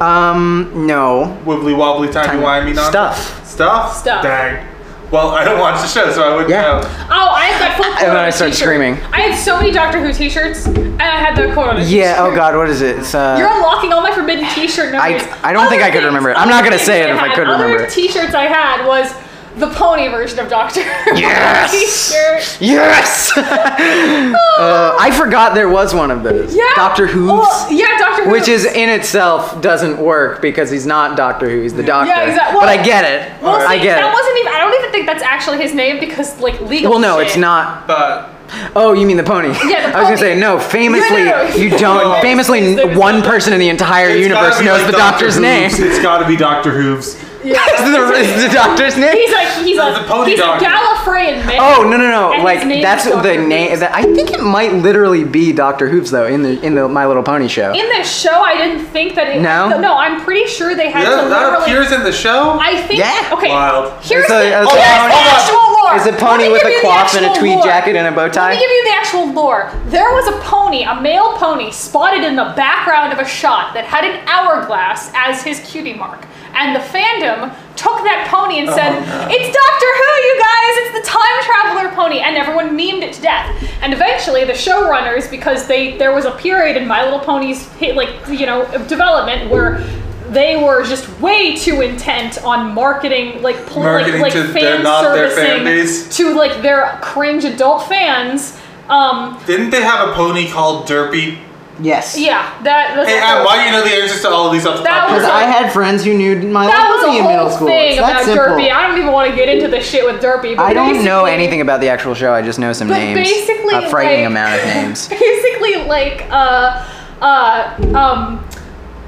B: Um, no,
D: Wibbly wobbly timey wimey nonsense.
B: stuff.
D: Stuff?
C: Stuff.
D: Dang. Well, I don't watch the show, so I wouldn't
B: Yeah.
D: know.
C: oh i had that full quote
B: And then
C: on
B: I
C: a
B: started
C: t-shirt.
B: screaming.
C: i had so many doctor who t-shirts and i had that quote on it
B: Yeah. Oh God, what is it? It's uh.
C: You're unlocking all my forbidden T-shirt memories.
B: I don't think I could remember it. I'm not
C: other
B: gonna say
C: things
B: it if I
C: had-
B: could remember
C: Other
B: it.
C: T-shirts I had was the pony version of Doctor. *laughs*
B: Yes!
C: T-shirt.
B: yes. *laughs* uh, I forgot there was one of those.
C: Yeah.
B: Doctor Who's.
C: Well, yeah, Doctor Who.
B: Which is in itself doesn't work because he's not Doctor Who. He's the Doctor.
C: exact-
B: but
C: well-
B: I get it.
C: Well, see,
B: I get
C: that
B: it.
C: wasn't even. I don't even think that's actually his name because like legal.
B: well, no,
C: shit.
B: it's not.
D: But
B: Oh, you mean the pony?
C: Yeah,
B: *laughs*
C: the
B: I was gonna
C: pony.
B: say no. Famously,
C: No, no, no.
B: you don't. Famously, one person in the entire
A: It's gotta
B: universe
A: be,
B: knows
A: like,
B: the
A: Dr.
B: doctor's name. *laughs*
A: Who's.
B: It's
A: It's got to be Doctor Who's.
B: the, it's the
C: *laughs*
B: doctor's name.
C: He's like he's a
A: The pony
C: he's
A: doctor.
C: a Gallifreyan man.
B: Oh no no no!
C: And
B: like
C: his name
B: that's
C: is Dr.
B: the name.
C: Who's.
B: That, I think it might literally be Doctor Hooves though in the in the My Little Pony show.
C: In this show, I didn't think that it.
B: No?
C: no, I'm pretty sure they had
A: Yeah,
C: to
A: that
C: literally.
A: appears in the show.
C: Um, I think.
B: Yeah.
C: Okay.
A: Wild.
C: Here's
B: It's a-
C: the,
B: it's
C: here's
B: a
C: the
B: pony-
C: actual lore.
B: It's a
C: Let
B: pony
C: me
B: with
C: give you
B: a
C: the
B: quaff and a
C: actual
B: tweed
C: lore.
B: jacket and a bow tie.
C: Let me give you the actual lore. There was a pony, a male pony, spotted in the background of a shot that had an hourglass as his cutie mark. And the fandom took that pony and said, It's Doctor Who, you guys! It's the time traveler pony! And everyone memed it to death. And eventually, the showrunners, because they there was a period in My Little Pony's hit, like you know development where they were just way too intent on marketing, like pl-
A: Marketing
C: like,
A: to
C: like
A: their-
C: fan
A: not their fan
C: servicing
A: base.
C: to like their cringe adult fans. Um,
A: Didn't they have a pony called Derpy?
B: yes.
C: yeah, that that's
A: Hey, Adam, why do you know the answers to all of these off the
C: That
A: top of your
C: was
B: Because
A: head?
B: I had friends who knew My
C: that
B: Little
C: was
B: Pony
C: a
B: in middle
C: whole
B: school.
C: thing
B: It's that
C: about
B: simple.
C: Derpy. I don't even want to get into the shit with Derpy. But
B: I don't know
C: basically-
B: anything about the actual show. I just know some
C: But
B: names.
C: basically,
B: a frightening
C: like-
B: amount of names.
C: *laughs* Basically, like uh, uh, um,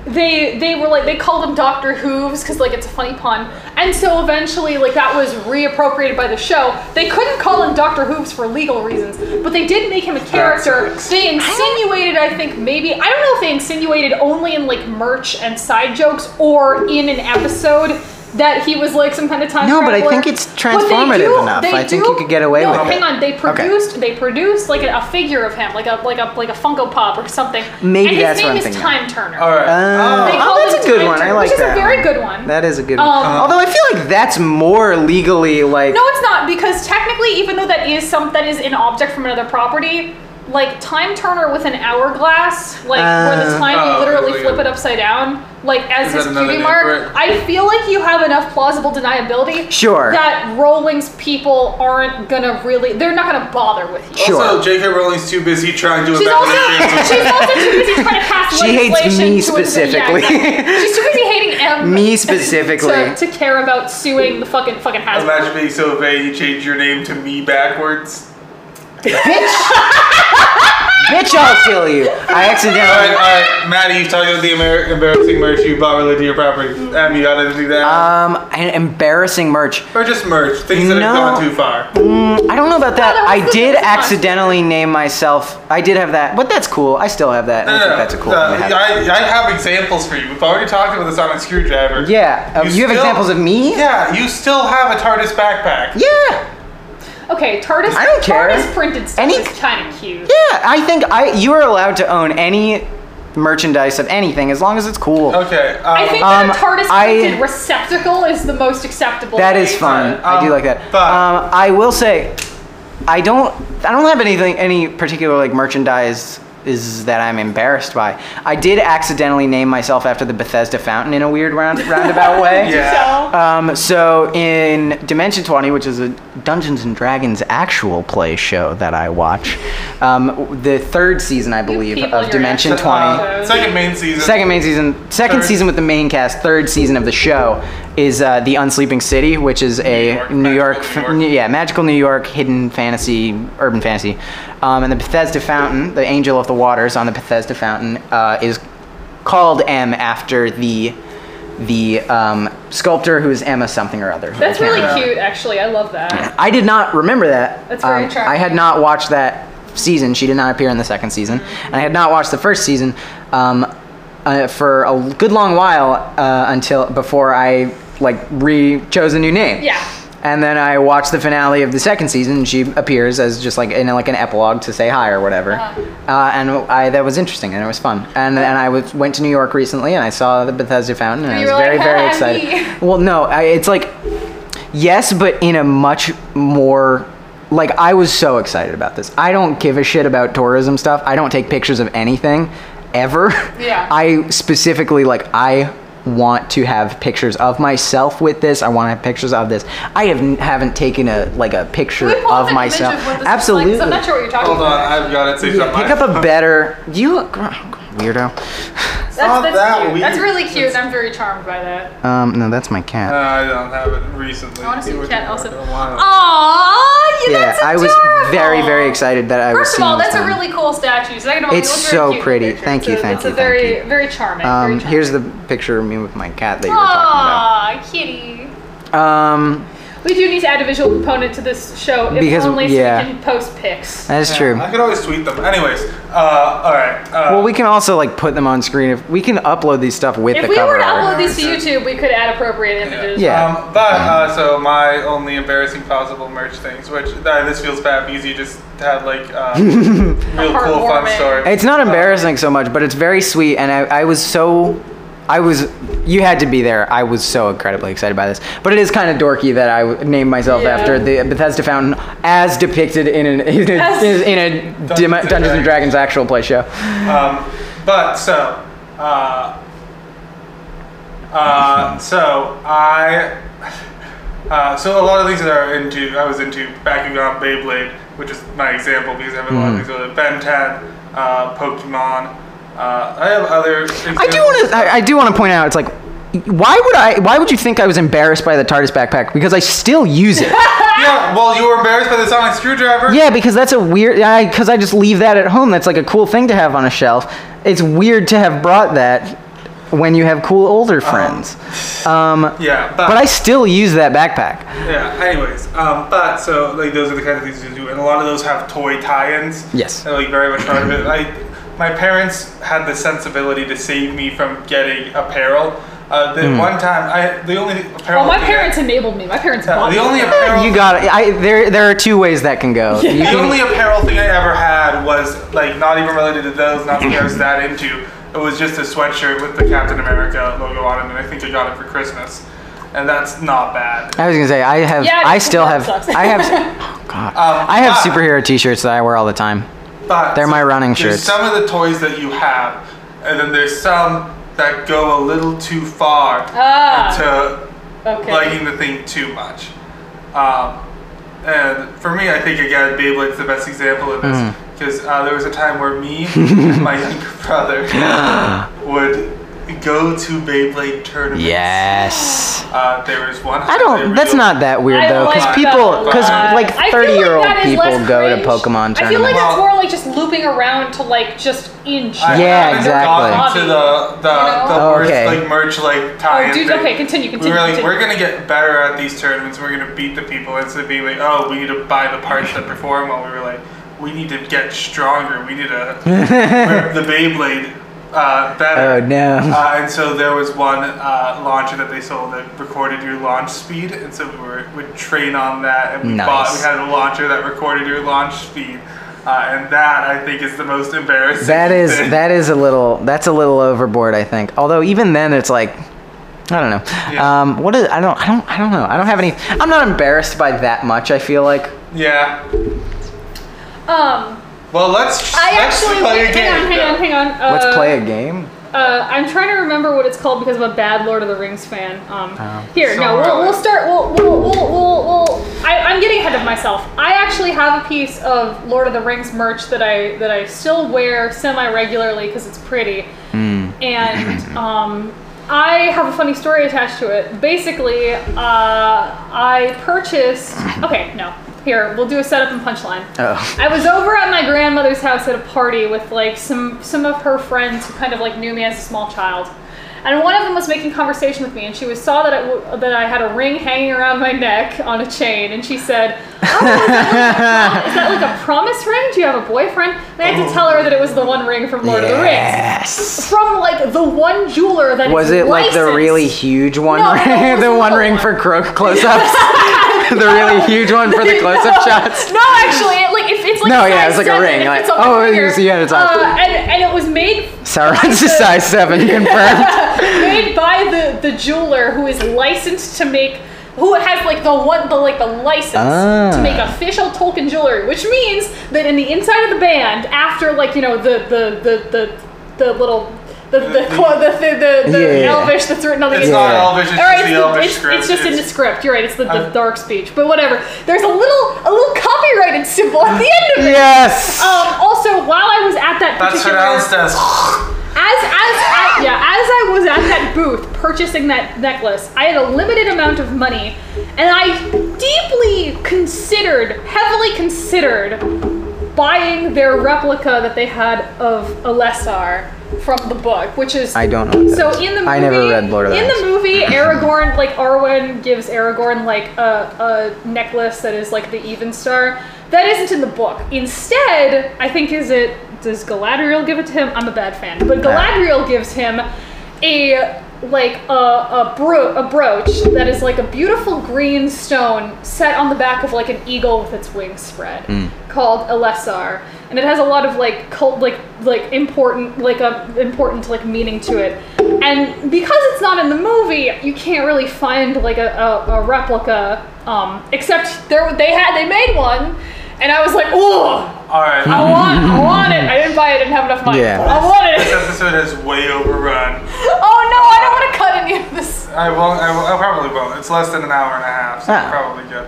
C: they they were like they called them Doctor Hooves because like it's a funny pun, and so eventually like that was reappropriated by the show. They couldn't call him Doctor Hooves for legal reasons, but they did make him a character. They insinuated, I think maybe I don't know if they insinuated only in like merch and side jokes or in an episode. That he was like some kind of time
B: No, but I
C: traveler.
B: think it's
C: But they
B: transformative
C: do-
B: enough.
C: they
B: I think
C: do-
B: you could get away
C: no,
B: with it.
C: Hang on, they produced they produced like a, a figure of him, like a like a like a Funko Pop or something.
B: Maybe
C: and his
B: that's what
C: name
B: I'm
C: is
B: thinking of.
C: Time Turner.
A: All right.
B: Uh,
C: They
B: oh,
C: call
B: that's
C: him
B: a good
C: Time
B: one. I
C: Turner,
B: like
C: which is
B: that.
C: a very good one.
B: That is a good one.
C: Um,
B: Although I feel like that's more legally like.
C: No, it's not because technically, even though that is some that is an object from another property, like Time Turner with an hourglass, like where the
B: Uh,
C: time you
A: oh,
C: literally
A: really
C: flip
A: good.
C: it upside down, like as
A: Is
C: his
A: that another
C: cutie
A: name for it?
C: mark. I feel like you have enough plausible deniability.
B: Sure.
C: That Rowling's people aren't gonna really, they're not gonna bother with you.
B: Sure.
A: Also, J.K. Rowling's too busy trying to
C: She's
A: evaluate
C: also
A: answers.
C: she's also too busy trying to pass
B: *laughs* She hates
C: legislation
B: me
C: to invent-
B: specifically.
C: Yeah, exactly. She's too busy
B: *laughs*
C: hating M.
B: Me specifically.
C: To, to care about suing the fucking fucking Hasbro.
A: Imagine being so vain you change your name to me backwards.
B: bitch! bitch, I'll kill you.
A: *laughs*
B: I
A: All right, all
B: accidentally.
A: right. Maddie, you've talked about the Amer- embarrassing merch you bought related to your property. Em, you got anything to add?
B: Um, an embarrassing merch.
A: or just merch, things that have
B: no.
A: gone too far.
B: I don't know about that.
C: No, that was
B: I
C: the
B: did
C: best one.
B: accidentally name myself. I did have that, but that's cool. I still have that. I think that's a cool
A: No,
B: thing to have.
A: uh, I, I have examples for you. We've already talked about this on a screwdriver.
B: Yeah. Uh, you,
A: still-
B: have examples of me?
A: Yeah, you still have a TARDIS backpack.
B: Yeah.
C: Okay, TARDIS.
B: I don't care.
C: TARDIS printed stuff
B: Any-
C: is kind of cute.
B: Yeah, I think I you are allowed to own any merchandise of anything as long as it's cool.
A: Okay. Um,
C: I think
B: Um,
C: that a TARDIS
B: I-
C: printed receptacle is the most acceptable.
B: That is
C: way.
B: fun. I do
A: Um,
B: like that.
A: but-
B: um, I will say, I don't I don't have anything any particular like merchandise is that I'm embarrassed by. I did accidentally name myself after the Bethesda fountain in a weird round, roundabout way.
A: *laughs* yeah.
B: Um, so in Dimension 20, which is a Dungeons and Dragons actual play show that I watch, um, the third season I believe
C: people,
B: of
C: you're
B: Dimension 20.
C: actually- Oh,
A: Uh, second main season.
B: Second main season, second
A: Third.
B: season with the main cast, third season of the show is uh, the Unsleeping City, which is a
A: York,
B: New York,
A: magical New York.
B: yeah, magical New York, hidden fantasy, urban fantasy, um, and the Bethesda Fountain, the Angel of the Waters on the Bethesda Fountain, uh, is called M after the the um, sculptor who is Emma something or other.
C: That's
B: I can't
C: really
B: remember.
C: cute, actually. I love that.
B: I did not remember that. Um,
C: That's very
B: I
C: attractive.
B: had not watched that season. She did not appear in the second season, and I had not watched the first season um, uh, for a good long while uh, until before I like re chose a new name.
C: Yeah.
B: And then I watched the finale of the second season, and she appears as just like in like an epilogue to say hi or whatever,
C: Uh-huh.
B: uh and I that was interesting and it was fun. And and I was, went to New York recently and I saw the Bethesda Fountain and I
C: You
B: was
C: were
B: very
C: like,
B: very
C: "Hi,
B: excited.
C: me."
B: Well, no, I, it's like Yes, but in a much more like I was so excited about this. I don't give a shit about tourism stuff. I don't take pictures of anything ever.
C: Yeah.
B: *laughs* I specifically like I want to have pictures of myself with this. I want to have pictures of this. I have haven't taken a like a picture
C: Can we pull up
B: of
C: an image
B: myself.
C: of what this looks like? 'Cause
B: Absolutely.
C: I'm not sure what you're talking
A: Hold on,
C: about.
A: I've got it saved
B: Yeah,
A: on
B: pick
A: mine.
B: up a better you oh, weirdo.
C: That's,
A: not
C: that's
A: that
C: cute.
A: weird.
C: That's really cute. I'm very charmed by that.
B: Um, no, that's my cat.
A: I don't have it recently.
C: I wanna see Oh.
A: It
C: the
A: was
C: cat
A: in
C: also.
A: a while.
C: Aww, yeah,
B: yeah,
C: that's
B: I was
C: adorable.
B: very, very excited that I was
C: First of
B: seeing
C: all, that's
B: this
C: a
B: one.
C: really cool statue. Second of all,
B: It's
C: you look very
B: so
C: cute in the
B: pretty.
C: picture.
B: Thank you,
C: It's a-
B: thank
C: it's
B: you,
C: a
B: thank
C: very,
B: you.
C: very charming.
B: Um,
C: very
B: here's the
C: charming.
B: picture of me with my cat that you were talking
C: Aww, kitty.
B: about. Um,
C: We do need to add a visual component to this show, if
B: Because-
C: only
B: yeah.
C: so we can post pics.
B: that's
A: Yeah,
B: true.
A: I could always tweet them. Anyways, uh, all right. Uh,
B: Well, we can also like put them on screen if we can upload these stuff with
C: If
B: the
C: we
B: cover
C: were to
B: art.
C: upload these to YouTube, we could add appropriate images.
B: Yeah.
A: Um, but uh, so my only embarrassing possible merch things, which uh, this feels bad because you just had like
B: *laughs*
A: uh, real cool fun
C: Heartwarming.
A: story.
B: It's not embarrassing so much, but it's very sweet, and I, I was so. I was. You had to be there. I was so incredibly excited by this. But it is kind of dorky that I w- named myself
C: Yeah.
B: after the Bethesda Fountain as depicted in, an, *laughs* in a, in a Dima-
A: and
B: Dungeons
A: Dragons.
B: and Dragons actual play show.
A: Um, but so, uh, uh, so I, uh, so a lot of things that are into I was into backing on Beyblade, which is my example because I have a lot of things other Ben 10, uh, Pokemon. Uh, I have other.
B: I do want to. I, I do want to point out. It's like, why would I? Why would you think I was embarrassed by the TARDIS backpack? Because I still use it.
A: Yeah, well, you were embarrassed by the sonic screwdriver.
B: yeah, because that's a weird. Because I, just leave that at home. That's like a cool thing to have on a shelf. It's weird to have brought that when you have cool older friends. Um,
A: Yeah,
B: But I still use that backpack.
A: Yeah. Anyways, um, but so like those are the kind of things you do, and a lot of those have toy tie-ins.
B: Yes.
A: They're like very much part of it. I, my parents had the sensibility to save me from getting apparel. Uh, the one time, I the only apparel.
C: Well, my
A: thing I-
C: parents enabled me. My parents
A: uh,
C: bought
A: the
C: me.
A: only apparel.
B: You got it. I, there, there are two ways that can go. You
A: The
B: can-
A: only apparel thing I ever had was like not even related to those, not something I was that into. It was just a sweatshirt with the Captain America logo on it, and I think I got it for Christmas. And that's not bad.
B: I was gonna say I have.
C: Yeah,
B: I
C: that
B: still have.
C: sucks.
B: I have. Oh God.
A: Um,
B: I have
A: but-
B: superhero T-shirts that I wear all the time.
A: But
B: They're my running
A: there's
B: shirts.
A: Some of the toys that you have, and then there's some that go a little too far
C: Ah,
A: to
C: okay.
A: liking the thing too much. Um, and for me, I think again, Beyblade's the best example of
B: Hmm.
A: this because uh, there was a time where me
B: *laughs*
A: and my younger
B: *gasps*
A: brother would go to Beyblade tournaments.
B: Yes.
A: Uh, there was one.
B: I don't. That's not that weird
C: I
B: though, because
C: like
B: people,
C: that
B: because
A: a lot.
B: like
C: I feel like
B: thirty-year-old
C: that is
B: people
C: less
B: go to
C: cringe.
B: Pokemon tournaments.
C: I feel like that's
A: Well-
C: more like just looping around to like just inch.
A: I
B: Yeah,
A: haven't
B: exactly.
A: gotten To the the,
C: You
A: the
B: know?
A: worst
B: Okay.
A: like merch like tie
C: Oh, dude, okay, continue,
A: We
C: continue.
A: were like,
C: continue.
A: we're gonna get better at these tournaments. We're gonna beat the people. Instead of being like, oh, we need to buy the parts that perform well. We were like, we need to get stronger. We need
B: *laughs*
A: to rip the Beyblade uh,
B: oh
A: better.
B: no.
A: Uh, and so there was one uh, launcher that they sold that recorded your launch speed, and so we were, would train on that. And we
B: Nice.
A: bought, we had a launcher that recorded your launch speed, uh, and that I think is the most embarrassing. *laughs*
B: That is
C: *laughs*
A: thing.
B: that is a little that's a little overboard, I think. Although even then, it's like. I don't know.
A: Yeah.
B: Um, what is I don't I don't I don't know. I don't have any. I'm not embarrassed by that much. I feel like.
A: Yeah.
C: um,
A: Well, let's
C: I
A: let's
C: actually
A: play
C: wait,
A: a
C: hang on,
A: game,
C: hang
A: though.
C: on, hang on. Uh,
B: Let's play a game.
C: Uh, I'm trying to remember what it's called because I'm a bad Lord of the Rings fan. Um,
B: Oh.
C: here,
A: So
C: no,
A: am I.
C: we'll, we'll start. We'll, we'll, we'll, we'll, we'll I, I'm getting ahead of myself. I actually have a piece of Lord of the Rings merch that I that I still wear semi regularly because it's pretty,
B: Hmm.
C: and *clears throat* um, I have a funny story attached to it. Basically, uh, I purchased. Okay, no, here we'll do a setup and punchline.
B: Oh.
C: I was over at my grandmother's house at a party with like some some of her friends who kind of like knew me as a small child, and one of them was making conversation with me, and she was saw that I, w- that I had a ring hanging around my neck on a chain, and she said, oh, is, that like a prom- is that like a promise ring? Do you have a boyfriend?" And I had to tell her that it was the one ring from Lord of the Rings,
B: Yes.
C: from like the one jeweler that
B: Was
C: is
B: it like the
C: licensed.
B: really huge one? *laughs*
C: No, no, it
B: ring?
C: was
B: the one
C: another
B: ring
C: one.
B: for cro-
C: *laughs*
B: close-ups. *laughs* the really huge one for the close-up shots.
C: No, actually, it, like it's it's like
B: No,
C: a
B: yeah, it's
C: size
B: like a
C: seven,
B: ring,
C: it
B: like,
C: fits on my
B: oh, it
C: finger.
B: is- yeah, it's on.
C: Uh, and and it was made
B: Sauron's a
C: Like the-
B: size seven confirmed.
C: made by the the jeweler who is licensed to make who has like the one the like the license
B: Ah.
C: to make official Tolkien jewelry, which means that in the inside of the band, after like you know the the the the, the little the the qu- the, the, the, the
B: Yeah.
C: Elvish that's written on the
A: It's not
C: inside.
B: Yeah.
A: Elvish. It's
C: All right,
A: just the
C: it's, the-
A: Elvish Uh.
C: it's-
A: script.
C: it's just in the script. You're right. It's the, the
A: I'm-
C: dark speech, but whatever. There's a little a little copyrighted symbol at the end of it.
B: yes.
C: Oh, Um, also, while I was at that
A: That's
C: particular,
A: pronounced as.
C: as as I, yeah, as I was at that booth purchasing that necklace, I had a limited amount of money, and I deeply considered, heavily considered, buying their replica that they had of Alessar from the book, which is
B: I don't know what that
C: So
B: is.
C: in the movie,
B: I never read Lord of the
C: in
B: Rings.
C: the movie, Aragorn like Arwen gives Aragorn like a, a necklace that is like the Even Star. That isn't in the book. Instead, I think is it does Galadriel give it to him? I'm a bad fan, but Galadriel gives him a like a a, bro- a brooch that is like a beautiful green stone set on the back of like an eagle with its wings spread, called Elessar, and it has a lot of like cult like like important like a important like meaning to it. And because it's not in the movie, you can't really find like a, a, a replica. Um, except there they had they made one, and I was like, oh,
A: All
B: Mm-hmm.
A: right.
C: I want I want it. I didn't buy it. I didn't have enough money.
B: Yeah.
C: I
A: *laughs*
C: wanted
A: This
C: it.
A: episode has way overrun.
C: Oh no, I don't want to cut any of this.
A: I won't. I, will, I probably won't. It's less than an hour and a half, so
B: Ah.
A: probably good.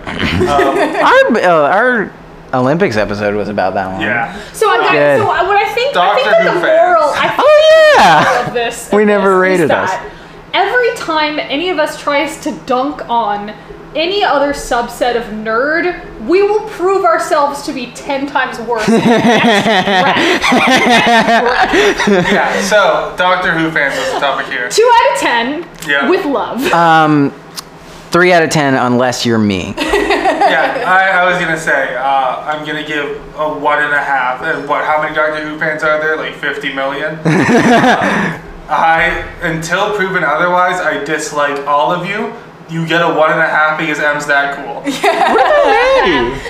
A: Um,
B: Our uh, our Olympics episode was about that one. *laughs*
A: yeah.
C: So I got
B: Good.
C: so I- what I think I think
A: Doctor
C: that the
A: Who fans.
C: moral I think
B: Oh
C: the moral
B: yeah.
C: of this
B: *laughs* We
C: of
B: never
C: this is
B: rated us.
C: that Every time any of us tries to dunk on any other subset of nerd, we will prove ourselves to be ten times worse. in the
B: *laughs*
C: next round.
A: Yeah. So Doctor Who fans was the topic here.
C: Two out of ten
A: Yeah.
C: with love.
B: Um, three out of ten, unless you're
C: *laughs*
B: me.
A: Yeah. I, I was gonna say uh, I'm gonna give a one and a half. And what? How many Doctor Who fans are there? Like 50
B: *laughs*
A: million. Uh, I until proven otherwise, I dislike all of you. You get a one and a half because M's that cool.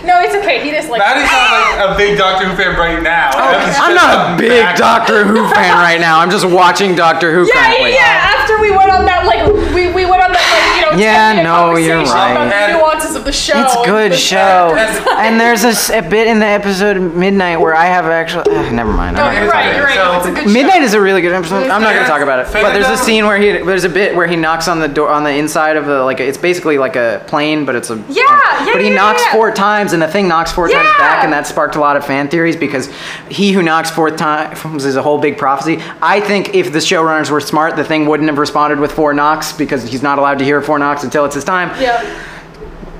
C: no, it's okay. He just like
A: That is not like a big Doctor Who fan right now. M's
B: I'm
A: just
B: not a big
A: back-
B: Doctor Who fan right now. I'm just watching Doctor Who
C: yeah, yeah,
B: currently.
C: yeah. After we went on that, like we, we went on that, like you know,
B: Yeah,
C: 10-minute
B: no, you're
C: conversation about
B: right.
C: the nuances of the show.
B: It's good
C: The-
B: show. and there's a, s- a bit in the episode Midnight where I have actually. ah, never mind. I'm
C: No,
B: not gonna
C: you're
B: talk about
C: right.
B: it.
C: You're right.
A: So-
C: no, it's a good show.
B: Midnight is a really good episode. I'm not gonna talk about it.
A: Fair
B: But there's a
A: enough.
B: scene where he there's a bit where he knocks on the door on the inside of the like it's basically like a plane, but it's a um,
C: Yeah, yeah,
B: But he
C: yeah,
B: knocks
C: yeah, yeah.
B: four times, and the thing knocks four times
C: Yeah.
B: back, and that sparked a lot of fan theories because he who knocks four times is a whole big prophecy. I think if the showrunners were smart, the thing wouldn't have responded with four knocks because he's not allowed to hear four knocks until it's his time.
C: Yeah.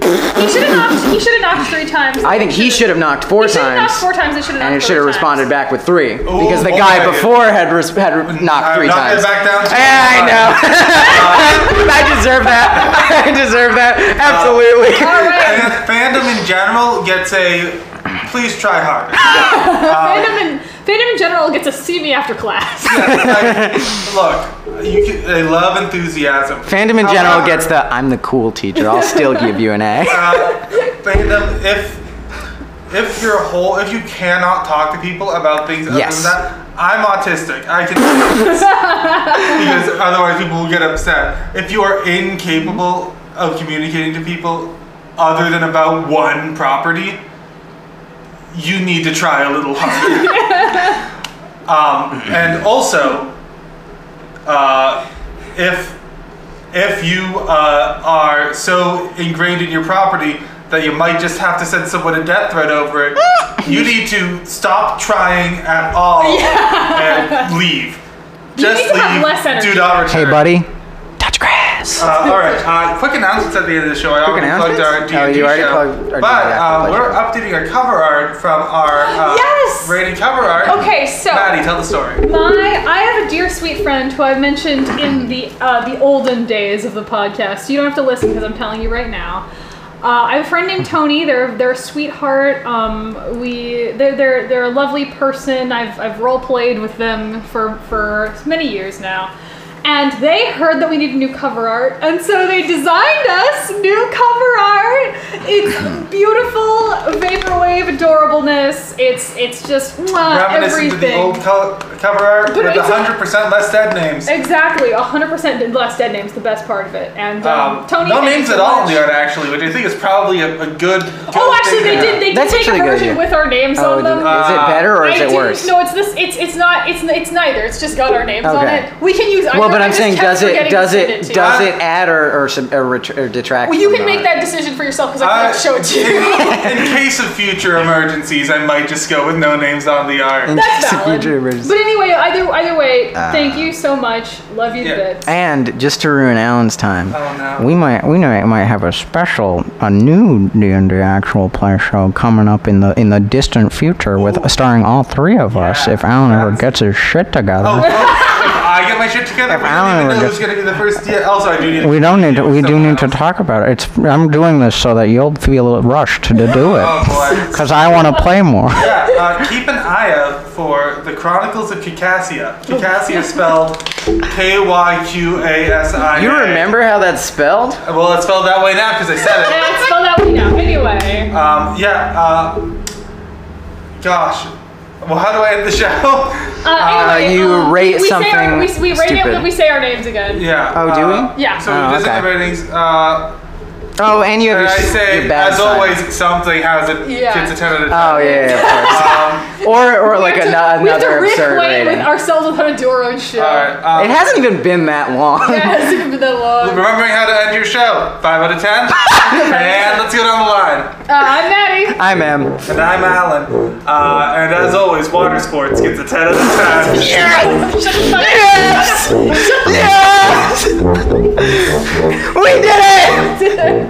C: he should have knocked. He should have knocked three times.
B: I think he should have knocked four
C: He should have
B: times.
C: knocked four times. They should have
B: and it
C: knocked
B: should have
C: three times.
B: responded back with three because the
A: boy.
B: guy before had res- had re- *laughs* knocked
A: I've
B: three
A: Oh, knocked
B: times.
A: it back down. to-
B: Yeah, I know. *laughs* I deserve that. I deserve that. Absolutely.
C: All right.
A: And if fandom in general gets a please try
B: *laughs*
A: harder.
C: fandom in fandom in general gets a see me after class.
A: Like, look, you can, they love enthusiasm.
B: Fandom in general
A: However,
C: Uh-huh.
B: gets the I'm the cool teacher. I'll still give you an
C: *laughs*
B: A.
A: uh, fandom if if your whole if you cannot talk to people about things other
B: Yes.
A: than that. I'm autistic. I can because otherwise people will get upset. If you are incapable of communicating to people other than about one property, you need to try a little harder. um, and also, uh, if if you uh, are so ingrained in your property that you might just have to send someone a death threat over
C: *laughs*
A: it, you need to stop trying at
C: *laughs*
A: all and leave. Just
C: need to
A: leave.
C: have less energy.
A: Do not
B: Hey,
A: return.
B: buddy. Touch grass.
A: Uh, all right. Uh, quick announcements at the end of the show. I already plugged our
B: announcements?
A: D&D
B: Oh, you already
A: show,
B: plugged our
A: but
B: D&D
A: uh,
B: show.
A: we're updating our cover art from our uh,
C: Yes!
A: rated cover art.
C: Okay, so-
A: Maddie, tell the story.
C: My, I have a dear sweet friend who I mentioned in the uh, the olden days of the podcast. You don't have to listen because I'm telling you right now. Uh, I have a friend named Tony. They're they're a sweetheart. Um, we they're, they're they're a lovely person. I've I've role played with them for for many years now. And they heard that we needed new cover art, and so they designed us new cover art. It's beautiful vaporwave adorableness. It's it's just mwah,
A: Reminiscent
C: everything.
A: to the old co- cover art
C: But
A: with
C: it's-
A: 100% less dead names.
C: Exactly, 100% less dead names, the best part of it. And um,
A: Um,
C: Tony.
A: no
C: thank you
A: names
C: so
A: at all in
C: much.
A: the art, actually, which I think is probably a, a good.
C: Oh,
A: good thing
C: actually, they
A: to have.
C: did. They
B: That's
C: did make
B: actually
C: a
B: a good
C: version
B: idea.
C: with our names
B: Oh,
C: on them.
B: is it better or is
C: I
B: it
C: didn't-
B: worse?
C: No, it's this. It's it's not. It's it's neither. It's just got our names on
B: Okay.
C: it. We can use either
B: Well, but
C: I
B: I'm
C: just
B: saying,
C: kept
B: does it
C: forgetting
B: does
C: to send
B: it
C: to
B: does
A: you.
B: it add or or, sub, or, ret- or detract?
C: Well, you
B: from
C: can
B: the
C: make
B: heart?
C: that decision for yourself because I
A: I-
C: can't show it to you. *laughs*
A: in case of future emergencies, I might just go with no *laughs* names on the art.
B: In *laughs*
C: That's
B: case of
C: valid.
B: future emergency.
L: But anyway, either either way,
B: Ah.
L: thank you so much. Love you
A: Yeah.
L: to bits.
B: And just to ruin Alan's time,
A: Oh, no.
B: we might we might, might have a special, a new D&D actual play show coming up in the in the distant future with starring all three of us if Alan ever gets his shit
A: Oh,
B: together.
A: well, if I get my shit together, we
B: Alan
A: don't even
B: were
A: know
B: just-
A: who's gonna be the first. Yeah, also, I do need.
B: We don't need to, we do
A: someone
B: need to
A: else.
B: talk about it. It's I'm doing this so that you'll feel rushed to do
A: Oh
B: it
A: boy.
B: cuz I want to play more.
A: Yeah, uh, keep an eye out for the Chronicles of Kikassia. Kikassia spelled K Y Q A S I. A.
B: how that's spelled?
A: Well, it's spelled that way now because I said
C: *laughs*
A: it.
L: Let's spell that one out. Anyway,
A: Um, yeah. Uh, gosh. Well, how do I end the show?
L: uh,
B: Uh,
L: anyway,
B: you
L: um,
B: rate
L: we Say
B: something
L: our, we, we rate it
B: stupid.
L: when we say our names again.
A: Yeah.
B: Oh, do
A: uh,
B: we?
L: Yeah.
A: So
B: Oh,
A: it doesn't
B: okay.
A: have ratings. Uh,
B: Oh, and you have
A: and I say, as always, something has it.
C: Yeah.
A: Gets a ten out of ten.
C: Oh,
B: yeah, yeah, of
A: Um,
B: course. or or like
C: We have
B: ano-
C: to- we have to Rick Wayne
B: rating.
C: with ourselves on how to do our own show.
A: all right. Um,
B: It hasn't even been that long.
C: *laughs* It hasn't even been that long. Uh,
A: Remembering how to end your show. Five out of ten. and let's get on the line.
C: Uh, I'm
A: *laughs*
C: Maddie.
B: I am.
A: And I'm Alan. Uh, and as always, water sports gets a ten out of ten.
C: Shut the fuck up.
B: *laughs* Yes! yes! we did it!